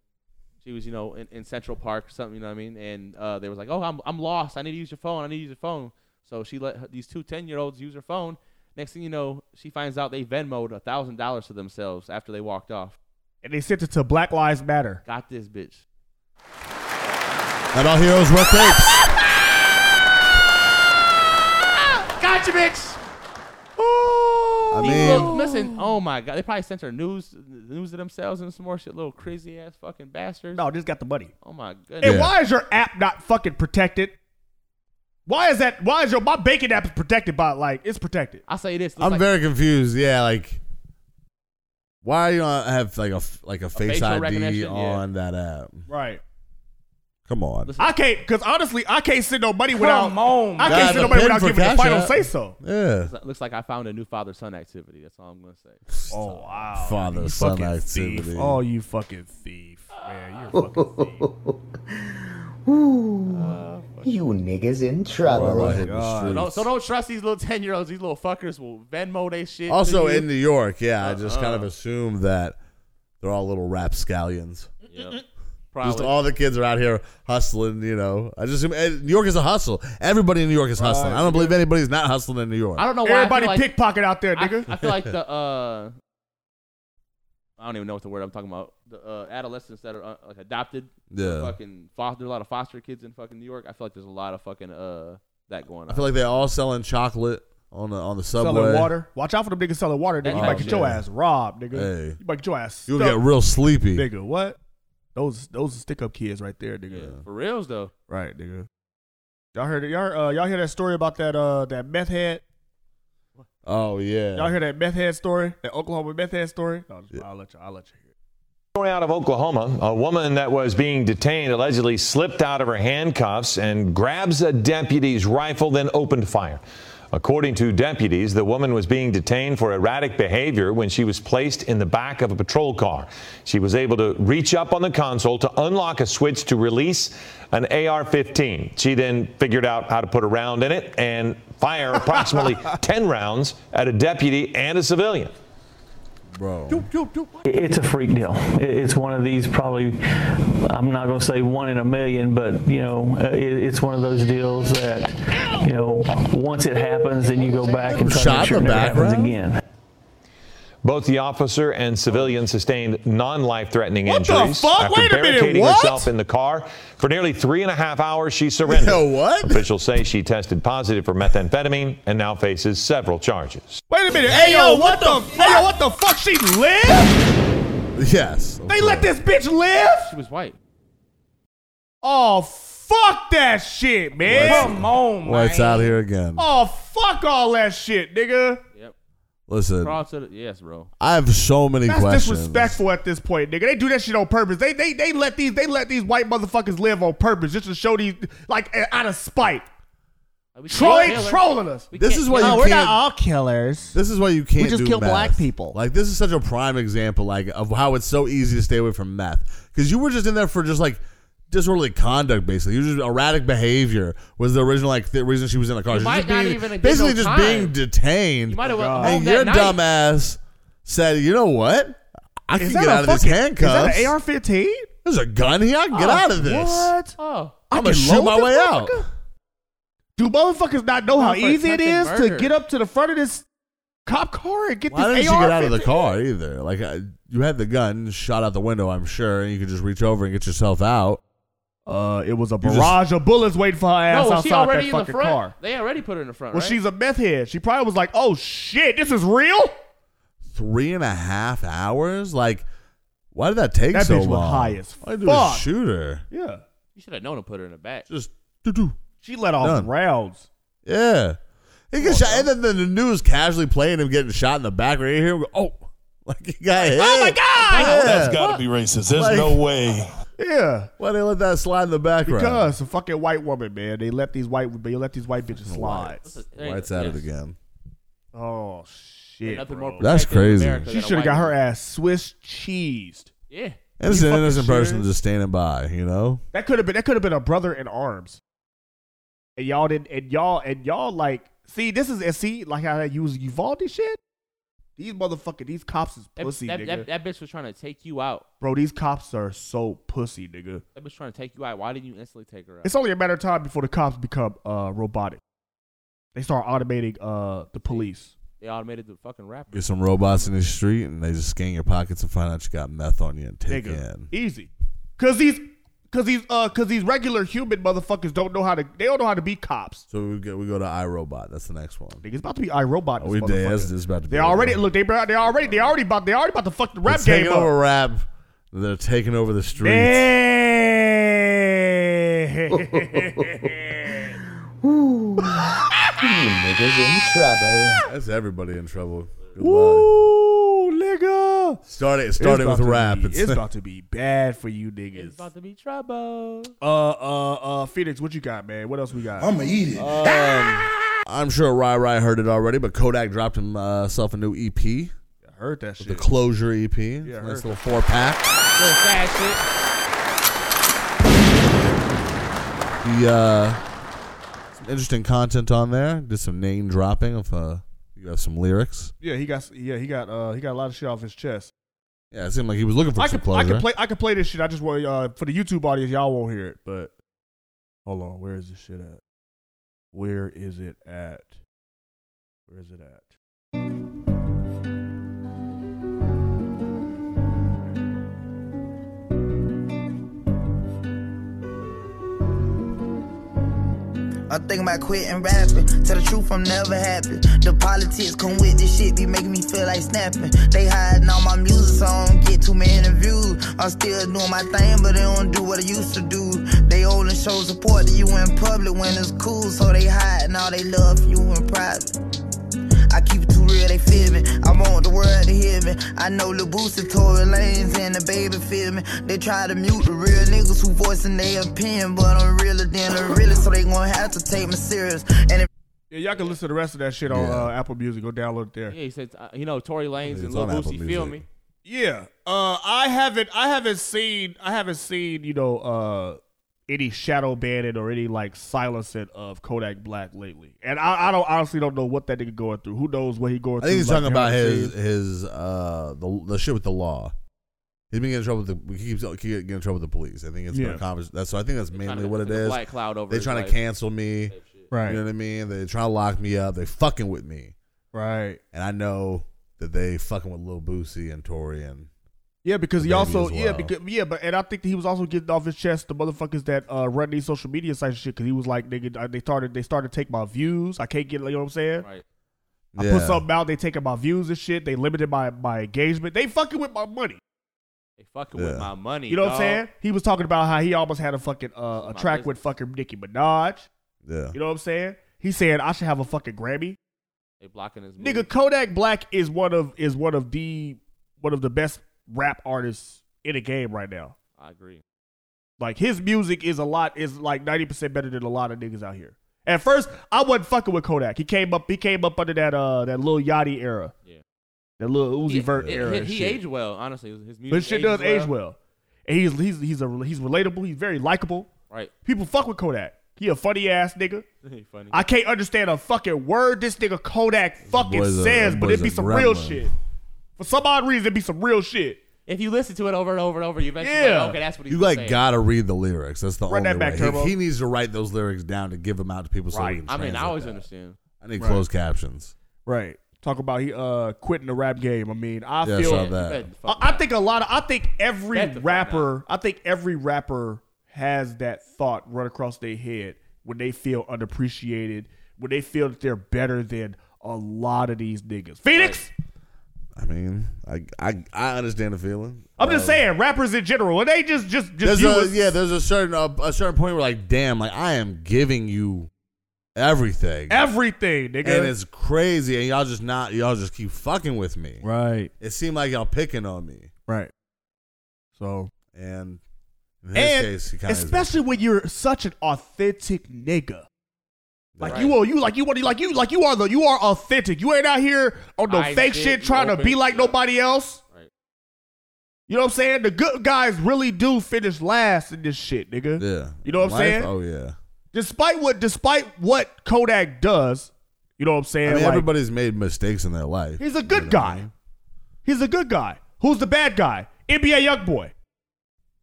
F: She was, you know, in, in Central Park or something, you know what I mean? And uh, they was like, oh, I'm, I'm lost. I need to use your phone. I need to use your phone. So she let her, these two 10 year olds use her phone. Next thing you know, she finds out they Venmoed $1,000 to themselves after they walked off.
B: And they sent it to Black Lives Matter.
F: Got this bitch.
D: Not all heroes wear capes.
F: Gotcha, bitch.
D: I
F: People,
D: mean,
F: listen, oh my God. They probably sent her news news to themselves and some more shit, little crazy ass fucking bastards.
B: No, just got the money.
F: Oh my goodness.
B: And why is your app not fucking protected? Why is that? Why is your my banking app is protected by like it's protected?
F: I'll say this.
D: I'm very confused. Yeah, like why you don't have like a f- like a face
B: facial
D: ID
B: recognition, yeah.
D: on that app?
B: Right.
D: Come on.
B: I can't because honestly, I can't send no money without. I can't
D: God,
B: send
D: the
B: no money
D: pen
B: without
D: for
B: giving the
D: Cash
B: final
D: App.
B: say so.
D: Yeah.
F: Looks- Looks like I found a new father son activity. That's all I'm gonna say.
B: Oh wow.
D: Father
B: You
D: son
B: fucking
D: activity.
B: Thief. Oh, you fucking thief, man! You're a fucking thief.
C: Ooh, you niggas in trouble.
F: So don't, so don't trust these little ten year olds. These little fuckers will Venmo they shit. to
D: Also
F: you.
D: in New York, yeah, I just kind of
F: Uh-uh.
D: assumed that they're all little rapscallions.
F: Yep.
D: Just
F: Probably.
D: all the kids are out here hustling, you know. I just assume and New York is a hustle. Everybody in New York is hustling. I don't believe anybody's not hustling in New York.
F: I don't know why. I feel
B: Everybody
F: like-
B: pickpocket out there,
F: I-
B: nigga.
F: I, feel like the uh, I don't even know what the word I'm talking about. The uh, adolescents that are uh, like adopted.
D: Yeah.
F: Fucking foster. There's a lot of foster kids in fucking New York. I feel like there's a lot of fucking uh that going on.
D: I feel like they're all selling chocolate on the on the subway.
B: selling water. Watch out for them niggas selling water, nigga. You
D: Oh,
B: might get your
D: yeah.
B: ass robbed, nigga.
D: Hey.
B: You might get your ass.
D: You'll
B: stuck.
D: get real sleepy.
B: nigga. What? Those those are stick up kids right there, nigga.
F: for reals though.
B: Right, nigga. Y'all heard it? Y'all uh, y'all hear that story about that uh that meth head?
D: Oh yeah.
B: Y'all hear that meth head story? That Oklahoma meth head story? No, just- I'll let you. I'll let you.
R: Story out of Oklahoma, a woman that was being detained allegedly slipped out of her handcuffs and grabs a deputy's rifle, then opened fire. A According to deputies, the woman was being detained for erratic behavior when she was placed in the back of a patrol car. She was able to reach up on the console to unlock a switch to release an AR 15. She then figured out how to put a round in it and fire approximately 10 rounds at a deputy and a civilian.
D: Bro.
S: It's a freak deal. It- It's one of these probably, I'm not going to say one in a million, but, you know, uh, it- it's one of those deals that, you know, once it happens, then you go back and try to
R: Shot in
S: make sure it
R: the
S: never happens
R: background?
S: again.
R: Both the officer and civilian sustained non-life-threatening
S: the
R: injuries
S: fuck?
R: after
S: Wait a minute,
R: barricading
S: what?
R: herself in the car for nearly three and a half hours. She surrendered.
D: what?
R: Officials say she tested positive for methamphetamine and now faces several charges.
B: Wait a minute. Hey, yo, what the fuck? Hey, yo, what the fuck? She lived?
D: Yes.
B: They let this bitch live?
F: She was white.
B: Oh, fuck that shit, man. Come on,
D: White's out here again.
B: Oh, fuck all that shit, nigga.
D: Listen,
F: Cross to the- yes, bro.
D: I have so many
B: That's
D: questions.
B: disrespectful at this point, nigga. They do that shit on purpose. They they they let these they let these white motherfuckers live on purpose just to show these like uh, out of spite. Troy
T: kill her.
B: trolling us.
D: This is why
T: No,
D: you
T: we're
D: can't,
T: not all killers.
D: This is why you can't.
T: We just
D: do
T: kill
D: meth.
T: black people.
D: Like this is such a prime example, like of how it's so easy to stay away from meth because you were just in there for just like disorderly conduct, basically. You were just erratic behavior was the original like the reason she was in the car.
F: You
D: She was
F: might
D: just
F: not
D: being-
F: even have
D: basically
F: been no
D: just
F: time.
D: being detained.
F: You might have went home
D: and
F: that
D: your
F: night.
D: dumbass said, "You know what? I
B: Is
D: can
B: that
D: get
B: a
D: out of
B: fucking-
D: these handcuffs.
B: Is that an AR-15?
D: There's a gun here. I can get
B: Oh,
D: out of this.
B: What?
F: Oh,
D: I'm gonna
B: can
D: shoot
B: load
D: my
B: this
D: way out."
B: motherfucker? Do motherfuckers not know how
F: Motherfucker
B: easy it
F: attempted
B: is
F: murder.
B: to get up to the front of this cop car and get
D: Why didn't
B: this
D: you
B: AR?
D: get out of the car either? Like I, you had the gun shot out the window, I'm sure, and you could just reach over and get yourself out.
B: Uh, it was a barrage of bullets waiting for her ass
F: no,
B: outside
F: she already
B: that
F: in the
B: fucking
F: front.
B: car.
F: They already put her in the front.
B: Well,
F: right?
B: she's a meth head. She probably was like, "Oh shit, this is real."
D: Three and a half hours. Like, why did that take
B: That
D: so
B: bitch was
D: long?
B: high as
D: Why do a
B: fuck.
D: shooter?
B: Yeah,
F: You should have known to put her in the back.
D: Just do-do.
B: she let off
D: Done.
B: rounds. Oh,
D: Yeah, he gets shot, and then the the news casually playing him getting shot in the back. Right here, oh, like he got hit.
B: Oh my god!
D: Yeah.
U: That's got to be racist. There's
D: Like-
U: no way.
B: Yeah,
D: Why they let that slide in the background?
B: because a fucking white woman, man. They let these white, they let these white bitches slide.
D: White's at it again.
B: Oh shit!
F: Nothing
B: bro.
F: more
D: That's
F: protected in
D: crazy.
F: America
B: She
F: than a
B: should have
F: white
B: got
F: woman.
B: her ass Swiss cheesed.
F: Yeah.
D: And it's
B: You
D: an
B: fucking
D: innocent person
B: serious?
D: just standing by, you know.
B: That could have been that could have been a brother in arms. And y'all didn't and y'all and y'all like see this is and see like how that use Uvalde shit? These motherfucking these cops is
F: That,
B: pussy,
F: that,
B: nigga.
F: that- that bitch was trying to take you out.
B: Bro, these cops are so pussy, nigga.
F: That bitch trying to take you out. Why didn't you instantly take her out?
B: It's only a matter of time before the cops become uh robotic. They start automating uh the police.
F: they automated the fucking rapper.
D: Get some robots in the street, and they just scan your pockets and find out you got meth on you and take
B: Nigga.
D: in.
B: Easy. Cause these cause these uh cause these regular human motherfuckers don't know how to they don't know how to be cops.
D: So we go, we go to iRobot. That's the next one.
B: Nigga, it's about to be iRobot.
D: Oh, we
B: this
D: did.
B: motherfucker.
D: That's just about to be.
B: They already look. They bro- they already they already about they already about to fuck the rap
D: They're
B: game
D: taking
B: up.
D: over rap. They're taking over the streets.
B: Ooh.
D: niggas in trouble. That's everybody in trouble. Goodbye.
B: Ooh, nigga.
D: Started started
B: It's
D: with rap.
B: about to be- it's about to be bad for you niggas.
F: About to be trouble.
B: Uh, uh, uh, Phoenix, what you got, man? What else we got?
D: I'ma eat it. Um, I'm sure Rai Rai heard it already, but Kodak dropped himself a new EP.
B: I heard that shit.
D: The Closure EP.
B: Yeah, I
D: nice
B: heard
D: little four pack.
F: Little fast shit.
D: The uh, some interesting content on there. Did some name dropping of uh, you have some lyrics.
B: Yeah, he got. Yeah, he got. Uh, he got a lot of shit off his chest.
D: Yeah, it seemed like he was looking for
B: I
D: some
B: could.
D: closure.
B: I could play. I could play this shit. I just want uh for the YouTube audience, y'all won't hear it. But hold on, where is this shit at? Where is it at? Where is it at?
V: I think about quitting rapping. Tell the truth, I'm never happy. The politics come with this shit be making me feel like snapping. They hiding all my music, so I don't get too many views. I'm still doing my thing, but they don't do what I used to do. They only show support to you in public when it's cool, so they hiding all they love for you in private. I keep it too real, they feel me. I want the world to hear me. I know Lil Boosie, Tory Lanez, and the baby feel me. They try to mute the real niggas who voicing their opinion, but I'm realer than the realest, so they gon' have to take me serious. And if
B: Yeah, y'all can listen to the rest of that shit on uh, Apple Music. Go download it there.
F: Yeah, he said, uh, you know, Tory Lanez
B: It's
F: and Lil
B: on Apple
F: Boosie feel
B: Music.
F: me.
B: Yeah. Uh, I haven't. I haven't seen. I haven't seen. You know, uh, any shadow banning or any like silencing of Kodak Black lately. And I, I don't honestly don't know what that nigga going through. Who knows what he going
D: I
B: through?
D: think he's
B: like,
D: talking about
B: behind the
D: his
B: scenes.
D: his uh the, the shit with the law. He's been getting in trouble with the he keeps he getting in trouble with the police. I think it's been
B: Yeah.
D: a convers- that's so I think that's mainly what it
F: put the
D: is.
F: black cloud over
D: They're
F: his
D: trying to
F: life.
D: cancel me.
B: Right.
D: You know what I mean? They're trying to lock me up. They're fucking with me.
B: Right.
D: And I know that they fucking with Lil Boosie and Tory and
B: Yeah, because he
D: Maybe
B: also
D: as
B: yeah
D: well.
B: because yeah, but and I think that he was also getting off his chest the motherfuckers that uh, run these social media sites and shit because he was like nigga uh, they started they started to take my views. I can't get you know what I'm saying.
F: Right.
B: I
D: Yeah.
B: put something out. They taking my views and shit. They limited my my engagement. They fucking with my money.
F: They fucking with
B: Yeah.
F: my money.
B: You know what I'm
F: dawg.
B: saying? He was talking about how he almost had a fucking uh, a track with fucking Nicki Minaj.
D: Yeah.
B: You know what I'm saying? He said I should have a fucking Grammy.
F: They blocking his music.
B: Nigga, Kodak Black is one of is one of the one of the best rap artists in the game right now.
F: I agree.
B: Like his music is a lot is like ninety percent better than a lot of niggas out here. At first, I wasn't fucking with Kodak. He came up, he came up under that uh that little Yachty era.
F: Yeah.
B: That little Uzi
F: He-
B: Vert
F: he-
B: era.
F: He,
B: and
F: he
B: shit.
F: aged well, honestly. His music
B: But shit does age well. And he's he's he's a he's relatable. He's very likable.
F: Right.
B: People fuck with Kodak. He a funny ass nigga.
F: He funny.
B: I can't understand a fucking word this nigga Kodak fucking
F: boy's a-
B: says,
F: that
B: but it
F: boy's
B: be
F: a
B: some real
F: gremlin.
B: shit. For some odd reason, it be some real shit.
F: If you listen to it over and over and over, you eventually
B: Yeah.
F: like, okay, that's what he's
D: you like
F: saying.
D: gotta read the lyrics. That's the
B: Run that
D: only
B: back,
D: way.
B: Turbo.
D: He, he needs to write those lyrics down to give them out to people so we
B: Right.
D: can
F: I mean, I
D: translate
F: always
D: that.
F: understand.
D: I need
B: Right.
D: closed captions.
B: Right. Talk about he uh quitting the rap game. I mean, I
D: Yeah, I
B: feel
D: saw that. You
B: I, I think a lot of I think every rapper I think every rapper has that thought run across their head when they feel unappreciated, when they feel that they're better than a lot of these niggas. Phoenix,
D: I mean, I I, I understand the feeling. Uh,
B: I'm just saying, rappers in general, and they just just just
D: There's
B: you
D: a,
B: as-
D: yeah, there's a certain uh, a certain point where like, damn, like I am giving you everything,
B: everything, nigga.
D: and it's crazy, and y'all just not y'all just keep fucking with me.
B: Right.
D: It seemed like y'all picking on me.
B: Right. So
D: and in his
B: and
D: case, he kind of
B: especially when you're such an authentic nigga. Like
D: Right.
B: you are, you like you want like you like you are the you are authentic. You ain't out here on no
F: Hiding
B: fake
F: shit,
B: shit
F: you
B: trying to
F: open,
B: be like nobody else.
F: Right.
B: You know what I'm saying? The good guys really do finish last in this shit, nigga.
D: Yeah.
B: You know what I'm
D: Life-
B: saying?
D: Oh yeah.
B: Despite what despite what Kodak does, you know what I'm saying?
D: I mean,
B: Like,
D: everybody's made mistakes in their life.
B: he's a good guy. He's a good guy. Who's the bad guy? NBA young boy.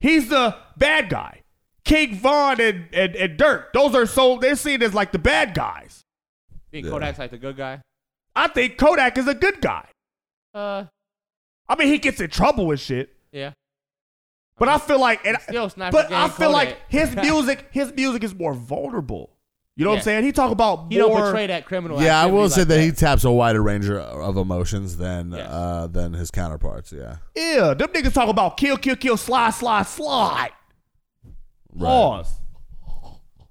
B: He's the bad guy. King Vaughn and, and, and Dirk. Those are so they're seen as like the bad guys.
F: Think Kodak's like the good guy.
B: I think Kodak is a good guy.
F: Uh,
B: I mean, he gets in trouble and shit.
F: yeah.
B: But I feel like, and
F: Still sniper
B: but
F: gang
B: I feel like
F: Kodak.
B: his music, his music is more vulnerable. You know what
F: Yeah.
B: I'm saying? He talk about
F: He don't
B: more,
F: portray that criminal.
D: yeah, I
F: activity
D: will
F: like
D: say that, he taps a wider range of- of emotions than uh, than his counterparts. Yeah,
B: Yeah, them niggas talk about kill, kill, kill, slide, slide, slide. Pause.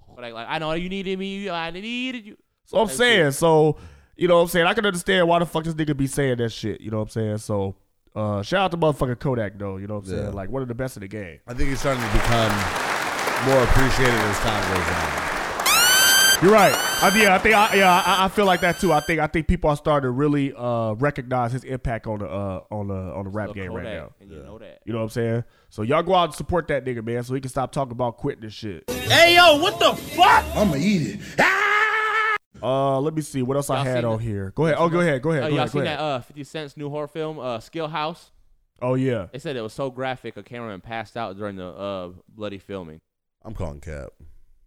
F: Kodak, like I know you needed me. I needed you.
B: So I'm
F: Type
B: saying, so you know what I'm saying? I can understand why the fuck this nigga be saying that shit. You know what I'm saying? So uh, shout out to motherfucking Kodak though. You know what I'm
D: Yeah.
B: saying? Like one of the best in the game.
D: I think he's starting to become more appreciated as time goes on.
B: You're right. I, yeah, I think I, yeah, I, I feel like that too. I think I think people are starting to really uh, recognize his impact on the uh, on the on the rap game right
F: Kodak,
B: now.
F: and you know that.
B: You know what I'm saying? So y'all go out and support that nigga, man, so he can stop talking about quitting this shit.
M: Hey yo, what the fuck?
B: Oh,
M: I'ma eat it.
D: Ah!
B: Uh, let me see what else I
F: Y'all
B: had
F: seen
B: on
F: the-
B: here. Go ahead. Oh, go ahead. Go ahead.
F: Oh,
B: go
F: y'all
B: ahead. Go
F: seen
B: ahead.
F: that uh, 50 Cent's new horror film, uh, Skill House?
B: oh yeah.
F: They said it was so graphic, a cameraman passed out during the uh, bloody filming.
D: I'm calling cap.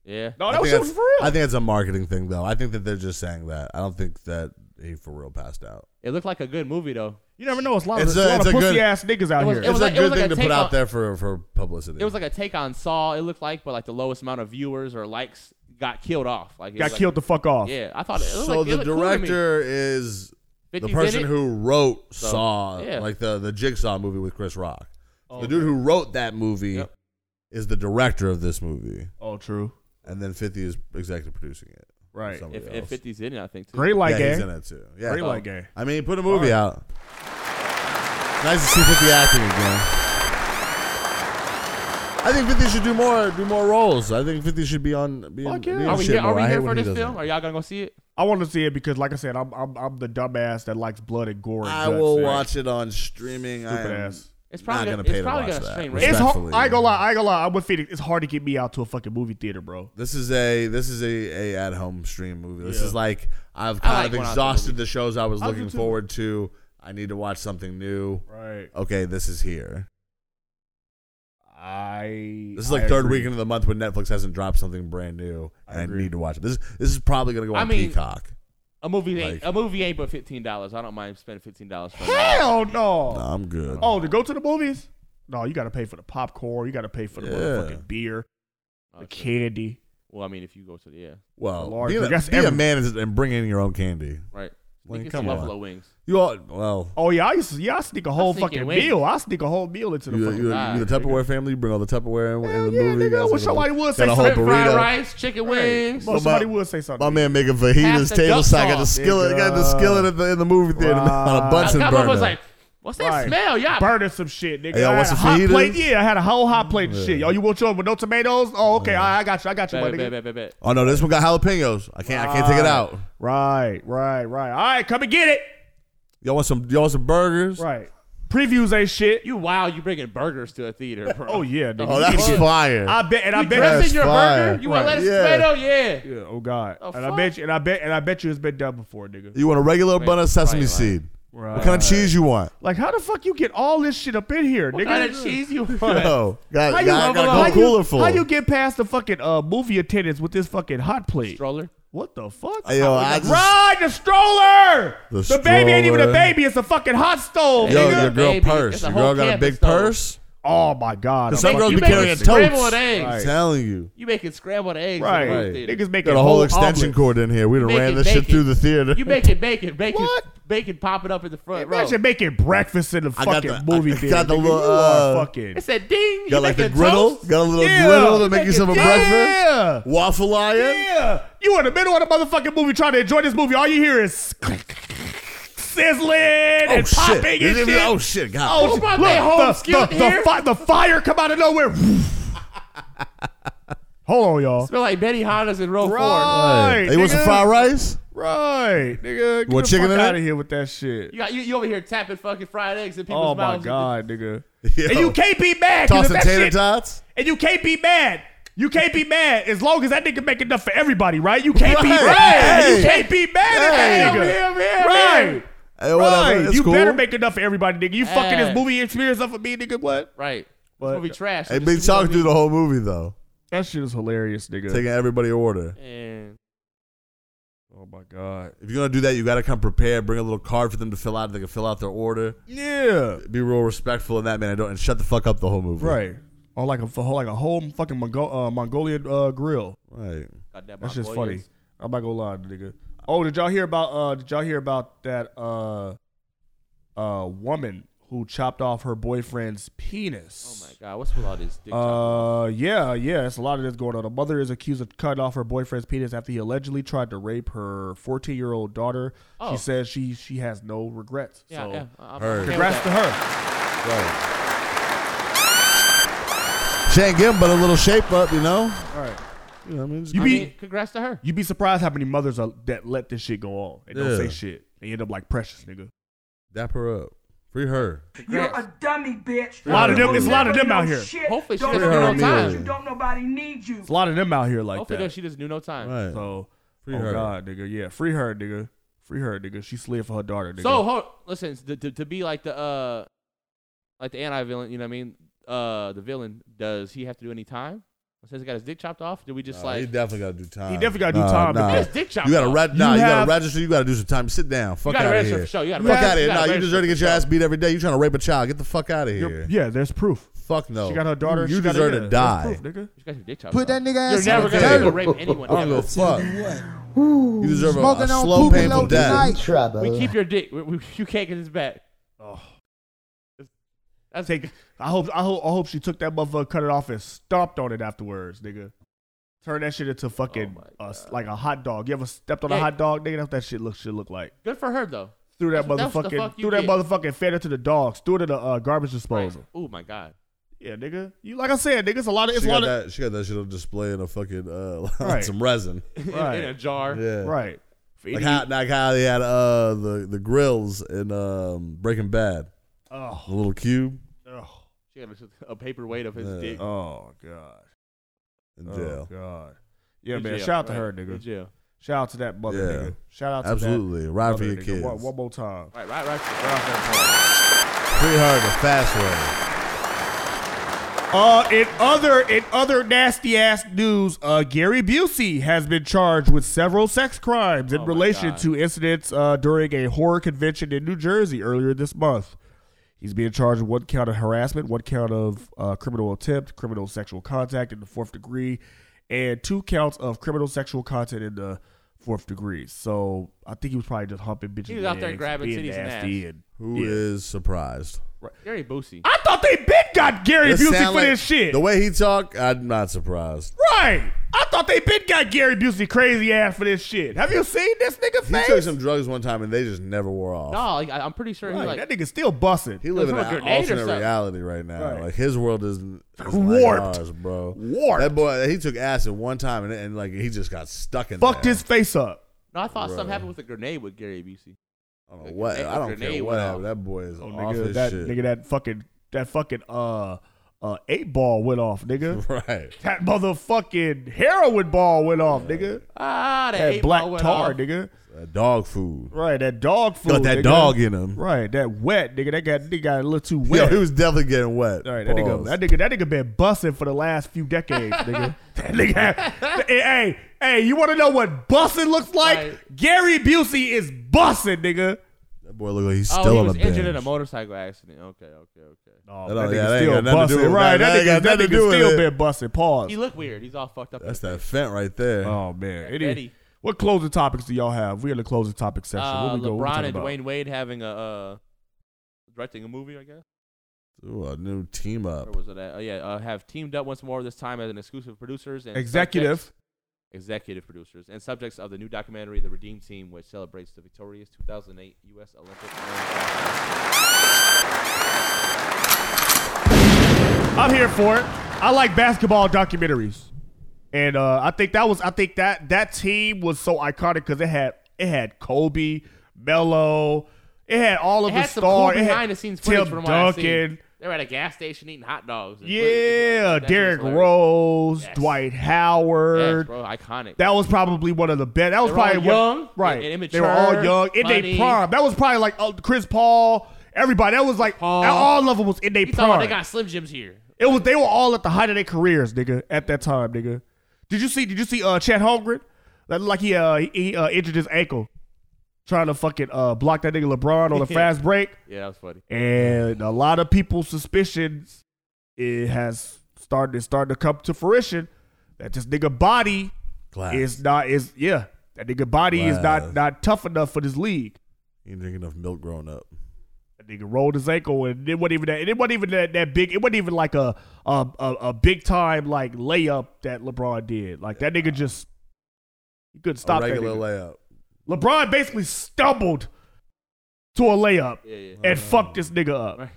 F: Yeah.
B: No,
D: I think that's- I think it's a marketing thing, though. I think that they're just saying that. I don't think that he for real passed out.
F: It looked like a good movie though.
B: You never know. It's a lot of, it's a, lot of pussy ass niggas out
F: It was-
B: here.
F: it
D: It's
F: was
D: a
F: like- it
D: good
F: was like
D: thing
F: a
D: to put
F: take
D: out
F: on-
D: there for for publicity.
F: It was like a take on Saw. It looked like, but like the lowest amount of viewers or likes got killed off. Like it
B: Got
F: was like-
B: killed the fuck off.
F: Yeah, I thought it. it looked
D: so
F: like, it
D: the
F: looked cool to me.
D: director is the
F: 50's
D: person
F: in it?
D: who wrote
F: So,
D: Saw,
F: yeah.
D: like the the Jigsaw movie with Chris Rock. So the dude who wrote that movie is the director of this movie.
B: Oh, true.
D: And then Fifty is executive producing it.
B: Right.
D: Somebody
F: If, if
D: else.
F: 50's in it, I think. Too. Oh.
B: Great light
D: yeah,
B: game.
D: he's in it too. Yeah, Oh.
B: Great light game.
D: I mean, put a movie
B: Alright.
D: out. Nice to see Fifty acting again. I think Fifty should do more, do more roles. I think Fifty should be on. Be,
F: Fuck
D: be
F: yeah.
D: in
F: Are we
D: shit
F: here, are
D: more.
F: we
D: I hate
F: here
D: when
F: for
D: he
F: this
D: doesn't.
F: film? Are y'all gonna go see it?
B: I want to see it because, like I said, I'm I'm, I'm the dumbass that likes blood and gore. And
D: I
B: guts,
D: will
B: right?
D: watch it on streaming.
B: Stupid
D: I am
B: ass.
F: It's
D: not
F: probably
D: gonna
F: gonna-
D: pay
F: it's
D: to
F: probably
D: watch
F: gonna
D: that.
F: stream, right?
B: It's hard.
D: Respectfully.
B: I ain't gonna lie. I ain't gonna lie. I'm with Phoenix. It's hard to get me out to a fucking movie theater, bro.
D: This is a this is a, a at home stream movie. This
B: Yeah.
D: is like I've
B: I
D: kind
B: like
D: of
B: going out to
D: exhausted
B: movies.
D: the shows I was
B: I do
D: looking
B: too.
D: forward to. I need to watch something new.
B: Right.
D: Okay, this is here.
B: I.
D: This is like
B: I
D: third
B: agree.
D: weekend of the month when Netflix hasn't dropped something brand new, and I, need to watch it. This this is probably gonna go on
F: I mean,
D: Peacock.
F: A movie ain't a movie ain't but fifteen dollars. I don't mind spending fifteen dollars. Hell
B: no.
D: Nah, I'm good.
B: Oh, to go to the movies? No, you got to pay for the popcorn. You got to pay for the
D: Yeah.
B: motherfucking beer, the candy.
F: Well, I mean, if you go to the yeah,
D: Well,
B: Large-
D: be, a,
B: that's
D: be a
B: every-
D: man and bring in your own candy.
F: right.
D: Like,
F: Like,
D: come
F: some
D: on.
F: buffalo wings.
D: You all well.
B: Oh yeah, I used to, yeah, I sneak a whole
F: sneaking
B: fucking
F: wings.
B: meal. I sneak a whole meal into the
D: You,
B: fucking.
D: you, you the Tupperware family. You bring all the Tupperware in, in the movie. you guys
B: I wish
D: got a-
B: somebody would
D: got
B: say
D: a whole
B: something.
D: burrito.
F: rice, chicken wings.
B: Well, somebody would say something.
D: My man making
B: Pass
D: fajitas
B: the
D: table
B: duck
D: side. Got the
B: sauce.
D: skillet. Got the skillet in the, in the movie theater on a Bunsen
F: I
D: burner.
F: was like, what's that
B: Right.
F: smell? Yeah,
B: burning some shit, nigga.
D: Hey, y'all
B: I
D: want
B: had
D: some
B: a hot
D: fajitas?
B: plate. Yeah, I had a whole hot plate of
D: Yeah.
B: shit. Y'all, you want yours with no tomatoes? Oh, okay. I, I got you. I got you, my
F: Bet, bet,
B: nigga.
F: bet, bet, bet.
D: oh no, this one got jalapenos. I can't. I can't take it out.
B: Right, right, right. All right, come and get it.
D: Y'all want some? Y'all want some burgers?
B: Right. Previews ain't shit.
F: You wow, you bringing burgers to a theater, bro.
B: Oh yeah, nigga.
D: Oh, that's
B: Yeah.
D: fire.
B: I bet, and I
F: You
B: bet
F: dressing your burger? You want
B: Right.
F: lettuce tomato? Yeah.
B: Yeah, oh god.
F: Oh,
B: and I
F: fuck.
B: bet you, and I bet, and I bet you it's been done before, nigga.
D: You want a regular
B: Wait,
D: bun of sesame
B: right,
D: seed?
B: right.
D: What kind of cheese you want?
B: Like, how the fuck you get all this shit up in here, nigga?
F: kind of cheese you want?
D: No, got,
B: How
D: got,
B: you,
D: got,
B: how
D: a
B: you-
D: cooler full.
B: How you get past the fucking uh, movie attendants with this fucking hot plate?
F: Stroller.
B: What the fuck?
D: Yo, I just-
B: Ride the stroller.
D: The
B: baby ain't even a
D: stroller.
B: baby. It's a fucking hot stove.
D: Yo,
B: nigga.
D: your girl purse. Your girl got a big purse.
B: Oh my god.
D: Some
B: I'm
D: girls
B: fucking-
D: be carrying
F: scrambled
D: totes.
F: eggs.
D: I'm telling you.
F: You making scrambled eggs
B: Right.
F: in the movie
B: Right.
F: theater.
B: Niggas making
D: Got a whole
B: whole
D: extension
B: omelet.
D: cord in here. We'd have
F: Make
D: ran
F: it
D: this shit
F: bacon.
D: through the theater.
F: You making bacon, bacon,
B: What?
F: bacon popping up in the front row.
B: Imagine making breakfast in the
D: I got
B: fucking
D: the-
B: movie
D: I
B: theater.
D: got the
B: nigga.
D: little,
B: You are
D: uh,
B: fucking.
F: It said ding. You
D: Got like the
F: making
D: griddle.
F: toast?
D: Got a little
B: Yeah.
D: griddle to make you
F: Make
D: some
F: it-
D: of breakfast.
B: Yeah.
D: Waffle iron.
B: Yeah, you in the middle of the motherfucking movie trying to enjoy this movie. All you hear is sizzling
D: Oh
B: and
D: shit.
B: popping
D: This is-
B: and shit.
D: Oh shit.
B: Oh,
D: God.
B: shit.
F: brought
B: Look,
F: that home,
B: the,
F: skillet
B: the, the,
F: here?
B: fi- the fire come out of nowhere. Hold on, y'all.
F: Smell like Betty Hanna's in row four.
B: Right,
D: Hey, you want some
B: nigga.
D: fried rice?
B: Right, nigga. Get
D: Want
B: the
D: chicken in
B: fuck
D: it?
B: out of here with that shit.
F: You got you, you over here tapping fucking fried eggs in people's
B: Oh my
F: mouths.
B: god, nigga.
D: Yo.
B: And you can't be mad. 'cause
D: Tossing
B: if that
D: tater
B: shit-
D: tots.
B: And you can't be mad. You can't be mad as long as that nigga make enough for everybody, right? You can't be
D: Right.
B: mad.
D: Hey.
B: You can't be mad at that
D: Hey.
B: nigga.
F: Over here, over here, over
B: right.
F: here.
D: Hey, whatever.
B: Right.
D: It's
B: You
D: cool.
B: better make enough for everybody, nigga. You fucking
F: Hey.
B: this movie experience up for me, nigga. What?
F: Right.
B: But-
F: it's gonna be trash.
D: Hey, Big Chalk through the whole movie though,
B: That shit is hilarious, nigga.
D: taking everybody order.
F: And
B: oh my god.
D: If you're gonna do that, you gotta come prepared. Bring a little card for them to fill out. They can fill out their order.
B: Yeah.
D: Be real respectful in that man. I don't and shut the fuck up the whole movie.
B: Right. Or like a like a whole fucking Mongo- uh, Mongolian uh, grill.
D: Right.
F: got that
B: That's just funny.
F: Mongolians.
B: I'm not gonna lie, nigga. Oh, did y'all hear about uh did y'all hear about that uh uh woman who chopped off her boyfriend's penis?
F: Oh my god, what's with all these dick
B: Uh yeah, yeah, it's a lot of this going on. A mother is accused of cutting off her boyfriend's penis after he allegedly tried to rape her 14 year old daughter.
F: Oh.
B: She says she she has no regrets.
F: Yeah,
B: so
F: yeah, I'm- I'm
D: Heard.
F: okay with
B: congrats
F: that.
B: to her.
D: Right. She ain't give 'em but a little shape up, you know.
B: All right.
D: You know what I mean? Just-
B: You
F: I
B: be
F: mean, congrats to her.
B: you be surprised how many mothers are, that let this shit go on and don't
D: Yeah.
B: say shit. They end up like precious, nigga.
D: Dap her up. Free her.
H: You're
F: Congrats.
H: a dummy, bitch.
B: A lot of them- it's a lot of them
H: Never
B: out
H: know
B: here.
H: shit.
F: Hopefully she
H: Don't
F: doesn't
D: do
H: nobody
D: no
H: want
D: time.
H: you. Don't nobody need you.
B: It's a lot of them out here like
F: Hopefully
B: that.
F: though, she doesn't do no time.
D: Right.
B: So,
D: Free
B: oh
D: her.
B: God, nigga, yeah, free her, nigga, free her, nigga. She slid for her daughter, nigga.
F: So hold, listen to, to, to be like the uh, like the anti-villain. You know what I mean? Uh, the villain does he have to do any time? Since he got his dick chopped off, do we just
D: Nah,
F: like
D: he definitely gotta do time.
B: He definitely gotta do time, but
F: that's dick chopping
D: You gotta
F: off.
D: re- nah,
B: You
D: you
B: have-
D: gotta register. You gotta do some time. Sit down. Fuck
F: gotta
D: out of
F: register
D: here.
F: for sure. You gotta
D: fuck
F: register-
D: out of here.
F: you
D: Nah,
F: gotta
D: you
F: register
D: deserve to
F: for
D: get your
F: sure.
D: ass beat every day. You trying to rape a child? Get the fuck out of
B: You're-
D: here.
B: yeah, there's proof.
D: Fuck no.
B: She got her daughter.
D: You
B: she got her
D: deserve to
B: nigga.
D: die.
B: There's proof, nigga.
F: you got your dick chopped
G: Put
F: off.
G: that nigga
C: Oh
F: You're
G: ass in the
F: never gonna be
D: dirt.
F: able to rape anyone.
D: I don't give
F: ever.
D: a fuck.
G: What?
D: You deserve a, a
G: Smoking on
D: slow,
G: poopy
D: painful
G: load
D: death.
G: tonight.
C: Trouble.
F: We keep your dick. We, we, you can't get this back.
D: Oh.
B: I take. I hope. I hope. I hope she took that motherfucker, cut it off, and stomped on it afterwards, nigga. Turn that shit into fucking
F: Oh my
B: uh, s- like a hot dog. You ever stepped on a
F: Yeah.
B: hot dog, nigga? That's what that shit look should look like.
F: Good for her though.
B: Threw that
F: That's- that's what the
B: motherfucking.
F: fuck you
B: threw that
F: get.
B: motherfucking fed it to the dogs. Threw it to the uh, garbage disposal.
F: Oh my god.
B: Yeah, nigga. You like I said, nigga. It's a lot of. It's
D: She
B: a
D: got,
B: lot of.
D: that, she got that shit on display in a fucking uh, on
B: Right.
D: some resin.
F: In, in
B: Right.
F: a jar.
D: Yeah.
B: Right.
D: Like how, like how they had uh, the the grills in um, Breaking Bad.
F: Oh.
D: the little cube
F: Oh, she had a, a paper weight of his
D: Yeah.
F: dick.
B: Oh god.
D: in
B: Oh,
D: jail.
B: God. Yeah,
F: In
B: man.
F: jail,
B: Shout out to
F: right.
B: her,
F: In
B: nigga.
F: jail.
B: Shout out to that mother,
D: Yeah.
B: nigga. Shout out to
D: Absolutely.
B: that.
D: Ride for
B: mother,
D: your
B: nigga.
D: kids.
B: One, one more time.
F: Right, right, right.
D: Free her the fast way.
B: Uh, in other in other nasty ass news, uh, Gary Busey has been charged with several sex crimes in relation
F: Oh God.
B: to incidents uh, during a horror convention in New Jersey earlier this month. He's being charged with one count of harassment, one count of uh, criminal attempt, criminal sexual contact in the fourth degree, and two counts of criminal sexual content in the fourth degree. So I think he was probably just humping bitches.
F: He was out there
B: legs,
F: grabbing
B: being
F: titties and
B: nasty
F: ass.
B: and
D: Who is surprised?
F: Gary Boosie.
B: I thought they been got Gary
D: This
B: Busey
D: sound
B: for
D: like-
B: this shit.
D: The way he talk, I'm not surprised.
B: Right. I thought they been got Gary Busey crazy ass for this shit. Have you seen this nigga
D: He
B: face?
D: took some drugs one time and they just never wore off.
F: No, like, I, I'm pretty sure he
B: Right,
F: like
B: that nigga still busting.
D: He living in
F: Throw a
D: an
F: grenade or
D: alternate
F: something.
D: reality right now.
B: Right.
D: Like his world isn't isn't
B: Warped.
D: like ours, bro.
B: Warped.
D: That boy, he took acid one time and, and like he just got stuck in.
B: Fucked
D: there.
B: his face up.
F: No, I thought
D: Bruh.
F: something happened with a grenade with Gary Busey.
D: I don't know what. I don't care what happened. That boy is
B: Oh,
D: off
B: nigga,
D: his
B: that
D: shit.
B: nigga, that fucking, that fucking, uh, uh, eight ball went off, nigga.
D: Right.
B: That motherfucking heroin ball went off, nigga.
F: Ah, that,
B: That
F: eight
B: black
F: ball went
B: tar,
F: off.
B: nigga.
D: That dog food.
B: Right, that dog food.
D: Got that
B: nigga.
D: dog in him.
B: Right, that wet, nigga. That got, nigga got a little too wet.
D: Yo, he was definitely getting wet.
B: All right, that nigga,
D: Pause.
B: that nigga, that nigga been busting for the last few decades, nigga. That nigga, hey, hey, hey, you want to know what busting looks like? Gary Busey is busting, nigga.
D: That boy look like he's
F: Oh,
D: still
F: he
D: on
F: was
D: the bench.
F: injured in a motorcycle accident. Okay, okay, okay.
B: Oh,
D: That
B: that
D: don't-
B: nigga
D: yeah, that ain't
B: still
D: got nothing to do
B: busting,
D: with
B: right?
D: that. That
B: That,
D: ain't
B: nigga,
D: got
B: that
D: nothing to
B: nigga
D: do with
B: still
D: it.
B: been busting. Pause.
F: He looked weird. He's all fucked up.
D: That's that fent right there.
B: Oh man, Any-
F: Eddie.
B: what closing topics do y'all have? We're in the closing topic section.
F: Uh,
B: Where we go? What we
F: LeBron
B: talking
F: and
B: about?
F: Dwayne Wade having a uh, directing a movie, I guess.
D: Ooh, a new team
F: Or
D: up.
F: was it? At, oh yeah, uh, have teamed up once more this time as an exclusive producers and
B: Executive.
F: subjects- executive producers and subjects of the new documentary, The Redeem Team, which celebrates the victorious 2008 U.S. Olympic.
B: I'm here for it. I like basketball documentaries, and uh, I think that was I think that that team was so iconic because it had it had Kobe, Melo, it had all of
F: It
B: the
F: had some cool
B: stars. It had
F: behind the scenes footage
B: Tim
F: from what I
B: Duncan.
F: seen. They were at a gas station eating hot dogs. and-
B: Yeah,
F: That shit
B: Derrick
F: was hilarious.
B: Rose,
F: Yes.
B: Dwight
F: Yes,
B: Howard.
F: bro, iconic.
B: that was probably one of the best. That was
F: They were all
B: probably one,
F: young
B: right?
F: and- and
B: they were all
F: immature,
B: young in their
F: funny.
B: prime. That was probably like uh, Chris Paul. Everybody that was like all of them was in their
F: You thought
B: prime.
F: they got Slim Jims here.
B: It was they were all at the height of their careers, nigga, at that time, nigga. Did you see? Did you see? Uh, Chet Holmgren, That looked like he uh he- he uh, injured his ankle, trying to fucking uh block that nigga LeBron on the fast break,
F: Yeah, that was funny.
B: and a lot of people's suspicions it has started starting to come to fruition that this nigga body
D: Glass.
B: is not is yeah that nigga body is
D: Glass.
B: not not tough enough for this league.
D: He didn't drink enough milk growing up.
B: That nigga rolled his ankle, and it wasn't even that. It wasn't even that, that big. It wasn't even like a a, a a big time like layup that LeBron did. Like that nigga just he couldn't stop
D: a regular
B: that. nigga.
D: layup.
B: LeBron basically stumbled to a layup
F: Yeah, yeah.
B: and fucked this nigga up.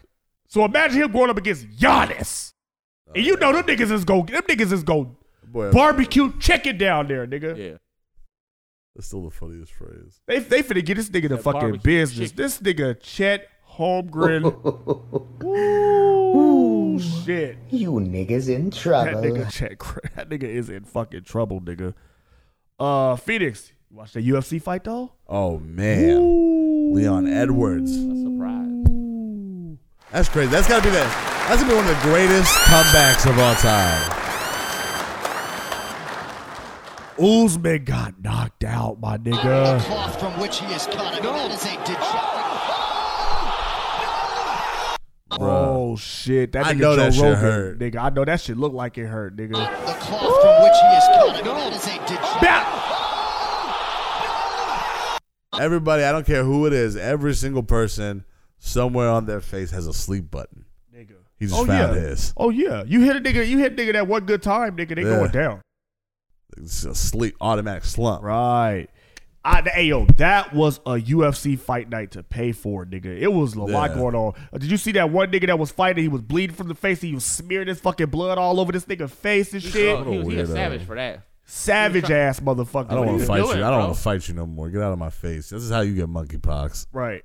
B: So imagine him going up against Giannis,
D: Oh,
B: and you know them niggas is go them niggas is go
D: Boy,
B: barbecue chicken down there, nigga.
F: Yeah.
D: That's still the funniest phrase.
B: They they finna get this nigga the
D: That
B: fucking
D: barbecue
B: business.
D: chicken.
B: This nigga Chet Holmgren. Ooh, shit.
C: You niggas in
B: That
C: trouble.
B: nigga Chet, that nigga is in fucking trouble, nigga. Uh, Phoenix, you watch the UFC fight though?
D: Oh man, Leon Edwards.
F: A surprise.
D: That's crazy. That's gotta be the. That's gonna be one of the greatest comebacks of all time.
B: Usman got knocked out, my nigga.
T: cloth from which he is cut. I mean, that is a degenerate.
B: Oh shit, that nigga
D: I know
B: Joe
D: that shit
B: Rogan,
D: hurt.
B: nigga. I know that shit looked like it hurt, nigga.
T: The cloth from which he is cut. I mean, that is a degenerate.
D: Everybody, I don't care who it is, every single person somewhere on their face has a sleep button.
B: Nigga.
D: He just
B: Oh yeah.
D: found his.
B: Oh yeah. You hit a nigga. You hit a nigga that one good time, nigga. They
D: Yeah.
B: going down.
D: It's a sleep automatic slump.
B: Right. I, hey yo, that was a UFC fight night to pay for, nigga. It was a lot
D: Yeah.
B: going on. Uh, Did you see that one nigga that was fighting? He was bleeding from the face. And he was smearing his fucking blood all over this nigga face and
F: He was-
B: shit.
F: he was, he was savage for that.
B: savage ass motherfucker.
D: I don't want to
B: What you
D: fight you.
B: doing,
D: I don't
B: bro?
D: want to fight you no more. Get out of my face. This is how you get monkeypox.
B: Right.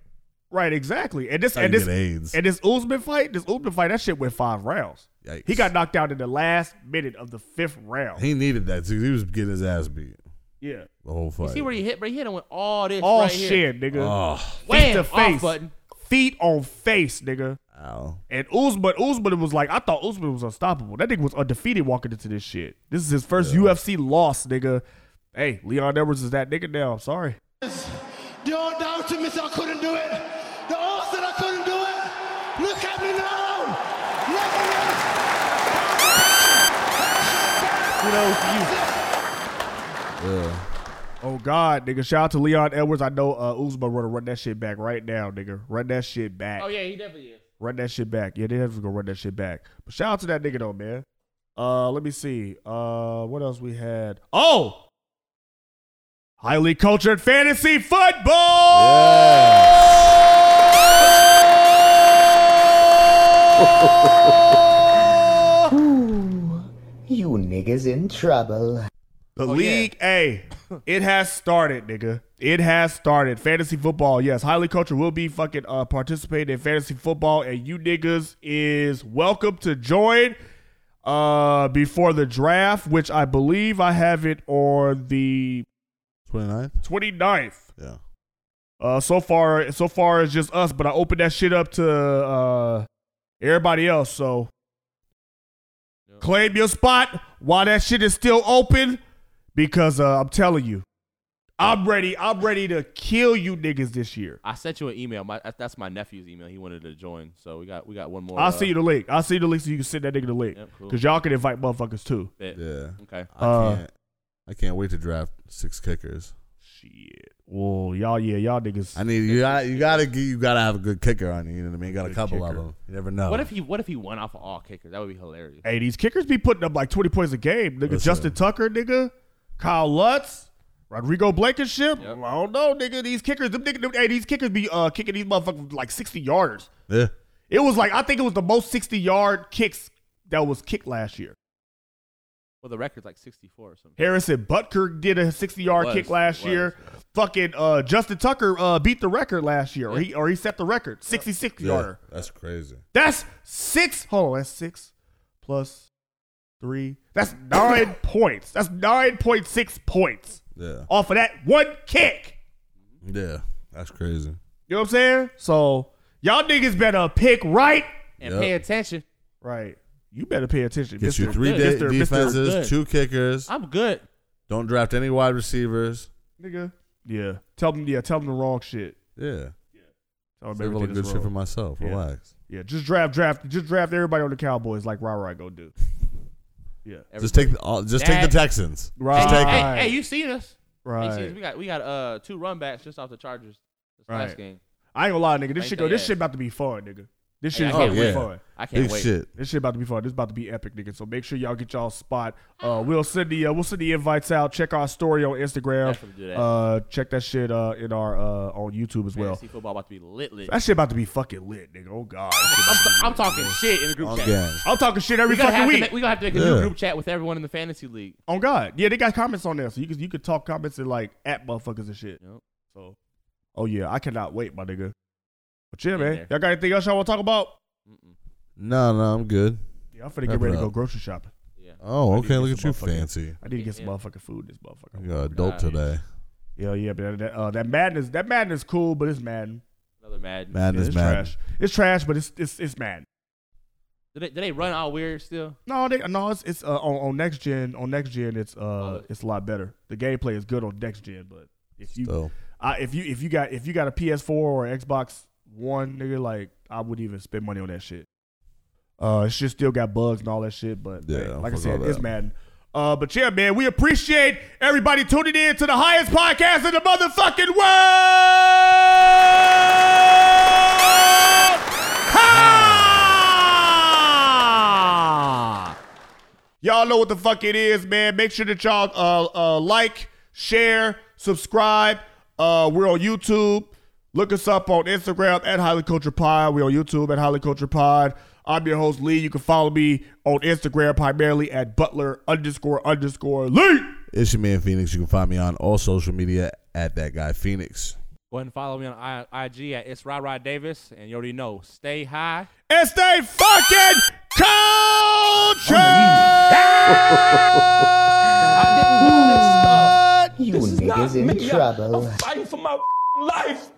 B: Right, exactly. And this
D: How
B: and
D: you
B: this
D: get AIDS.
B: and this Usman fight, this Usman fight, that shit went five rounds. He got knocked out in the last minute of the fifth round.
D: He needed that too. He was getting his ass beat
B: Yeah.
D: the whole
F: You
D: fight.
F: see where he hit, bro? He hit him with all this.
B: All
F: right
B: shit,
F: here.
B: nigga.
D: Oh.
B: Feet
F: Wham,
B: to
F: off
B: face.
F: button.
B: Feet on face, nigga.
D: Ow.
B: And Usman, Usman was like, I thought Usman was unstoppable. That nigga was undefeated walking into this shit. This is his first UFC loss, nigga. Hey, Leon Edwards is that nigga now. I'm sorry.
T: Don't doubt me, I couldn't do it. The odds that I couldn't do it. Look at me now. Look at me.
B: You know, you. Oh God, nigga! Shout out to Leon Edwards. I know uh, Uzma gonna run that shit back right now, nigga. Run that shit back.
F: Oh yeah, he definitely is.
B: Run that shit back. Yeah, they have to go run that shit back. But shout out to that nigga though, man. Uh, let me see. Uh, what else we had? Oh, highly cultured fantasy football.
C: Oh! You niggas in trouble.
B: The league, A, it has started, nigga. It has started. Fantasy football, yes. Highly culture will be fucking uh, participating in fantasy football, and you niggas is welcome to join uh, before the draft, which I believe I have it on the
D: 29th.
B: 29th.
D: Yeah.
B: Uh, so far, so far it's just us, but I opened that shit up to uh, everybody else. So claim your spot while that shit is still open, because uh, I'm telling you, I'm ready. I'm ready to kill you niggas this year.
F: I sent you an email. My that- that's my nephew's email. He wanted to join, so we got we got one more.
B: I'll
F: uh,
B: see you the link. I'll see you the link so you can send that nigga the link,
F: Yep, cool.
B: cause y'all can invite motherfuckers too.
F: bit.
D: Yeah.
F: Okay.
D: I
B: Uh,
D: can't. I can't wait to draft six kickers.
B: Well, y'all, yeah, y'all niggas.
D: I need you. Gotta, you gotta get- you gotta have a good kicker on you. You know what I mean? You got a couple of them. You never know.
F: What if he what if he won off of all kickers? That would be hilarious.
B: Hey, these kickers be putting up like 20 points a game. Nigga, Justin Tucker, nigga, Kyle Lutz, Rodrigo Blankenship. I don't know, nigga. These kickers, them nigga, them- hey, these kickers be uh, kicking these motherfuckers like 60 yarders.
D: Yeah.
B: It was like, I think it was the most 60 yard kicks that was kicked last year.
F: Well, the record's like 64 or something.
B: Harrison Butker did a 60 yard
F: Was,
B: kick last
F: was,
B: year. Fucking uh, Justin Tucker uh, beat the record last year, or, he, or he set the record 66
D: Yeah,
B: yarder.
D: That's crazy.
B: That's six. Hold on, that's six plus three. That's nine points. That's nine point six points
D: Yeah.
B: off of that one kick.
D: Yeah. That's crazy.
B: You know what I'm saying? So y'all niggas better pick right
F: And Yep. pay attention.
B: Right. You better pay attention.
D: Get you
B: Mr.
D: three
B: Good.
D: de-
B: Mr. Mr.
D: defenses,
B: Good.
D: two kickers.
F: I'm good.
D: Don't draft any wide receivers.
B: Nigga. Yeah. Tell them. Yeah. Tell them the wrong shit.
D: Yeah.
B: Tell them
D: Save all
B: everything
D: the
B: that's
D: good shit
B: wrong.
D: for myself.
B: Yeah.
D: Relax.
B: Yeah. Just draft. Draft. Just draft everybody on the Cowboys like Ra Ra go do. Yeah.
D: Just take the- all- just take the Texans. Just
B: Right.
D: take 'em.
F: Hey, hey, you seen us? You seen
B: Right.
F: us? We got we got uh two run backs just off the Chargers this last game.
B: I ain't gonna lie, nigga. This
F: Ain't
B: shit
F: they
B: go. This
F: ass.
B: shit about to be fun, nigga. This
F: Hey,
B: shit is
F: I
B: about
F: can't
B: to be
F: wait.
B: fun.
F: I can't Big wait. shit.
B: This shit about to be fun. This about to be epic, nigga. So make sure y'all get y'all spot. Uh, we'll send the uh, we'll send the invites out. Check our story on Instagram.
F: Definitely do that.
B: Uh, check that shit uh in our uh on YouTube as well.
F: Fantasy football about to be lit lit.
B: That shit about to be fucking lit, nigga. Oh god. That shit
F: I'm,
B: about to be
F: I'm
B: lit,
F: talking
B: nigga.
F: shit in the group chat.
B: Okay. I'm talking shit every
F: We gonna
B: fucking
F: have to
B: week.
F: make- we gonna have to make a
B: Yeah.
F: new group chat with everyone in the fantasy league.
B: Oh god. Yeah, they got comments on there, so you could you could talk comments and like at motherfuckers and shit. So, oh yeah, I cannot wait, my nigga. But yeah, man, y'all got anything else y'all want to talk about?
D: No, no, I'm good.
B: Yeah, I'm finna get
D: Wrap
B: ready
D: it
B: to go
D: up.
B: grocery shopping.
D: Oh,
B: I need to
D: okay.
B: get
D: Look at
B: some
D: you,
B: motherfucking-
D: fancy.
B: I need to get some motherfucking food. This motherfucker.
D: You're an adult today.
B: Yeah, yeah, but that uh, that madness, that madness, cool, but it's Madden.
F: Another Madden.
D: Madness,
B: Yeah, it's
D: Madden.
B: trash. It's trash, but it's it's it's Madden.
F: Do they, do they run all weird still?
B: No, they, no, it's it's uh, on, on next gen. On next gen, it's uh it's a lot better. The gameplay is good on next gen, but if you
D: Still.
B: I, if you if you got if you got a PS4 or Xbox One, nigga, like I wouldn't even spend money on that shit. Uh, it's just still got bugs and all that shit, but
D: Yeah,
B: hey,
D: I
B: like I
D: forgot
B: said, it's
D: that.
B: Madden. Uh, but yeah, man, we appreciate everybody tuning in to the highest podcast in the motherfucking world. Ha! Y'all know what the fuck it is, man. Make sure that y'all uh, uh, like, share, subscribe. Uh, we're on YouTube. Look us up on Instagram at Highly Culture Pod. We're on YouTube at Highly Culture Pod. I'm your host Lee. You can follow me on Instagram primarily at Butler underscore underscore Lee.
D: It's your man Phoenix. You can find me on all social media at that guy Phoenix.
F: Go ahead and follow me on I- IG at it's Rod Rod Davis, and you already know. Stay high.
B: And stay fucking culture.
C: Ah! You niggas in trouble.
M: Fighting for my life.